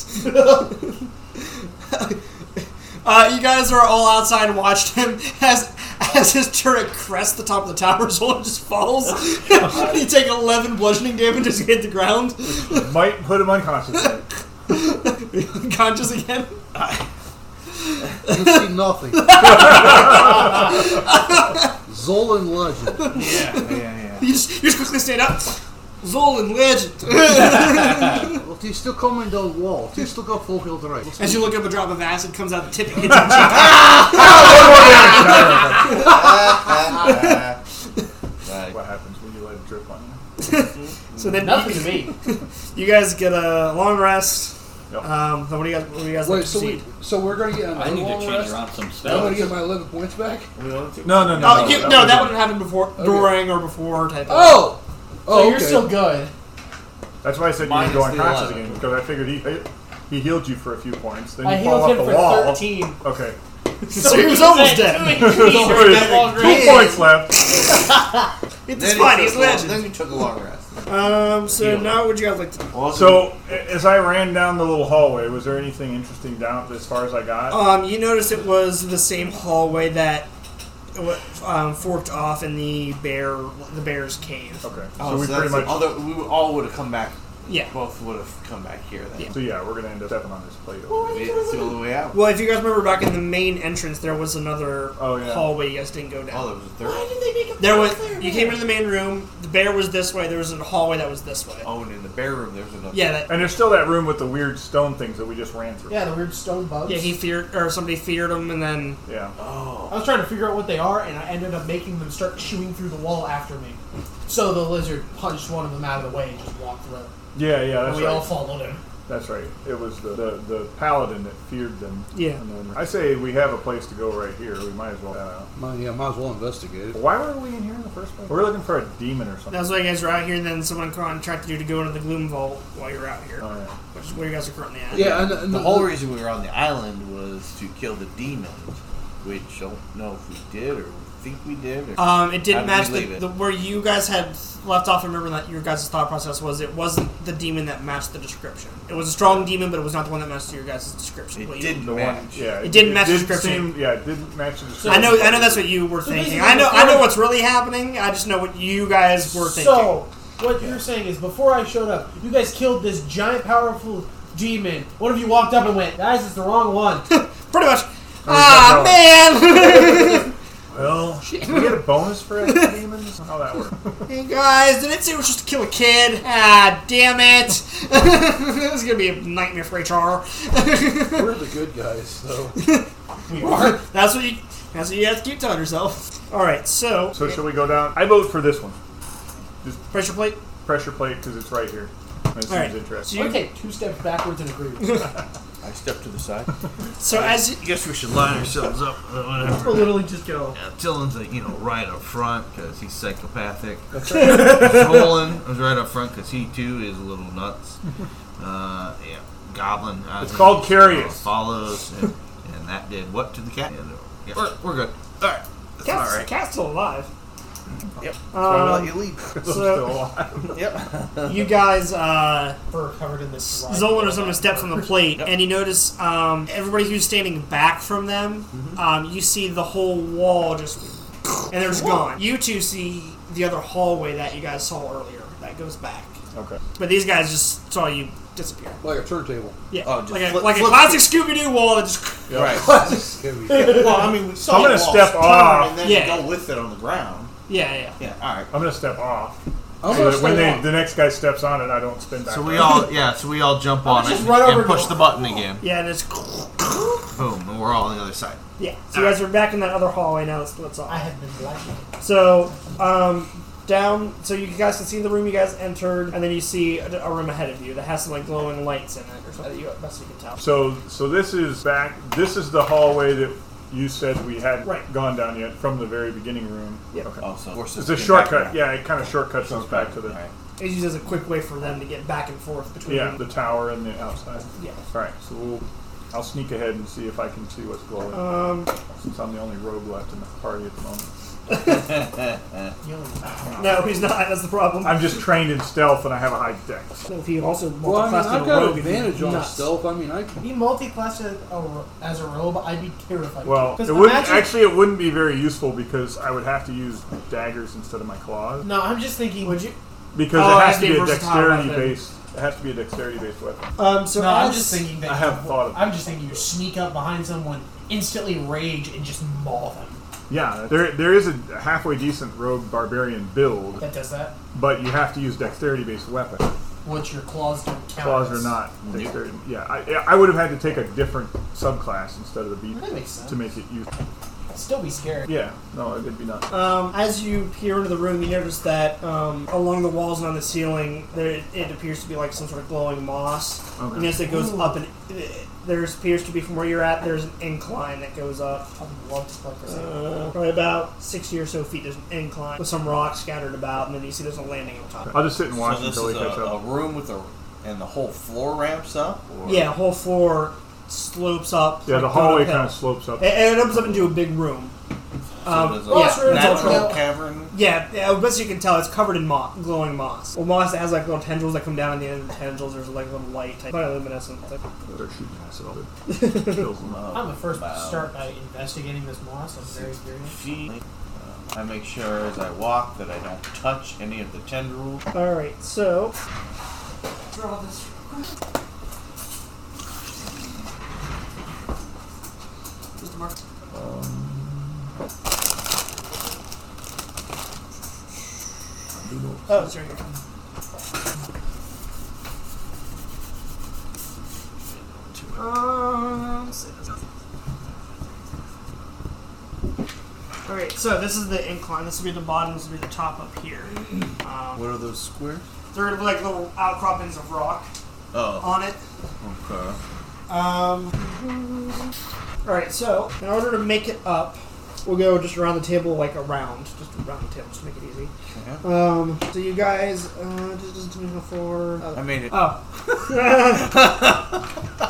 Uh, you guys are all outside and watched him as as his turret crests the top of the tower, so it just falls. you take eleven bludgeoning damage as you hit the ground.
Might put him unconscious.
Unconscious again.
You see nothing. Zolan legend.
Yeah, yeah, yeah.
You just, you just quickly stand up. Zolan legend.
Well, do you still coming down wall? Do you still got full health right?
As you look up, a drop of acid comes out the tip and hits your cheek.
Ah, ah. Right.
what happens when you let it drip on you?
So then
Nothing to me.
you guys get a long rest.
Yep.
Um, what do you guys? What do you guys like
Wait,
to
so we,
proceed?
so we're gonna get
I
another
need to
long
change
rest.
around some
I'm gonna
spells.
get my eleven points back.
We want to-
No, no, no.
Oh, you, no, that
was-
wouldn't happen before, during, or before type. of-
Oh,
So
oh,
you're
okay.
still good.
That's why I said you
Minus
would go
the
unconscious
11.
again because I figured he he healed you for a few points. Then you
I
fall
healed
off
him
the
for
wall.
thirteen.
Okay,
so he was almost dead.
So it is two points left.
It's
Then he
fine.
took
He's
a long-
legend.
Then we took a long rest.
Um. So now, what would you guys like to? do?
So a- as I ran down the little hallway, was there anything interesting down as far as I got?
Um. You notice it was the same hallway that wa- um, forked off in the bear, the bear's cave.
Okay,
Oh,
so we pretty
that's
much.
it. Although we would- all would have come back,
Yeah.
both would have come back here. Then.
Yeah.
So yeah, we're gonna end up stepping on this plate. Over.
Maybe It's the only way out.
Well, if you guys remember back in the main entrance, there was another
Oh, yeah.
hallway you guys didn't go down.
Oh, there was a third.
There was you came into the main room. The bear was this way. There was a hallway that was this way.
Oh, and in the bear room, there was another.
Yeah, that,
And there's still that room with the weird stone things that we just ran through.
Yeah, the weird stone bugs.
yeah. He feared, or somebody feared him, and then
Yeah.
I was trying to figure out what they are, and I ended up making them start chewing through the wall after me. So the lizard punched one of them out of the way and just walked through.
Yeah, yeah,
And
that's
we all
right.
followed him.
That's right. It was the, the, the paladin that feared them.
Yeah.
And then I say we have a place to go right here. We might as well. Uh,
Might, yeah, might as well investigate it.
why were we in here in the first place? We're looking for a demon or something.
That's why you guys were out here, and then someone contracted you to go into the Gloom Vault while you were out here,
All right.
which is where you guys are currently at.
Yeah, and, and
The whole reason we were on the island was to kill the demons, which don't know if we did or think we did. Or
Um, it
How
didn't
did
match
we
the,
leave it?
the where you guys had left off. I remember that your guys' thought process was it wasn't the demon that matched the description. It was a strong demon, but it was not the one that matched your guys' description.
it
What you-
didn't
The
match.
one. Yeah.
It didn't match the
did
description.
Seem, yeah, it didn't match the description.
I know, I know that's what you were
So
thinking.
basically
I know,
before-
I know what's really happening. I just know what you guys were thinking.
So, what you're saying is, before I showed up, you guys killed this giant, powerful demon. What if you walked up and went, guys, it's the wrong one?
Pretty much.
not
Ah, man!
Well, do we get a bonus for it, demons? How that works?
hey guys, did it say it was just to kill a kid? Ah, damn it! this is gonna be a nightmare for HR.
we're the good guys, so
that's what you. That's what you have to keep telling yourself. All right, so
So should we go down? I vote for this one.
pressure plate.
Pressure plate because it's right here. It seems
All right. So,
interesting.
you
you,
take two steps backwards and agree with you.
I stepped to the side.
so as
I guess we should line ourselves up. Or whatever.
We'll literally just go.
Yeah, Dylan's like, you know right up front because he's psychopathic. Roland was right up front because he too is a little nuts. Uh, yeah, Goblin. I
It's
think,
called curious.
uh, follows, and, and that did what to the cat? Yeah, yeah, we're, we're good. All right, that's
cat's,
all right.
cat's still alive.
Yep.
Um,
you leave.
I'm
so-
still alive.
Yep.
you guys, uh,
Fur covered in this.
Zolan or someone steps on the plate, and you notice um, everybody who's standing back from them.
Mm-hmm.
Um, you see the whole wall just, and they're just gone. You two see the other hallway that you guys saw earlier that goes back,
Okay.
but these guys just saw you disappear.
like a turntable.
Yeah,
Oh, just
like a,
flip-
like a
flip-
classic Scooby Doo wall that just.
Right.
Classic.
Well, I mean, we saw
I'm gonna
you all
step
turn
off.
And then
Yeah.
go with it on the ground.
Yeah, yeah.
Yeah. All right.
I'm gonna step off.
I'm gonna
So that when
stay
they,
on.
the next guy steps on it, I don't spin back.
So we
around.
all yeah, so we all jump on it
just run over
and push
to-
the button again.
Yeah, and it's
Boom, and we're all on the other side.
yeah. So you guys are back in that other hallway now. It splits off.
I have been blacking.
So, um, down, so you guys can see the room you guys entered, and then you see a, a room ahead of you that has some like glowing lights in it or something. that You best you can tell.
So so this is back. This is the hallway that you said we hadn't
Right.
gone down yet from the very beginning room.
Yep.
Okay.
Oh, so forces
It's a
came back
shortcut.
around.
Yeah, it kind of shortcuts us back to the
All right.
It uses as a quick way for them to get back and forth between.
yeah the tower and the outside.
Yeah.
All right. So we'll. I'll sneak ahead and see if I can see what's glowing.
Um,
since I'm the only rogue left in the party at the moment.
no, he's not. That's the problem.
I'm just trained in stealth and I have a high dex.
So if he also
Well, I mean,
multi-classed in
I've
a
got
rogue, he'd be
advantage on
nuts.
stealth. I mean, I can.
Be multi-classed as a ro- as a robe, I'd be terrified.
Well,
'Cause
it wouldn't
imagine-
actually it wouldn't be very useful because I would have to use daggers instead of my claws
No, I'm just thinking. Would you?
because
Oh,
it has
that'd
to
be
be a
a versatile
dexterity
weapon.
based. It has to be a dexterity based weapon.
Um, so
No, I'm
as-
just thinking that.
I haven't thought of
I'm just thinking you sneak up behind someone, instantly rage, and just maul them.
Yeah, there there is a halfway decent rogue barbarian build,
That does that.
but you have to use dexterity based weapon.
Which your claws don't count.
Claws
as.
are not dexterity. Yeah, I, I would have had to take a different subclass instead of the beast
That makes sense.
to make it useful.
Still be scary.
Yeah, no, it'd be not.
Um, as you peer into the room, you notice that um, along the walls and on the ceiling, there it appears to be like some sort of glowing moss.
Okay.
You notice it goes up, and uh, there appears to be from where you're at. There's an incline that goes up,
I would love to play for a second.
uh, probably about sixty or so feet. There's an incline with some rocks scattered about, and then you see there's a landing on top.
I'll just sit and watch
So this
until
is
he
a,
catch up.
a room with a and the whole floor ramps up. Or?
Yeah, whole floor slopes up.
Yeah, the
like,
hallway
going
kind
uphill.
of slopes up.
It, it opens up into a big room.
So there's a
Um, well, it's really
natural
dark.
cavern.
Yeah, yeah, as best you can tell, it's covered in moss, glowing moss. Well, moss that has like little tendrils that come down at the end of the tendrils. There's like little light, type, bioluminescent. Type.
They're shooting acid all the kills them up.
I'm the first to
Wow.
start by investigating this moss. I'm very curious.
She-
Um,
uh, I make sure as I walk that I don't touch any of the tendrils.
All right, so
Draw this.
oh, it's right here. Um, let's see. all right, so this is the incline. This will be the bottom. This will be the top up here. Um,
What are those squares?
They're gonna be like little outcroppings of rock.
Oh.
on it.
Okay.
Um, all right, so in order to make it up, we'll go just around the table, like around, just around the table, just to make it easy. Um, so you guys, uh, just just do it for.
I made it.
Oh.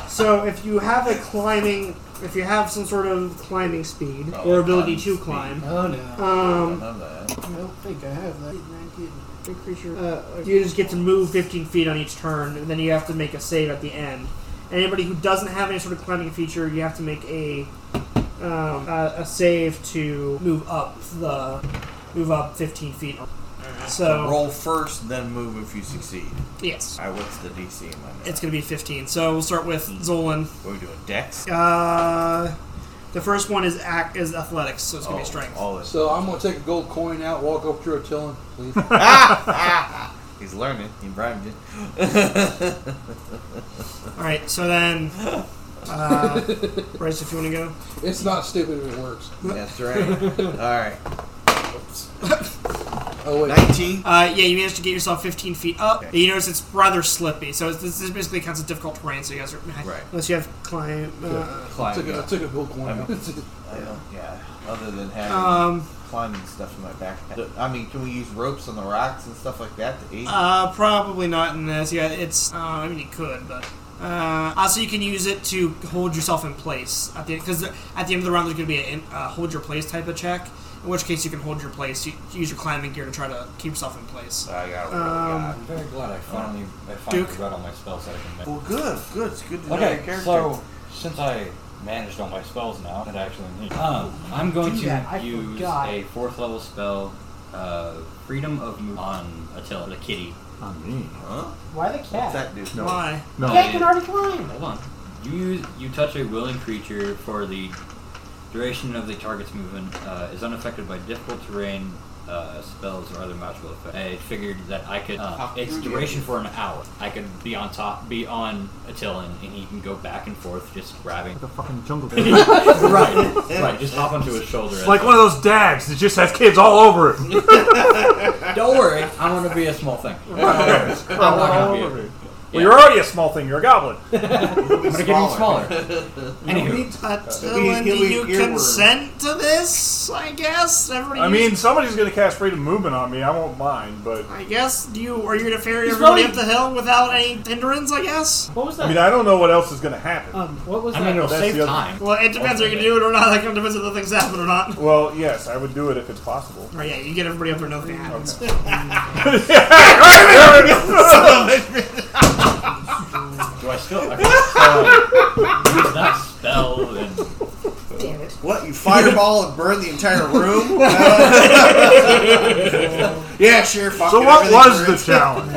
so if you have a climbing, if you have some sort of climbing speed or ability to Oh, climb,
Oh no.
um,
None of that.
I don't think I have that.
big creature, uh, you just get to move 15 feet on each turn, and then you have to make a save at the end. Anybody who doesn't have any sort of climbing feature, you have to make a um, a, a save to move up the move up 15 feet. So
Roll first, then move if you succeed.
yes,
Alright, what's the DC in my name?
it's going to be 15. So we'll start with Zolan.
What are we doing? Dex?
Uh, the first one is act is athletics, so it's
Oh.
gonna be strength.
Oh, All this.
So I'm gonna take a gold coin out, walk up to her, tell him, please.
He's learning. He bribed you.
All right, so then, uh, Bryce, if you want to go,
it's not stupid if it works.
That's right. Alright.
Oh wait,
19?
uh, yeah, you managed to get yourself 15 feet up. You notice it's rather slippy, so it's, this is basically counts as difficult terrain. So you guys are
Right.
unless you have climb. Uh,
I took,
Climbing.
a, I
up.
took a gold coin. out.
I don't, yeah. Other than having
Um,
climbing stuff in my backpack. I mean, can we use ropes on the rocks and stuff like that to aid?
uh, probably not in this. Yeah, it's. Uh, I mean, you could, but. Uh, also, you can use it to hold yourself in place at the because at the end of the round there's going to be a in- uh, hold your place type of check. In which case, you can hold your place. You, you use your climbing gear to try to keep yourself in place.
Uh,
I got
Um,
I'm very glad
Oh.
I finally, I finally
Duke?
read all my spells that I can make.
Well, good, good. It's good to know your
Okay,
character.
so since I managed all my spells now that I actually need, um, I'm going
do
to
that. I
use
forgot.
a fourth level spell, uh, Freedom of Move on Attila, the kitty.
huh?
Why the
What's
cat?
that do?
Why?
No.
Cat can already climb.
Hold on. You use, you touch a willing creature for the duration of the target's movement uh, is unaffected by difficult terrain. Uh, spells or other magical effects. I figured that I could. Uh,
How
it's
cute.
duration for an hour. I could be on top, be on Attila, and, and he can go back and forth, just grabbing.
The fucking jungle.
right, right. Just hop onto his shoulder.
It's like one of those dads that just has kids all over it.
Don't worry, I'm gonna be a small thing.
All
gonna be
over
it.
it. Well, you're already a small thing. You're a goblin.
I'm gonna get even smaller. Anywho,
Uh,
Attila, do uh, you consent to this? I guess everybody.
I
use-
mean, somebody's gonna cast freedom movement on me. I won't mind, but
I guess do you are you gonna ferry everybody up the hill without any hindrance? I guess.
What was that?
I mean, I don't know what else is gonna happen.
Oh,
um, what was
I
that?
mean, it'll
That's
save
the other-
time.
Well, it depends. Are you gonna do it or not? Like, it depends if the things happen or not.
Well, yes, I would do it if it's possible.
Or yeah, you get everybody up there, nothing happens.
Do I still? Okay, so, use that spell and
Damn it.
What? You fireball and burn the entire room? yeah, sure. Fuck
So
it,
what
everything
was the
burns.
challenge?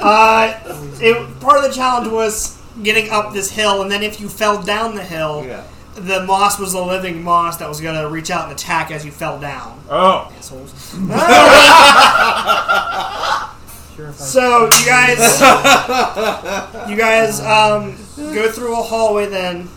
Uh, it, part of the challenge was getting up this hill, and then if you fell down the hill,
Yeah.
the moss was the living moss that was gonna reach out and attack as you fell down.
Oh,
assholes. so you guys, you guys um, go through a hallway then,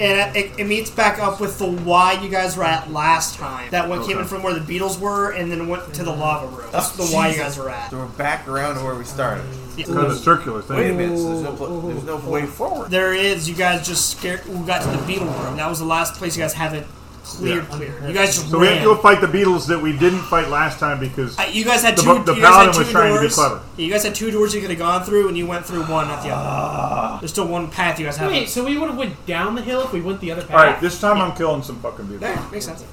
and it, it meets back up with the Y you guys were at last time. That one came in from where the Beatles were, and then went to the lava room. That's the Y you guys were at.
So we're back around to where we started.
because it's circular
Wait a
thing.
minute. So there's no, pl- there's no way forward.
There is. You guys just scared. We got to the Beetle room. That was the last place you guys haven't cleared. Cleared. You guys just
So we have
ran.
to go fight the Beatles that we didn't fight last time because
Uh, You guys had
The
two.
bu- the
you guys had
paladin
two
was trying to be
doors.
clever.
You guys had two doors you could have gone through, and you went through one, not the other.
Ah.
There's still one path you guys have.
Wait, so we would have went down the hill if we went the other path.
All right, this time I'm killing some fucking people.
Yeah, makes sense.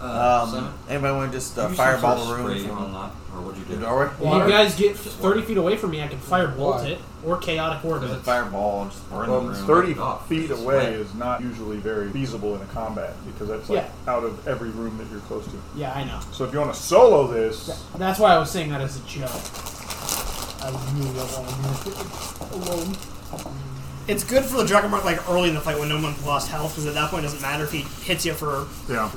Um, anybody want to just uh, fireball the room? from
or what'd you
The
do?
doorway?
If you guys get f- 30 feet away from me, I can firebolt it or chaotic order.
There's a fireball and just burn
Well,
the room.
Um, thirty
Off.
feet away is not usually very feasible in a combat because that's like out of every room that you're close to.
Yeah, I know.
So if you want to solo this,
That's why I was saying that as a joke. I knew that one. Alone.
It's good for the dragon mark like early in the fight when no one lost health, because at that point it doesn't matter if he hits you for
yeah,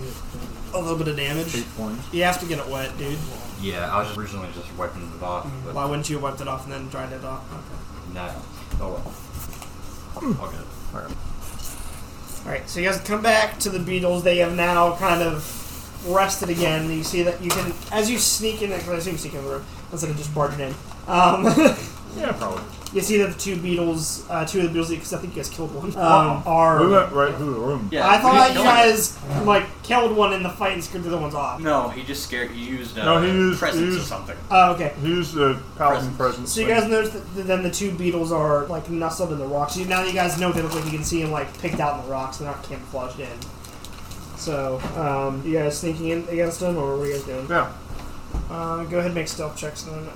a little bit of damage.
eight points.
You have to get it wet, dude.
Yeah, I was originally just wiping it off, but
Why wouldn't you have wiped it off and then dried it off? Okay.
no. Oh well. I'll get it.
All right, so you guys come back to the beetles. They have now kind of rested again. You see that you can, as you sneak in, I assume you sneak in the room instead of just barging in. Um,
Yeah, probably.
Yes, either the two Beatles, uh, two of the Beatles, because I think you guys killed one. Um,
We
are
went right through the room.
Yeah,
I
we
thought
didn't
you
kill him.
guys like killed one in the fight and scared the other ones off.
No, he just scared. He used uh,
No, he used-
presence
he
or
used-
something.
Oh, okay.
Here's the paladin presence.
So you guys notice that then the two beetles are like nestled in the rocks. You- Now that you guys know they look like you can see them like picked out in the rocks. They're not camouflaged in. So um, you guys sneaking in against them, or what are you guys doing?
Yeah.
Uh, go ahead and make stealth checks. Then.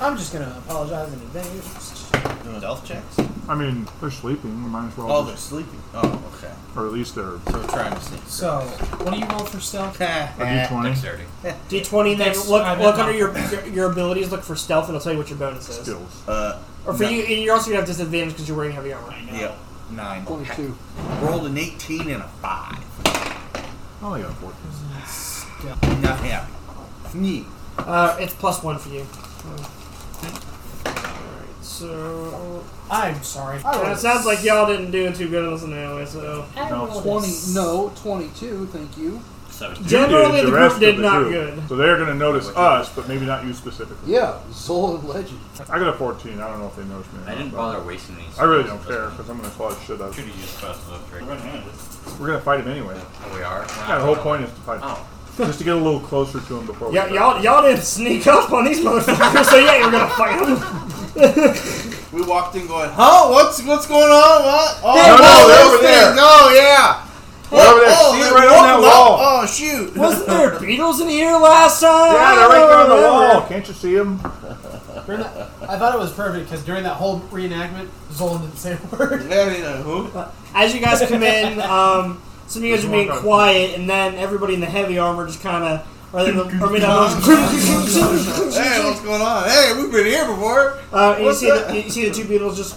I'm just gonna apologize in advance.
Doing Stealth checks?
I mean, they're sleeping. We might as well.
Oh, they're sleeping. Oh, okay.
or at least they're
So we're trying to sneak.
So, what do you roll for stealth?
a d20.
Dexterity.
D twenty. Then
Next,
look
I bet
look
not.
under your, your your abilities. Look for stealth, and it'll tell you what your bonus is.
Skills.
Uh,
Or for
No.
you, and you're also gonna have disadvantage because you're wearing heavy armor.
yep. Nine.
Twenty-two.
Rolled an 18 and a 5.
I only Oh, got 14.
Not happy.
Neat.
Uh, it's plus one for you. Alright, So
I'm sorry.
it sounds like y'all didn't do too good on this anyway. So
No,
Twenty. No, twenty-two. Thank you.
Seven.
You
generally
did,
the
rest
group did
of the
not
group.
good.
So they're gonna notice us, but maybe not you specifically.
Yeah, Zolan Legend.
I got a 14. I don't know if they noticed me. or
I didn't
not,
bother wasting these.
but I really don't care because I'm gonna claw his shit up.
Should have used fast enough. Right?
We're gonna fight him anyway.
Oh, we are.
Yeah, the whole point is to fight him.
Oh.
Just to get a little closer to him before.
Yeah,
we
y'all y'all didn't sneak up on these motherfuckers. so yeah, you're gonna fight them.
We walked in going, huh? What's what's going on? What? Oh,
no,
oh,
they're
those
over there.
things. Oh yeah.
They're over there.
Oh,
See
they
right on
walked
that
up.
wall.
Oh shoot.
Wasn't there beetles in here last time?
Yeah, they're right there on the wall. Can't you see him?
During that, I thought it was perfect because during that whole reenactment, Zolan didn't say a word.
Yeah, you know, who?
As you guys come in, um, some of you guys are being quiet, and then everybody in the heavy armor just kind of, or, the- or made that noise.
Hey, what's going on? Hey, we've been here before.
Uh, and you
What's
see the,
that?
you see the two beetles just.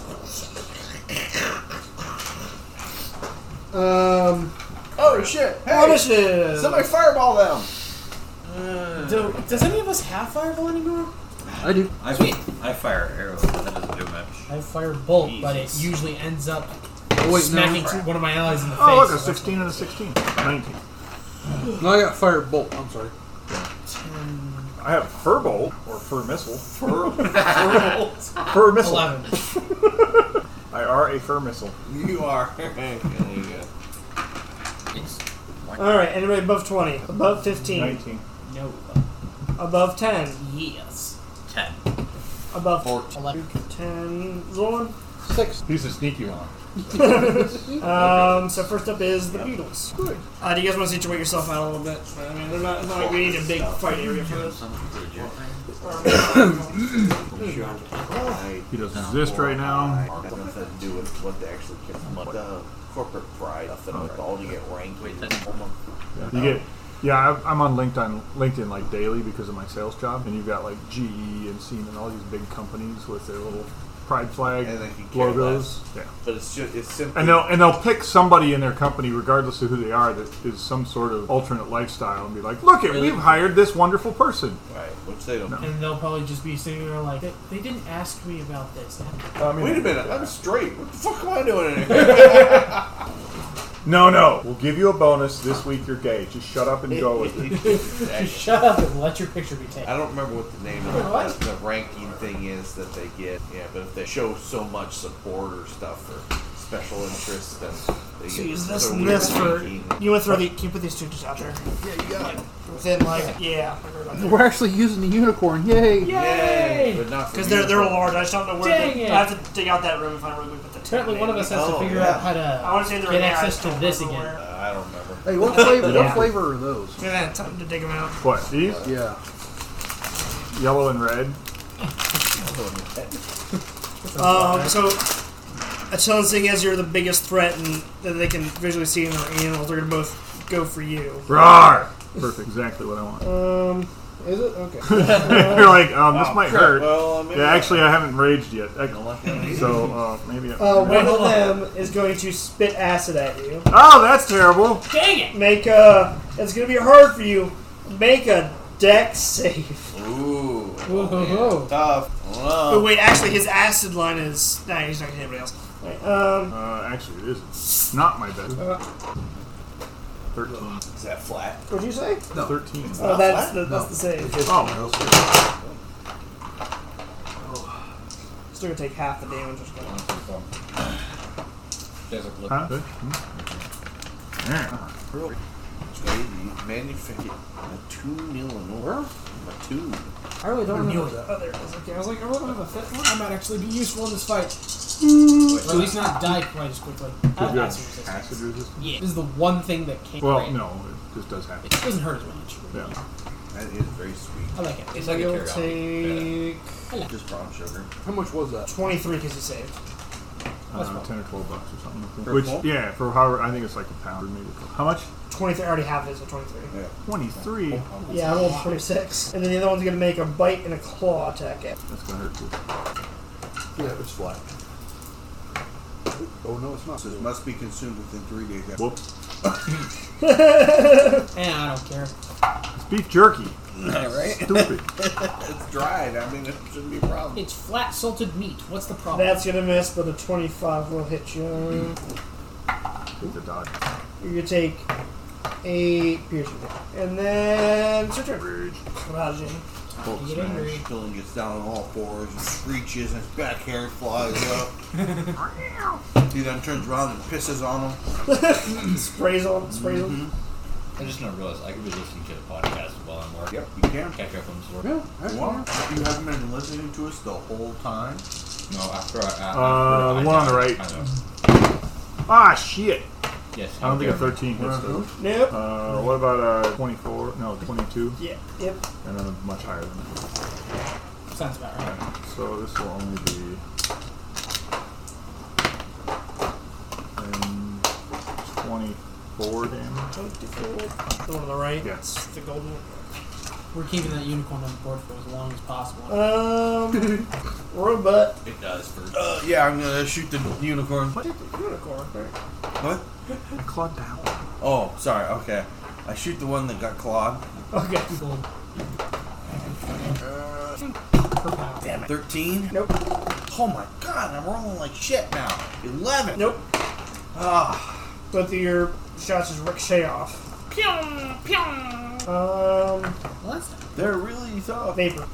Um,
Oh shit. Hey,
what is
somebody fireball them.
Do, does any of us have fireball anymore?
I do.
I, I fire arrows, but that doesn't do much.
I have firebolt, but it usually ends up
Oh, wait,
smacking
no.
two- one of my allies in the
Oh,
face.
look, a 16 and a 16. 19.
No, I got Firebolt. I'm sorry.
I have fur bolt or fur missile.
Firebolt.
Fur missile.
Eleven.
I are a fur missile.
You are. there you go.
it? All right, anybody above twenty, above fifteen,
19.
No.
above ten,
Yes.
Ten.
above
Eleven.
ten. Zolan.
Six.
He's a sneaky one.
Um, so first up is the beetles. Uh, do you guys want to situate yourself out a little bit? I mean, they're not, it's not like we need a big fight area for this.
He doesn't exist right now.
Nothing has to do with what they actually care about. The corporate pride, nothing at all. You get ranked.
Wait, that's-
You get, yeah, I've- I'm on LinkedIn, LinkedIn like daily because of my sales job, and you've got like GE and Siemens, all these big companies with their little pride flag
And they can care
logos. Yeah,
But it's just it's simply.
and they'll and they'll pick somebody in their company, regardless of who they are, that is some sort of alternate lifestyle, and be like, "Look, it, we've hired this wonderful person."
Right, which they don't.
And they'll probably just be sitting there like, they, they didn't ask me about this.
I mean,
Wait a minute, I'm straight. What the fuck am I doing in here?
No, no, we'll give you a bonus this week. You're gay. Just shut up and go with it.
Just shut up and let your picture be taken.
I don't remember what the name of
What?
the, the ranking thing is that they get. Yeah, but if they show so much support or stuff or special interests, then they
So
get
use this
another
and
weird
this for.
ranking.
You want to throw the? Can you put these two just out there? Yeah, you got it. Within like yeah.
We're actually using the unicorn. Yay!
Yay! But not for
Because they're,
you.
they're large. I just don't know where.
Dang
they-
it.
I have to dig out that room and find where we put the.
Apparently,
tent,
one of us
maybe.
has
Oh,
to figure
yeah.
out how
I want
to
to say they're
get
in there, I
access
just
to
don't
this
remember
again.
Uh, I don't remember.
Hey, what flavor?
Yeah.
What flavor are those?
Where. Yeah, time to dig them out.
What these?
Yeah.
Yellow and red.
Um, so a challenge thing is you're the biggest threat and that they can visually see in their animals. They're gonna both go for you.
Rawr! Perfect. Exactly what I want.
Um, is it okay?
You're like, um, this might
Crap,
hurt.
Well, uh, maybe
Yeah,
I-
actually, I haven't raged yet. I- So uh, maybe.
Uh, one of them is going to spit acid at you.
oh, that's terrible.
Dang it!
Make a. It's gonna be hard for you. Make a deck save.
Ooh.
Whoa, whoa, whoa.
Tough. I don't know.
Oh wait, actually his acid line is. Nah, he's not gonna hit anybody else. Wait, um,
Uh, actually, it isn't. Not my best. Thirteen.
Is that flat?
what'd you say?
Thirteen.
Oh, that's the, that's the save.
Oh,
It's still gonna take half the damage. Or something.
Doesn't look
Huh?
Baby, manufactured a two Illinois. A two.
I really don't
knew
know.
that.
Oh, there it is. Okay, I was like, I really don't have a fifth one. I might actually be useful in this fight. Or at least not die quite as quickly. I have
Good.
acid resistance.
Acid resistance?
Yeah, this is the one thing that can't.
Well,
break.
no, it just does happen.
It doesn't hurt as much.
Yeah.
That is very sweet.
I like it.
It's like a
You'll
teriyaki.
take
Just brown sugar.
How much was that?
twenty three because you saved.
I don't know, 10 Uh, or 12 bucks or something.
For
Which,
full?
yeah, for however, I think it's like a pound or maybe a couple. How much?
Twenty three. I already have it, so twenty three.
23.
Yeah, I rolled twenty six, and then the other one's gonna make a bite and a claw attack. At.
That's going to hurt too.
Yeah, it was flat. Oh no, it's not.
So it must be consumed within three days. after-
Whoop.
And I don't care.
It's beef jerky.
right?
Stupid.
It's dried. I mean, it shouldn't be a problem.
It's flat salted meat. What's the problem?
That's gonna miss, but a twenty five will hit you.
it's a dodge.
You take eight piercing, damage. and then it's your turn.
Rage.
Rajin.
Bolt
You get angry.
smash. Dylan gets down on all fours and screeches, and his back hair flies up. he then turns around and pisses on him.
Sprays on, sprays on.
I just don't realize I could be listening to the podcast while I'm working.
Yep, you can.
Catch up on this work.
Yeah, that's
Well,
fine.
if you haven't been listening to us the whole time,
No, after I. Uh,
Uh, one on the right.
I know.
Ah, shit.
Yes.
I don't think a
okay.
13 hits though.
Nope.
Uh, what about uh 24? No, 22.
yeah. Yep.
And then much higher than that.
Sounds about right.
So this will only be. um, 24 damage.
The one on the right.
Yeah.
It's the golden one.
We're keeping that unicorn on the board for as long as possible.
Um, robot.
It does for.
uh, yeah, I'm gonna shoot the unicorn. What?
Unicorn.
What?
I clawed down.
Oh, sorry. Okay, I shoot the one that got clawed.
Okay.
Gold. Per pound.
Damn it. Thirteen.
Nope.
Oh my god, I'm rolling like shit now. Eleven.
Nope.
Ah,
Both of your shots just ricochet off. Um,
Well, that's not
they're really tough.
vapor.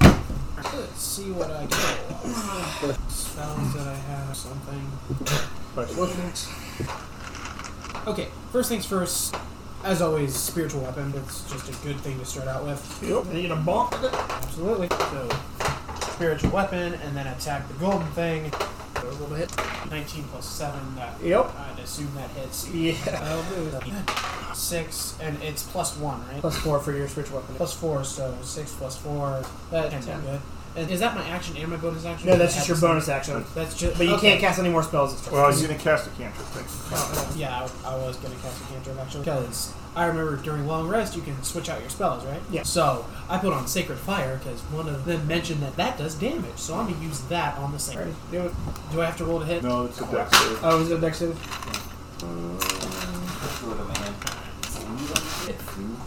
good. Let's see what I get. Spells that I have, something.
But
Okay, first things first. As always, spiritual weapon. That's just a good thing to start out with.
Yep. And you get a bump. with it.
Absolutely. So, spiritual weapon, and then attack the golden thing.
A little hit.
19 plus 7. That
Yep.
I'd assume that hits.
Yeah.
That'll do. Six, and it's plus one, right?
Plus four for your spiritual weapon.
Plus four, so six plus four. That can't be good. And is that my action and my bonus action?
No, that's just your bonus action.
That's just.
But you
okay.
can't cast any more spells this turn.
well, he's gonna cast a cantrip thing.
Oh, yeah, I, I was gonna cast a cantrip actually because I remember during long rest you can switch out your spells, right?
Yeah.
So I put on sacred fire because one of them mentioned that that does damage, so I'm gonna use that on the sacred.
Do it.
Do I have to roll to hit?
No, it's a dex save.
Oh, is it dex save?
Look at my hand.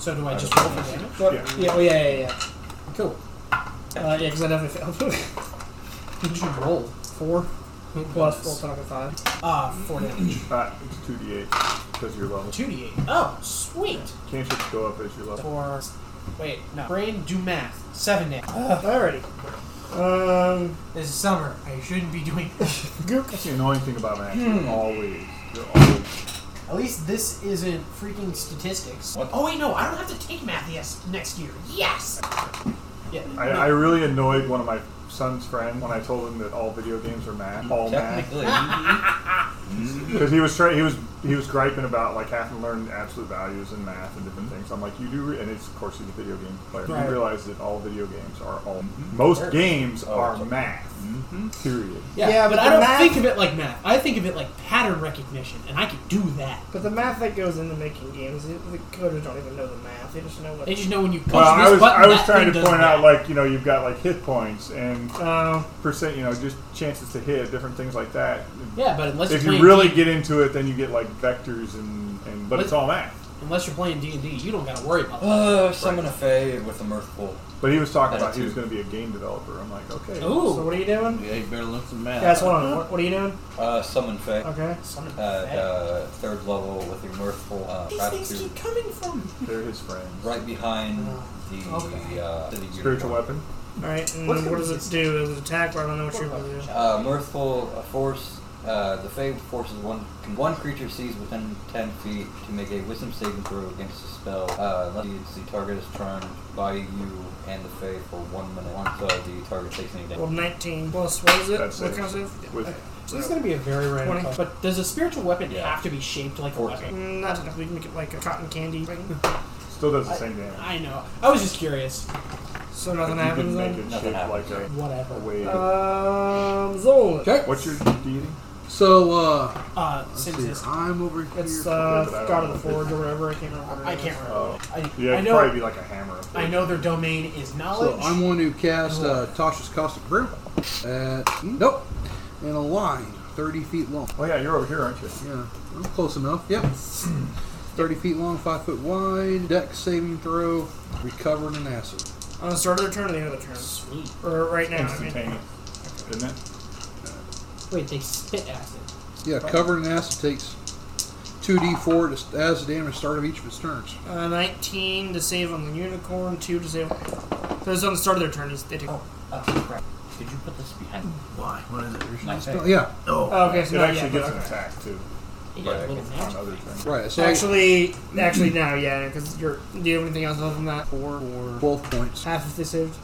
So do I just roll for damage?
What?
Yeah.
Yeah. Oh, yeah, yeah, yeah.
Cool.
Uh, yeah, because I definitely failed.
Did you roll?
Four plus full attack of five.
Ah, four damage.
Uh, it's 2d8 because your level.
Two d eight. Oh, sweet.
Cantrips go up as your level.
Four. Wait, no. Brain, do math. Seven damage.
Alrighty. Um,
This is summer. I shouldn't be doing. This.
That's the annoying thing about magic. Always, you're always
At least this isn't freaking statistics. Oh wait, no, I don't have to take math yes next year. Yes. Yeah.
I, I really annoyed one of my son's friends when I told him that all video games are math, all math,
Technically, you-
because he was try- he was he was griping about like having to learn absolute values in math and different things. I'm like, you do, re-, and it's of course he's a video game player.
Right.
You realize that all video games are all
Mm-hmm.
most games
Oh,
are
okay.
math. Period.
yeah,
Yeah,
but,
but
I
the
don't
math-
think of it like math. I think of it like pattern recognition, and I can do that.
but the math that goes into making games, the the coders don't even know the math. They just know what.
They just know when you punch
Well, I
this
was
button.
I was
that
trying to
thing does
point
that.
out like you know you've got like hit points and
Uh,
percent you know just chances to hit different things like that.
Yeah, but unless
If
you're
you
playing
really
D-
get into it, then you get like vectors and, and but
What-
it's all math.
unless you're playing D and D, you don't gotta worry about that.
uh, summon a fae with a mirth pool.
But he was talking
That
about he
too.
was going to be a game developer. I'm like, okay.
Ooh.
so what are you doing?
Yeah, you better look some math.
Guys, hold on. What, what are you doing?
Uh, summon fae.
Okay.
Summon
Uh, at, uh, third level with a mirth pool. Uh,
These
battle
things
two,
keep coming from.
They're his friends.
right behind the
Okay.
uh, to the
Spiritual
unicorn.
weapon.
All right, and
What's the
what does it do? Does it attack? Or I don't know what you're going to do.
Uh, mirthful uh, force. Uh, the fey forces one can one creature seized within ten feet to make a Wisdom saving throw against the spell. Uh, unless the- the target is charmed by you and the fey for one minute. Once uh, the target takes any
Well,
damage.
19 plus what is it?
That's
what
it.
kind of Uh, save?
With
So this is going to be a very random.
20.
call. But does a spiritual weapon
Yeah.
have to be shaped like a weapon?
Fourteen.
Mm, Not enough. We can make it like a cotton candy thing.
still does the same damage.
I know. I was just curious.
So nothing
You could
happens
make
then. Uh,
it shaped
Nothing
like
happens,
a, a
Whatever.
wave.
Um, Zolan.
Okay.
What's your deity?
So, uh,
Uh,
let's
since
see.
it's,
I'm over here.
It's uh,
Okay, but I don't
God of
know
the
if it's-
Forge or whatever. I can't remember. what it
I
is.
can't remember.
Oh.
I,
Yeah,
I
it'd
know.
probably be like a hammer.
I know their domain is knowledge.
So I'm going to cast uh, Tasha's Caustic Brew at nope, in a line thirty feet long.
Oh yeah, you're over here, aren't you?
Yeah, I'm close enough. Yep, thirty feet long, five foot wide. Deck saving throw, recovered in acid.
Oh.
On the Uh, start of their turn or the end of their turn?
Sweet.
Or right now? I mean.
Instantaneous, isn't it?
Wait, they spit acid.
Yeah, covered in acid takes two d4 to acid damage at the start of each of its turns.
Uh, 19 to save on the unicorn, 2 to save. So it's on the start of their turn. it's- They take. Oh,
Could you put this behind
Why? What is it?
my
Oh,
fey?
yeah,
okay, so
It
not
actually
yet,
gets an
but-
attack too.
It got a little
On
magic.
other turns.
right. So
Actually, actually now, yeah, because you're. Do you have anything else other than that? Four or
twelve points.
half if they saved.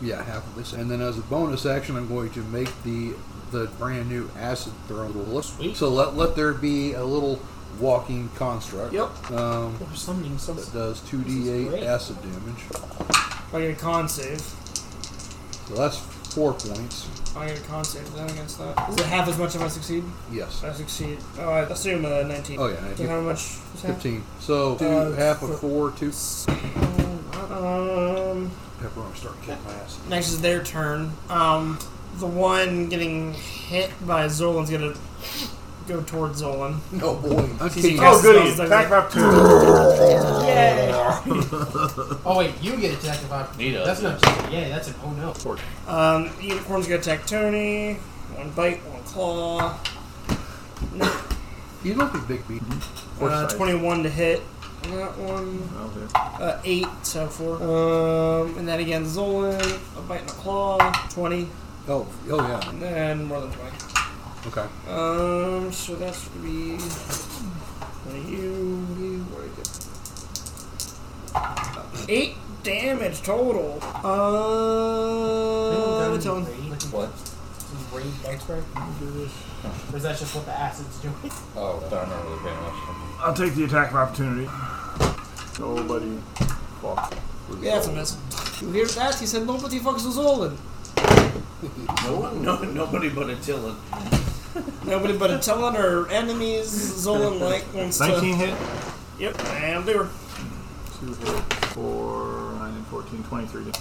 Yeah, half of this, and then as a bonus action, I'm going to make the the brand new acid throw.
Sweet.
So let let there be a little walking construct.
Yep.
Um,
We're summoning some.
that does two
This is
d8
great.
acid damage.
I get a con save.
So that's four points.
I get a con save then against that. Is it half as much if I succeed?
Yes.
I succeed. Oh, I assume uh, 19.
Oh, yeah, 19.
So how much? is half?
Fifteen. So two
Uh,
half of
for-
four. Two.
Um,
Pepperoni start kicking my ass.
next is their turn. Um, the one getting hit by Zolan's gonna go towards Zolan.
No boy. I'm
She's
kidding.
a
Oh
Yes,
goody!
those are
Attack
the-
map two.
Oh wait, you get attacked if I.
He does,
That's not. just- Yeah, that's an oh no.
Um, unicorn's gonna attack Tony. One bite, one claw.
You don't be big beat.
Uh,
size.
21 to hit. on That one. Uh, 8, so 4. Um, and then again, Zolan. A bite and a claw. 20.
Oh, oh yeah.
And then more than 20.
Okay.
Um, so that's gonna be one of you, you, where you go? Eight damage total. Uh,
Raid
it's on-
What?
raid expert. You can do this. Or is that just what the acid's doing?
Oh, I don't remember very much.
I'll take the attack of opportunity. Oh buddy. Fuck.
Yeah, that's a miss. You hear that? He said nobody fucks with Zolan.
No, no, nobody but Attila.
Nobody but Attilan or enemies Zolan like wants
Nineteen
to.
hit.
Yep, and they were.
Two hit. Four. Nine and 14, 23.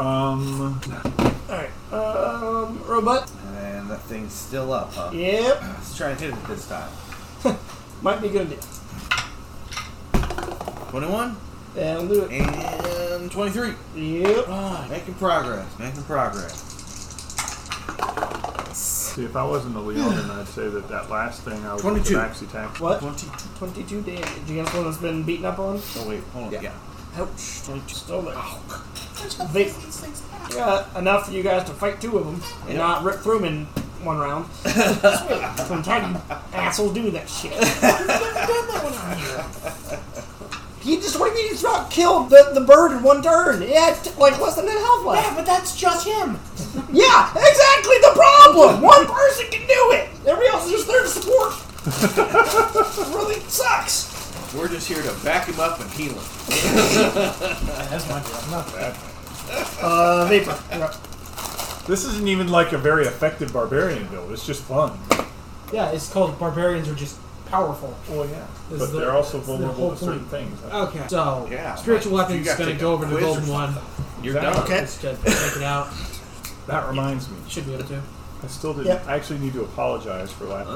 Um.
Alright, um, robot.
And that thing's still up, huh?
Yep,
Let's try and hit it this time.
might be good.
21
And do it.
and 23.
Yep.
Ah, making progress, making progress.
See, if I wasn't a Leonin, I'd say that that last thing I would
22.
max attack.
What?
20.
22 damage against one that's been beaten up on.
Oh, wait, hold on. Yeah.
Ouch. 22 still there. They, yeah, enough for you guys to fight two of them and
Yeah.
not rip through them in one round. Sometimes you assholes do that shit. You just what do you mean you not killed the, the bird in one turn? Yeah, it's t- like less than that health left.
but that's just him.
Yeah, exactly the problem. One person can do it. Everybody else is just there to support. it really sucks.
We're just here to back him up and heal him.
That's my deal. Not bad.
Uh, vapor.
This isn't even like a very effective barbarian build. It's just fun.
Yeah, it's called barbarians are just powerful.
Well, yeah.
This
but
is the-
they're also
that's the
vulnerable
whole
to certain
point.
things.
Okay. So
Yeah,
spiritual
like, you
weapons
gotta
gonna
take
go
a
over to the
quiz or
golden one.
You're
That-
done.
Okay.
Just to check it out.
That reminds me.
Should be able to.
I still didn't.
Yep.
I actually need to apologize for that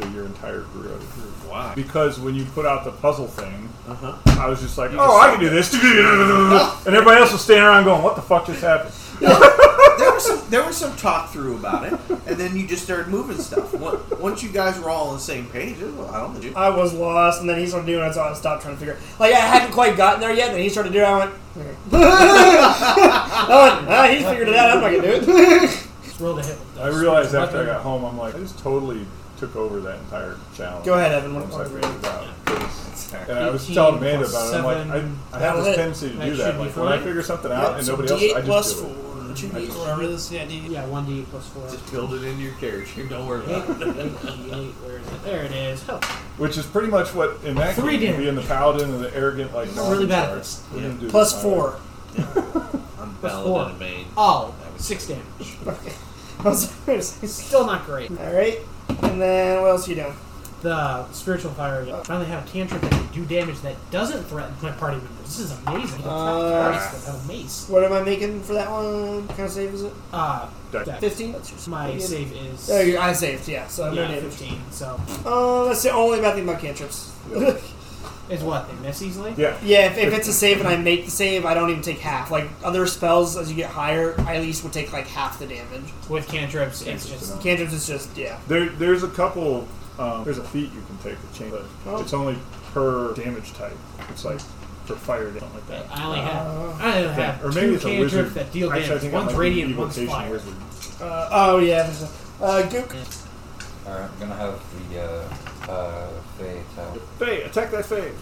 to your entire group.
Why?
Because when you put out the puzzle thing,
Uh-huh.
I was just like, oh, I can do this. and everybody else was standing around going, what the fuck just happened?
There were some there was some talk through about it, and then you just started moving stuff. Once once you guys were all on the same page, it was- I don't think.
I was lost, and then he started doing it, so I stopped trying to figure. Like I hadn't quite gotten there yet, and he started doing. it, I went, "Hmm." I went, ah, he figured it out. I'm not gonna do it.
Just roll the hit with
I
dice.
realized after I got home, I'm like, I just totally took over that entire challenge.
Go ahead, Evan.
Once I figured
What-
it out. 'Cause- And I was
18
telling Amanda
plus
about it. I'm like,
seven.
I, I
That
have this
was it.
tendency to
That
do
should
that.
be
Like when I
fine.
figure something out Uh, and nobody else, I
D8 plus
just do
four.
it.
Two D8, whatever this yeah, D8.
Yeah, one D plus four.
Just build it into your character. Don't worry
Eight,
about it.
eight, eight, where is it? There it is. Oh,
Which is pretty much what in that
Three
game would be
damage.
in the paladin and the arrogant like.
I'm really bad at
are.
this.
We're gonna do
Plus
this.
four.
I'm
Plus
Paladin
four.
and Main.
oh six damage.
I was like, wait a second.
Still not great.
All right, and then what else are you doing?
The spiritual fire. I finally have a cantrip that can do damage that doesn't threaten my party members. This is amazing.
Uh,
Mace, oh, mace.
What am I making for that one? What kind of save is it?
Uh,
Dex.
dex.
Fifteen. That's your
My
Yeah.
save is
Oh, you're, I saved. Yeah, so I'm
yeah,
gonna do it.
15. So
Uh, that's the only bad thing about cantrips.
is what they miss easily.
Yeah.
Yeah, if, if it's a save and I make the save, I don't even take half. Like other spells, as you get higher, I at least would take like half the damage.
With cantrips, it's just
Cantrips is just yeah.
There, there's a couple. Um, Oh. there's a feat you can take to change, but it's only per damage type. It's like for fire, something like that.
I only
Uh,
have I only have
or
two
maybe it's a wizard.
cantrips that deal
Actually, I
damage.
think I
One's
might be
radiant, one's
evocation
fire.
wizard.
Uh, oh yeah. there's a- Uh, Gook.
Alright, I'm gonna have the uh, uh, Fae attack.
Fae, attack that Fae.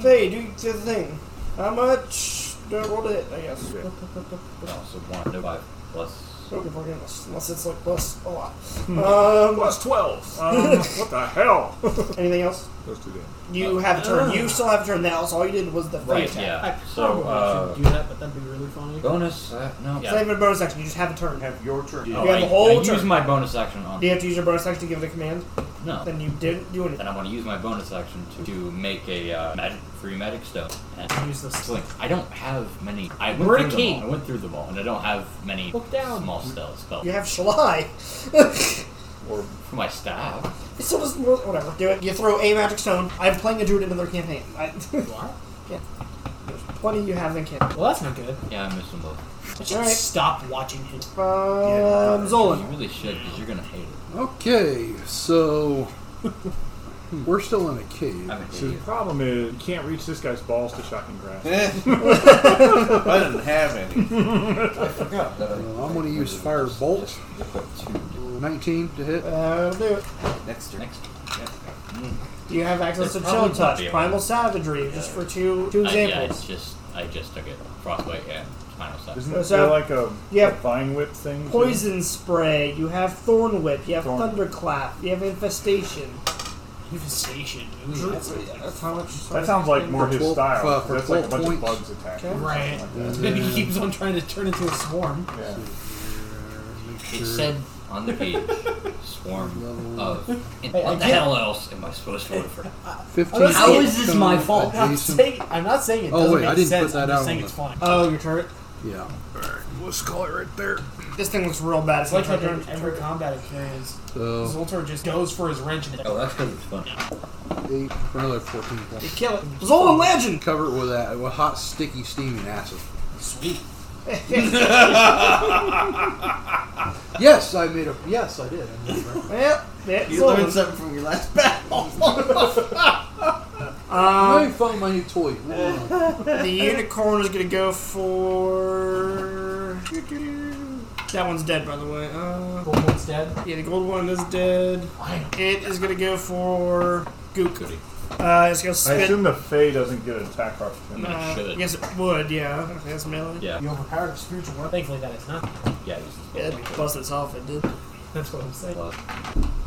Hey, do do the thing. How much? Do I roll it? I guess.
Yeah.
No, so one, no, five, plus.
Okay, forget it, Unless it's like plus a lot. Um,
Plus twelve. Um, what the hell?
anything else?
Those two damage.
You have a turn. You still have a turn now. So all you did was the free
Right,
attack.
yeah.
I
So,
probably
uh,
should do that, but that'd be really funny.
bonus, uh, no.
It's not even a bonus action. You just have a turn.
Have your turn.
No,
You have
Oh, I,
the whole
I use
turn.
my bonus action on.
Do you have to use your bonus action to give it a command?
No.
Then you didn't do anything.
Then I want to use my bonus action to, to make a uh, magic free magic stone and
Use this.
It's like I don't have many. I went
We're a
through them
king.
all. I went through them all, and I don't have many
Look down.
small spells. Spells
You have Shalai.
Or
for my staff.
It still doesn't work. Whatever. Do it. You throw a magic stone. I'm playing a druid in another campaign. I, there's
What?
plenty you have in campaign.
Well, that's not good.
Yeah, I missed them both.
I should
All right.
stop watching him.
Um, Zolan.
You really should, because you're gonna hate it.
Okay, so we're still in a cave.
I'm an
see, the
idiot.
problem is you can't reach this guy's balls to shocking grass.
I didn't have any.
I forgot that I.
Well, I'm gonna use fire bolt.
Just- just put two
19 to hit.
Uh, do it.
Next turn.
Next.
Do you have access to
It's
chill
probably not
touch?
the
Primal
only-
savagery, just for two two
I, yeah, it's
examples.
just I just took it. Frostbite and final stuff.
Isn't
What's
there
that?
like a,
Yeah.
a vine whip thing? too?
Poison spray. You have thorn whip. You have
Thorn.
thunderclap. You have infestation.
Infestation. Ooh, that's
That's how much.
That sounds like more
For
his
12
style.
uh, for
That's like a
12
bunch of
points.
bugs attacking.
Okay.
or
Right.
something like that.
Maybe he keeps on trying to turn into a swarm.
Yeah.
Make
It
sure.
said on the page, swarm of. And
Hey, I
what the
can't-
hell else am I supposed to look for?
15
How
foot
is this
cone
my fault?
I'm not
adjacent-
saying, I'm not saying it
Oh,
doesn't
wait, I
make
didn't put
sense.
that
I'm
out
just saying
on
it's
the-
fine.
Oh, your turret.
Yeah. Alright, let's call it right there.
This thing looks real bad.
It's
It's
like
my
how
turn.
in every combat experience,
So,
Zoltar just goes for his wrench and
Oh, that's because it's fun.
8 for another 14 points.
kill it.
Zolan legend.
Cover it with that with hot, sticky, steaming acid.
Sweet.
Yes, I made a. Yes, I did. I made a record.
Yep. That's
You learned
Zolan.
something from your last battle.
I
Uh,
found my new toy. Hold on.
The unicorn is gonna go for. That one's dead, by the way. Uh,
Goldwood's dead.
yeah, the gold one is dead.
Why?
It is gonna go for Gook. Uh, it's gonna
I
spit.
assume the Fae doesn't get an attack opportunity.
No.
uh,
It should.
I guess it would. Yeah. Okay, that's melee.
Yeah,
You overpowered a spiritual weapon. Thankfully, that is not.
yeah. This is
Yeah, that'd be bust itself if it did.
That's what I'm saying.
plus.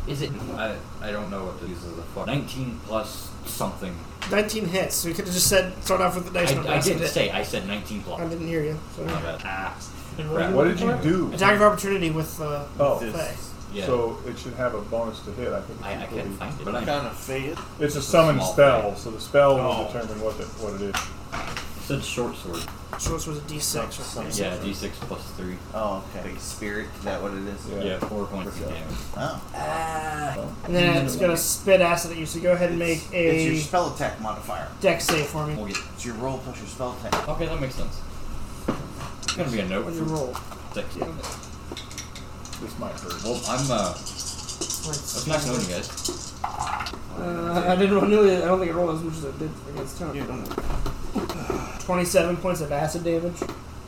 Is it? I, I don't know what to use as a fuck. 19 plus something.
19 hits. So we could have just said start off with the dice.
I,
number.
I didn't
it.
say. I said 19 plus.
I didn't hear you.
My
Sorry.
bad. Ah,
And
crap.
What did you do?
Attack of opportunity with uh,
Oh.
Faye.
Yeah.
So it should have a bonus to hit. I think.
I, I
it's really-
can't find it. But I,
kind of fade.
It's a summon
Small
spell, so the spell
Oh.
will determine what the, what it is.
it said short sword.
Shorts was a D6. or something.
Yeah, d6 plus 3.
Oh, okay. Big spirit. Is that what it is?
Yeah.
Yeah, 4 points of damage.
Oh.
And then it's gonna spit acid at you. So go ahead and make
It's your
a
spell attack modifier.
deck save for me.
We'll get,
It's your roll plus your spell attack.
okay, that makes sense. It's gonna be a note
What's your
for
roll?
6.
This might hurt.
Well, I'm uh, I'm not knowing you guys.
Uh, I didn't know it. I don't think it rolled as much as it did against Tony.
Yeah, don't worry.
27 points of acid damage.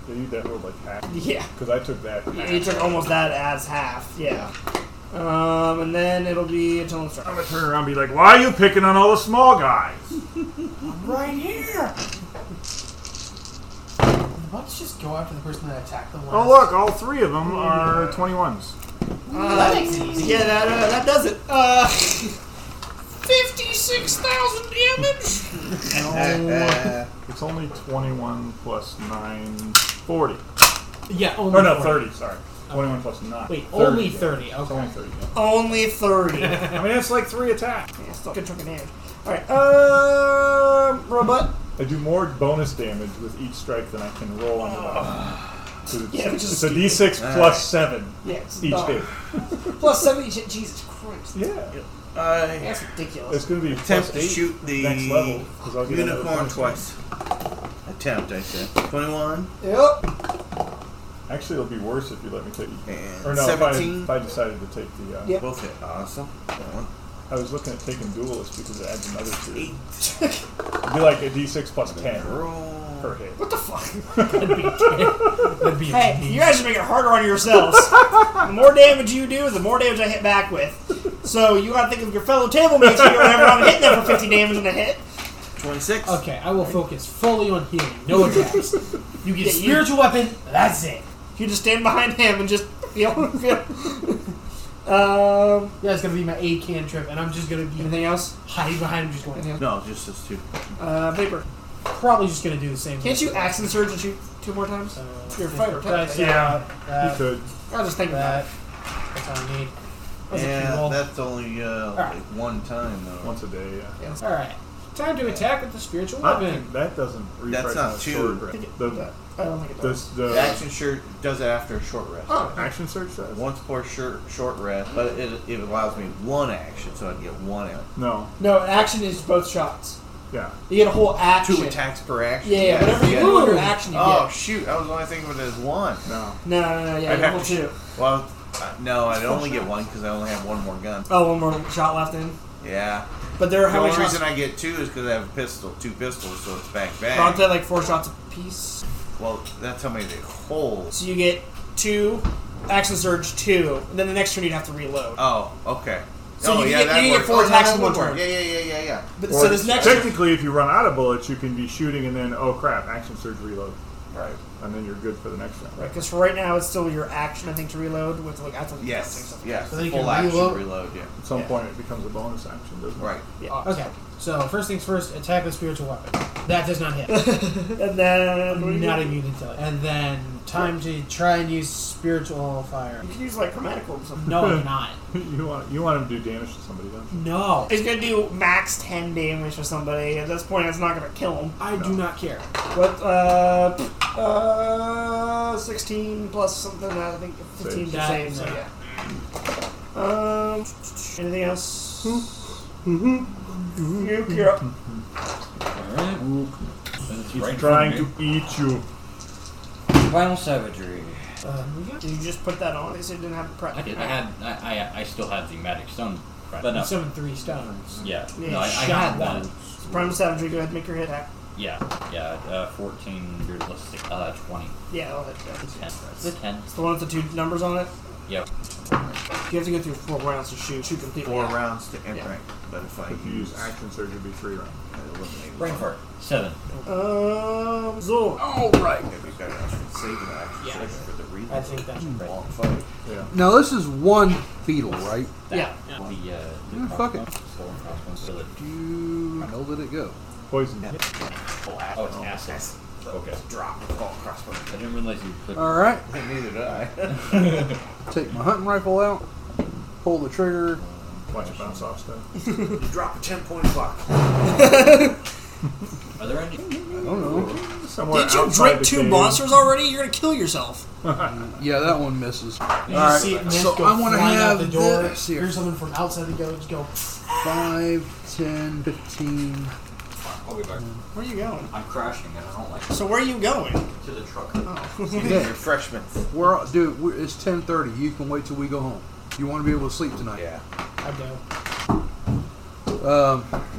They need that rolled like half.
Yeah.
Because I took that.
Yeah, you took almost that as half. Yeah. Um, and then it'll be a turn.
I'm gonna turn around and be like, "Why are you picking on all the small guys?"
Right here.
Let's just go after the person that attacked the one.
Oh look, all three of them are 21s.
Oh, that makes it easy.
Yeah, that uh, that does it. Uh, fifty-six thousand damage.
It's only 21 plus 9, 40.
Yeah, only
Or Oh, no,
40.
30, sorry. 21 plus 9.
Wait, only
yeah.
30,
It's
okay.
only 30. yeah.
Only thirty. yeah,
I mean, it's like three attacks.
still a good chunk of damage. All right. Um, robot.
I do more bonus damage with each strike than I can roll on the die. 'Cause it's-
Yeah, which is
it's a d6 plus 7
Yes.
each
dog.
day.
Plus seventy. Je- Jesus Christ.
Yeah.
I
That's ridiculous.
It's going to be
attempt
plus
to
8
shoot the
next level. 'cause I'll get another
unicorn
bonus.
twice. Attempt, I said. 21
Yep.
Actually, it'll be worse if you let me take
and
Or no, if I,
17.
if I decided to take the. Uh,
Yeah.
Both hit. Awesome. That one.
I was looking at taking duelist because it adds another 2.
Eight.
It'd be like a d6 plus 10
Roll.
per hit.
What the fuck?
That'd be
Hey, you guys are making it harder on yourselves. the more damage you do, the more damage I hit back with. So you gotta think of your fellow table mates here whenever I'm hitting them for 50 damage in a hit.
26.
Uh,
Okay, I will focus fully on healing. No attacks. You get
Yeah, you-
spiritual weapon. That's it.
You just stand behind him and just yell. um,
Yeah, it's gonna be my A cantrip, and I'm just gonna be
anything else?
hiding behind him, just going.
No, just those two.
Uh, Vapor.
Probably just gonna do the same.
Can't
thing.
you axe and surge and shoot two more times?
Uh,
You're a fighter,
That's,
technically.
yeah.
you
That,
could.
I was just thinking about
that.
it.
That's all I need. That's a
Yeah,
cute roll.
that's only uh,
right.
like one time though.
Once a day, yeah.
All right. Time to attack with the spiritual
I
weapon.
think that doesn't refresh
not
the
two.
sword grip. The,
I don't think it
the,
does.
the,
The action shirt does it after a short rest.
Oh.
action search says?
Once per shirt, short rest, but it, it allows me one action, so I'd get one action.
No.
No, action is both shots.
Yeah.
You get a whole action.
Two attacks per action.
Yeah, yeah, whatever you
yeah.
do under action, you
Oh
get.
shoot! I was only thinking of it as one.
No.
No, no, no, yeah,
I'd
you
have
have
to-
two.
Well, uh, no, I'd only get one because I only have one more gun.
Oh, one more shot left in.
Yeah.
But there are
The
how many
only
shots?
reason I get two is because I have a pistol, two pistols, so it's back
Aren't
back.
they like four shots a piece?
Well, that's how many they hold.
So you get two, action surge two, and then the next turn you'd have to reload.
Oh, okay.
So
oh,
you
yeah,
get-
that
you get
works.
four
Oh, no,
attacks
that
in one
would work.
turn.
Yeah, yeah, yeah, yeah, yeah.
but,
Or
so this next turn,
technically, if you run out of bullets, you can be shooting and then, oh crap, action surge reload.
Right.
And then you're good for the next round. Right.
because for right now it's still your action I think to reload with like after the
Yes. Yes.
So they
Full
can
action
reload?
reload. Yeah.
At some
Yeah.
point, it becomes a bonus action, doesn't it?
Right.
Okay. So first things first, attack with spiritual weapon. That does not hit.
and then what do
I'm
you
not
do?
immune until it. And then time to try and use spiritual fire.
You can use like chromatic or something.
No, I'm not.
you want you want him to do damage to somebody, don't you?
No.
He's gonna do max ten damage to somebody. At this point, it's not gonna kill him.
I do not care.
What? Uh, uh, sixteen plus something. I think fifteen
Saves.
to
That
save. So
and
yeah. Um, anything else?
Mm-hmm.
you, you're up.
Alright. It's right in front of
Trying
me.
to eat you.
Final Savagery.
Uh, Did you just put that on? They said it didn't have the prep.
I did. I had. I, I, I still had the magic stone. Right. But
You
no.
summon three stones.
yeah.
Yeah,
No, I, I
shot
had
that.
one.
Prime Savagery, go ahead and make your hit hack.
Yeah. Yeah. Uh, Fourteen. You're let's see, Uh, twenty.
Yeah, I'll hit that.
Ten. It's a ten.
The one with the two numbers on it?
Yep.
You have to go through four rounds to shoot, shoot completely.
Four
out.
rounds to end
Yeah.
rank, but if I
If you
use
use action surge, it'd be three rounds.
I eliminate
Brain
one.
fart. Seven.
Um, Zul.
All right. Yeah, we got action saving action
Yeah.
saving for the reason. Hmm.
I think that's right.
long fight.
Yeah.
Now this is one beetle, right?
Yeah.
The uh, the
Yeah, fuck it.
crossbones, skull and crossbones, so that-
Dude, how did it go?
Poison.
Oh, it's acid. Okay.
Drop the ball crossbow.
I didn't realize you could.
All right,
Neither did I.
take my hunting rifle out, pull the trigger.
Watch it bounce off stuff.
you drop a ten point clock.
Are there any?
I don't know.
Somewhere
Did you
outside
drink
the
two
cave.
monsters already? You're gonna kill yourself.
Yeah, that one misses.
You
All right,
see it,
so
go
I wanna
flying out
have
the door.
this here.
Here's something from outside the go. Just go.
5, 10, 15,
way back.
Where are you going?
I'm crashing and I don't like it.
So where are you going?
To the truck.
Yeah.
Freshman.
We're dude. We're, it's ten thirty. You can wait till we go home. You want to be able to sleep tonight.
Yeah.
I do.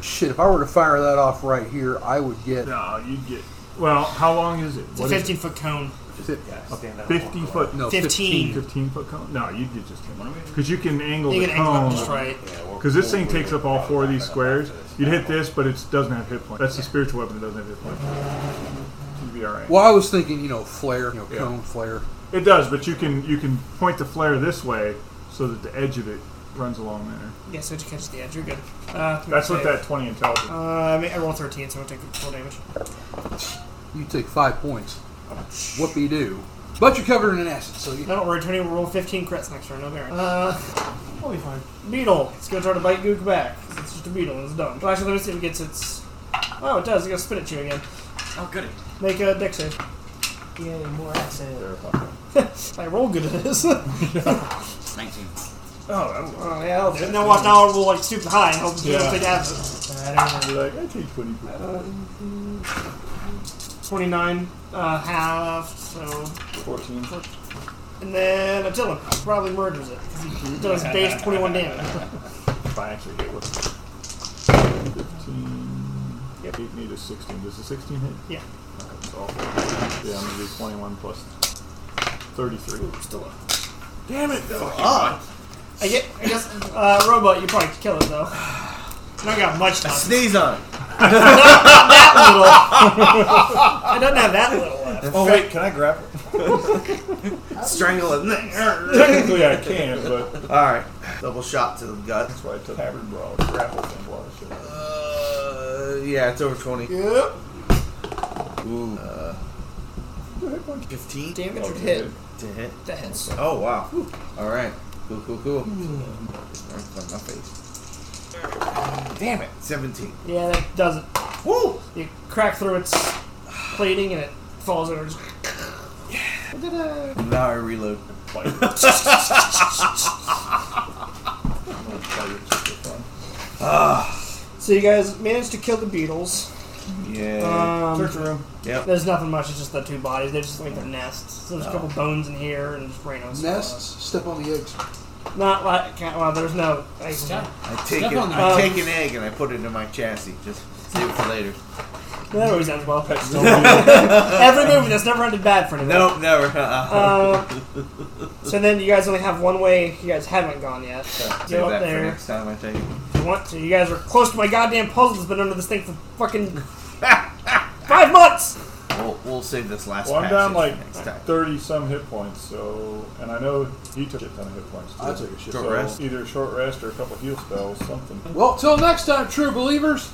Shit. If I were to fire that off right here, I would get
No, you'd get. Well, how long is it?
It's a
What is
15 foot cone.
fi-
Stand up.
50 foot.
no
15.
15 foot cone? No, you'd get just 10. Because you can angle
You
the
can angle up
cone.
just right.
Because this thing takes up all four of these squares. You'd hit this, but it doesn't have hit point. That's the spiritual weapon that doesn't have hit point. You'd be all right.
Well, I was thinking, you know, flare, you know,
Yeah.
cone flare.
It does, but you can you can point the flare this way so that the edge of it runs along there.
Yeah, so it catches the edge. You're good. Uh,
That's what
okay.
that 20 intelligence.
Uh, I, mean, I rolled 13, so I take 4 damage.
You take five points. Whoopee doo. But you're covered in acid, so you.
No, don't worry, Tony. We'll roll 15 crits next turn. No bearing. Uh, we'll be fine. Beetle. It's going to try to bite Gook back. It's just a beetle. It's dumb. Well, actually, let me see if it gets its... Oh, it does. It's going to spit at you again.
Oh, good.
Make a deck save.
Yay, more acid.
I roll good at this. oh,
19.
yeah, I'll do it. And then watch now I'll roll like super high and hope yeah.
Yeah.
don't take acid.
You're like, I take 20 points.
29, uh, half, so...
14.
And then Attila probably murders it. 'cause He does base 21 damage.
If I actually hit with 15. Yeah, beat me to 16. Does the 16 hit?
Yeah.
That's awful. Yeah, I'm going to do 21 plus 33.
Still up.
Damn it, though.
Ah,
I get. I guess uh, robot. You probably kill it though. I don't got much time.
Sneeze on.
that little. I don't have that little left.
Oh wait, can I grab it?
Strangle it.
Technically, I can, but that's
Alright. Double shot to the gut.
why I took Hammered Brawl. Grapple and Brawl.
Uh, yeah, it's over 20.
Yep.
Ooh. Uh, 15
Damage
Oh,
would hit.
to hit.
That hits.
Oh, wow. Alright. Cool, cool, cool.
Hmm.
Right on my face. Damn it. 17.
Yeah, that does it.
Woo!
You crack through its plating and it falls over. Just-
Now I reload.
So you guys managed to kill the beetles.
Yeah.
Um,
room.
yep.
there's nothing much. It's just the two bodies. They just like their nests. So there's a couple bones in here and just random stuff.
Nests, step on the eggs.
Not like well, there's no.
Step.
I take,
Step
it,
on
I
that.
take an egg and I put it in my chassis. Just save it for later.
That always ends well. Every movie that's never ended bad for anyone.
Nope, never. Uh-uh.
Uh, so then you guys only have one way. You guys haven't gone yet.
Save
Go up
that for
there
next time I take it.
if you want to. You guys are close to my goddamn puzzle. It's been under this thing for fucking five months.
We'll, we'll save this last
Well, I'm
passage
down
for
like
next time.
30 some hit points, so. And I know he took a ton of hit points. Too.
I took a shit
so
Short rest.
Either a short rest or a couple heal spells, something.
Well, till next time, true believers.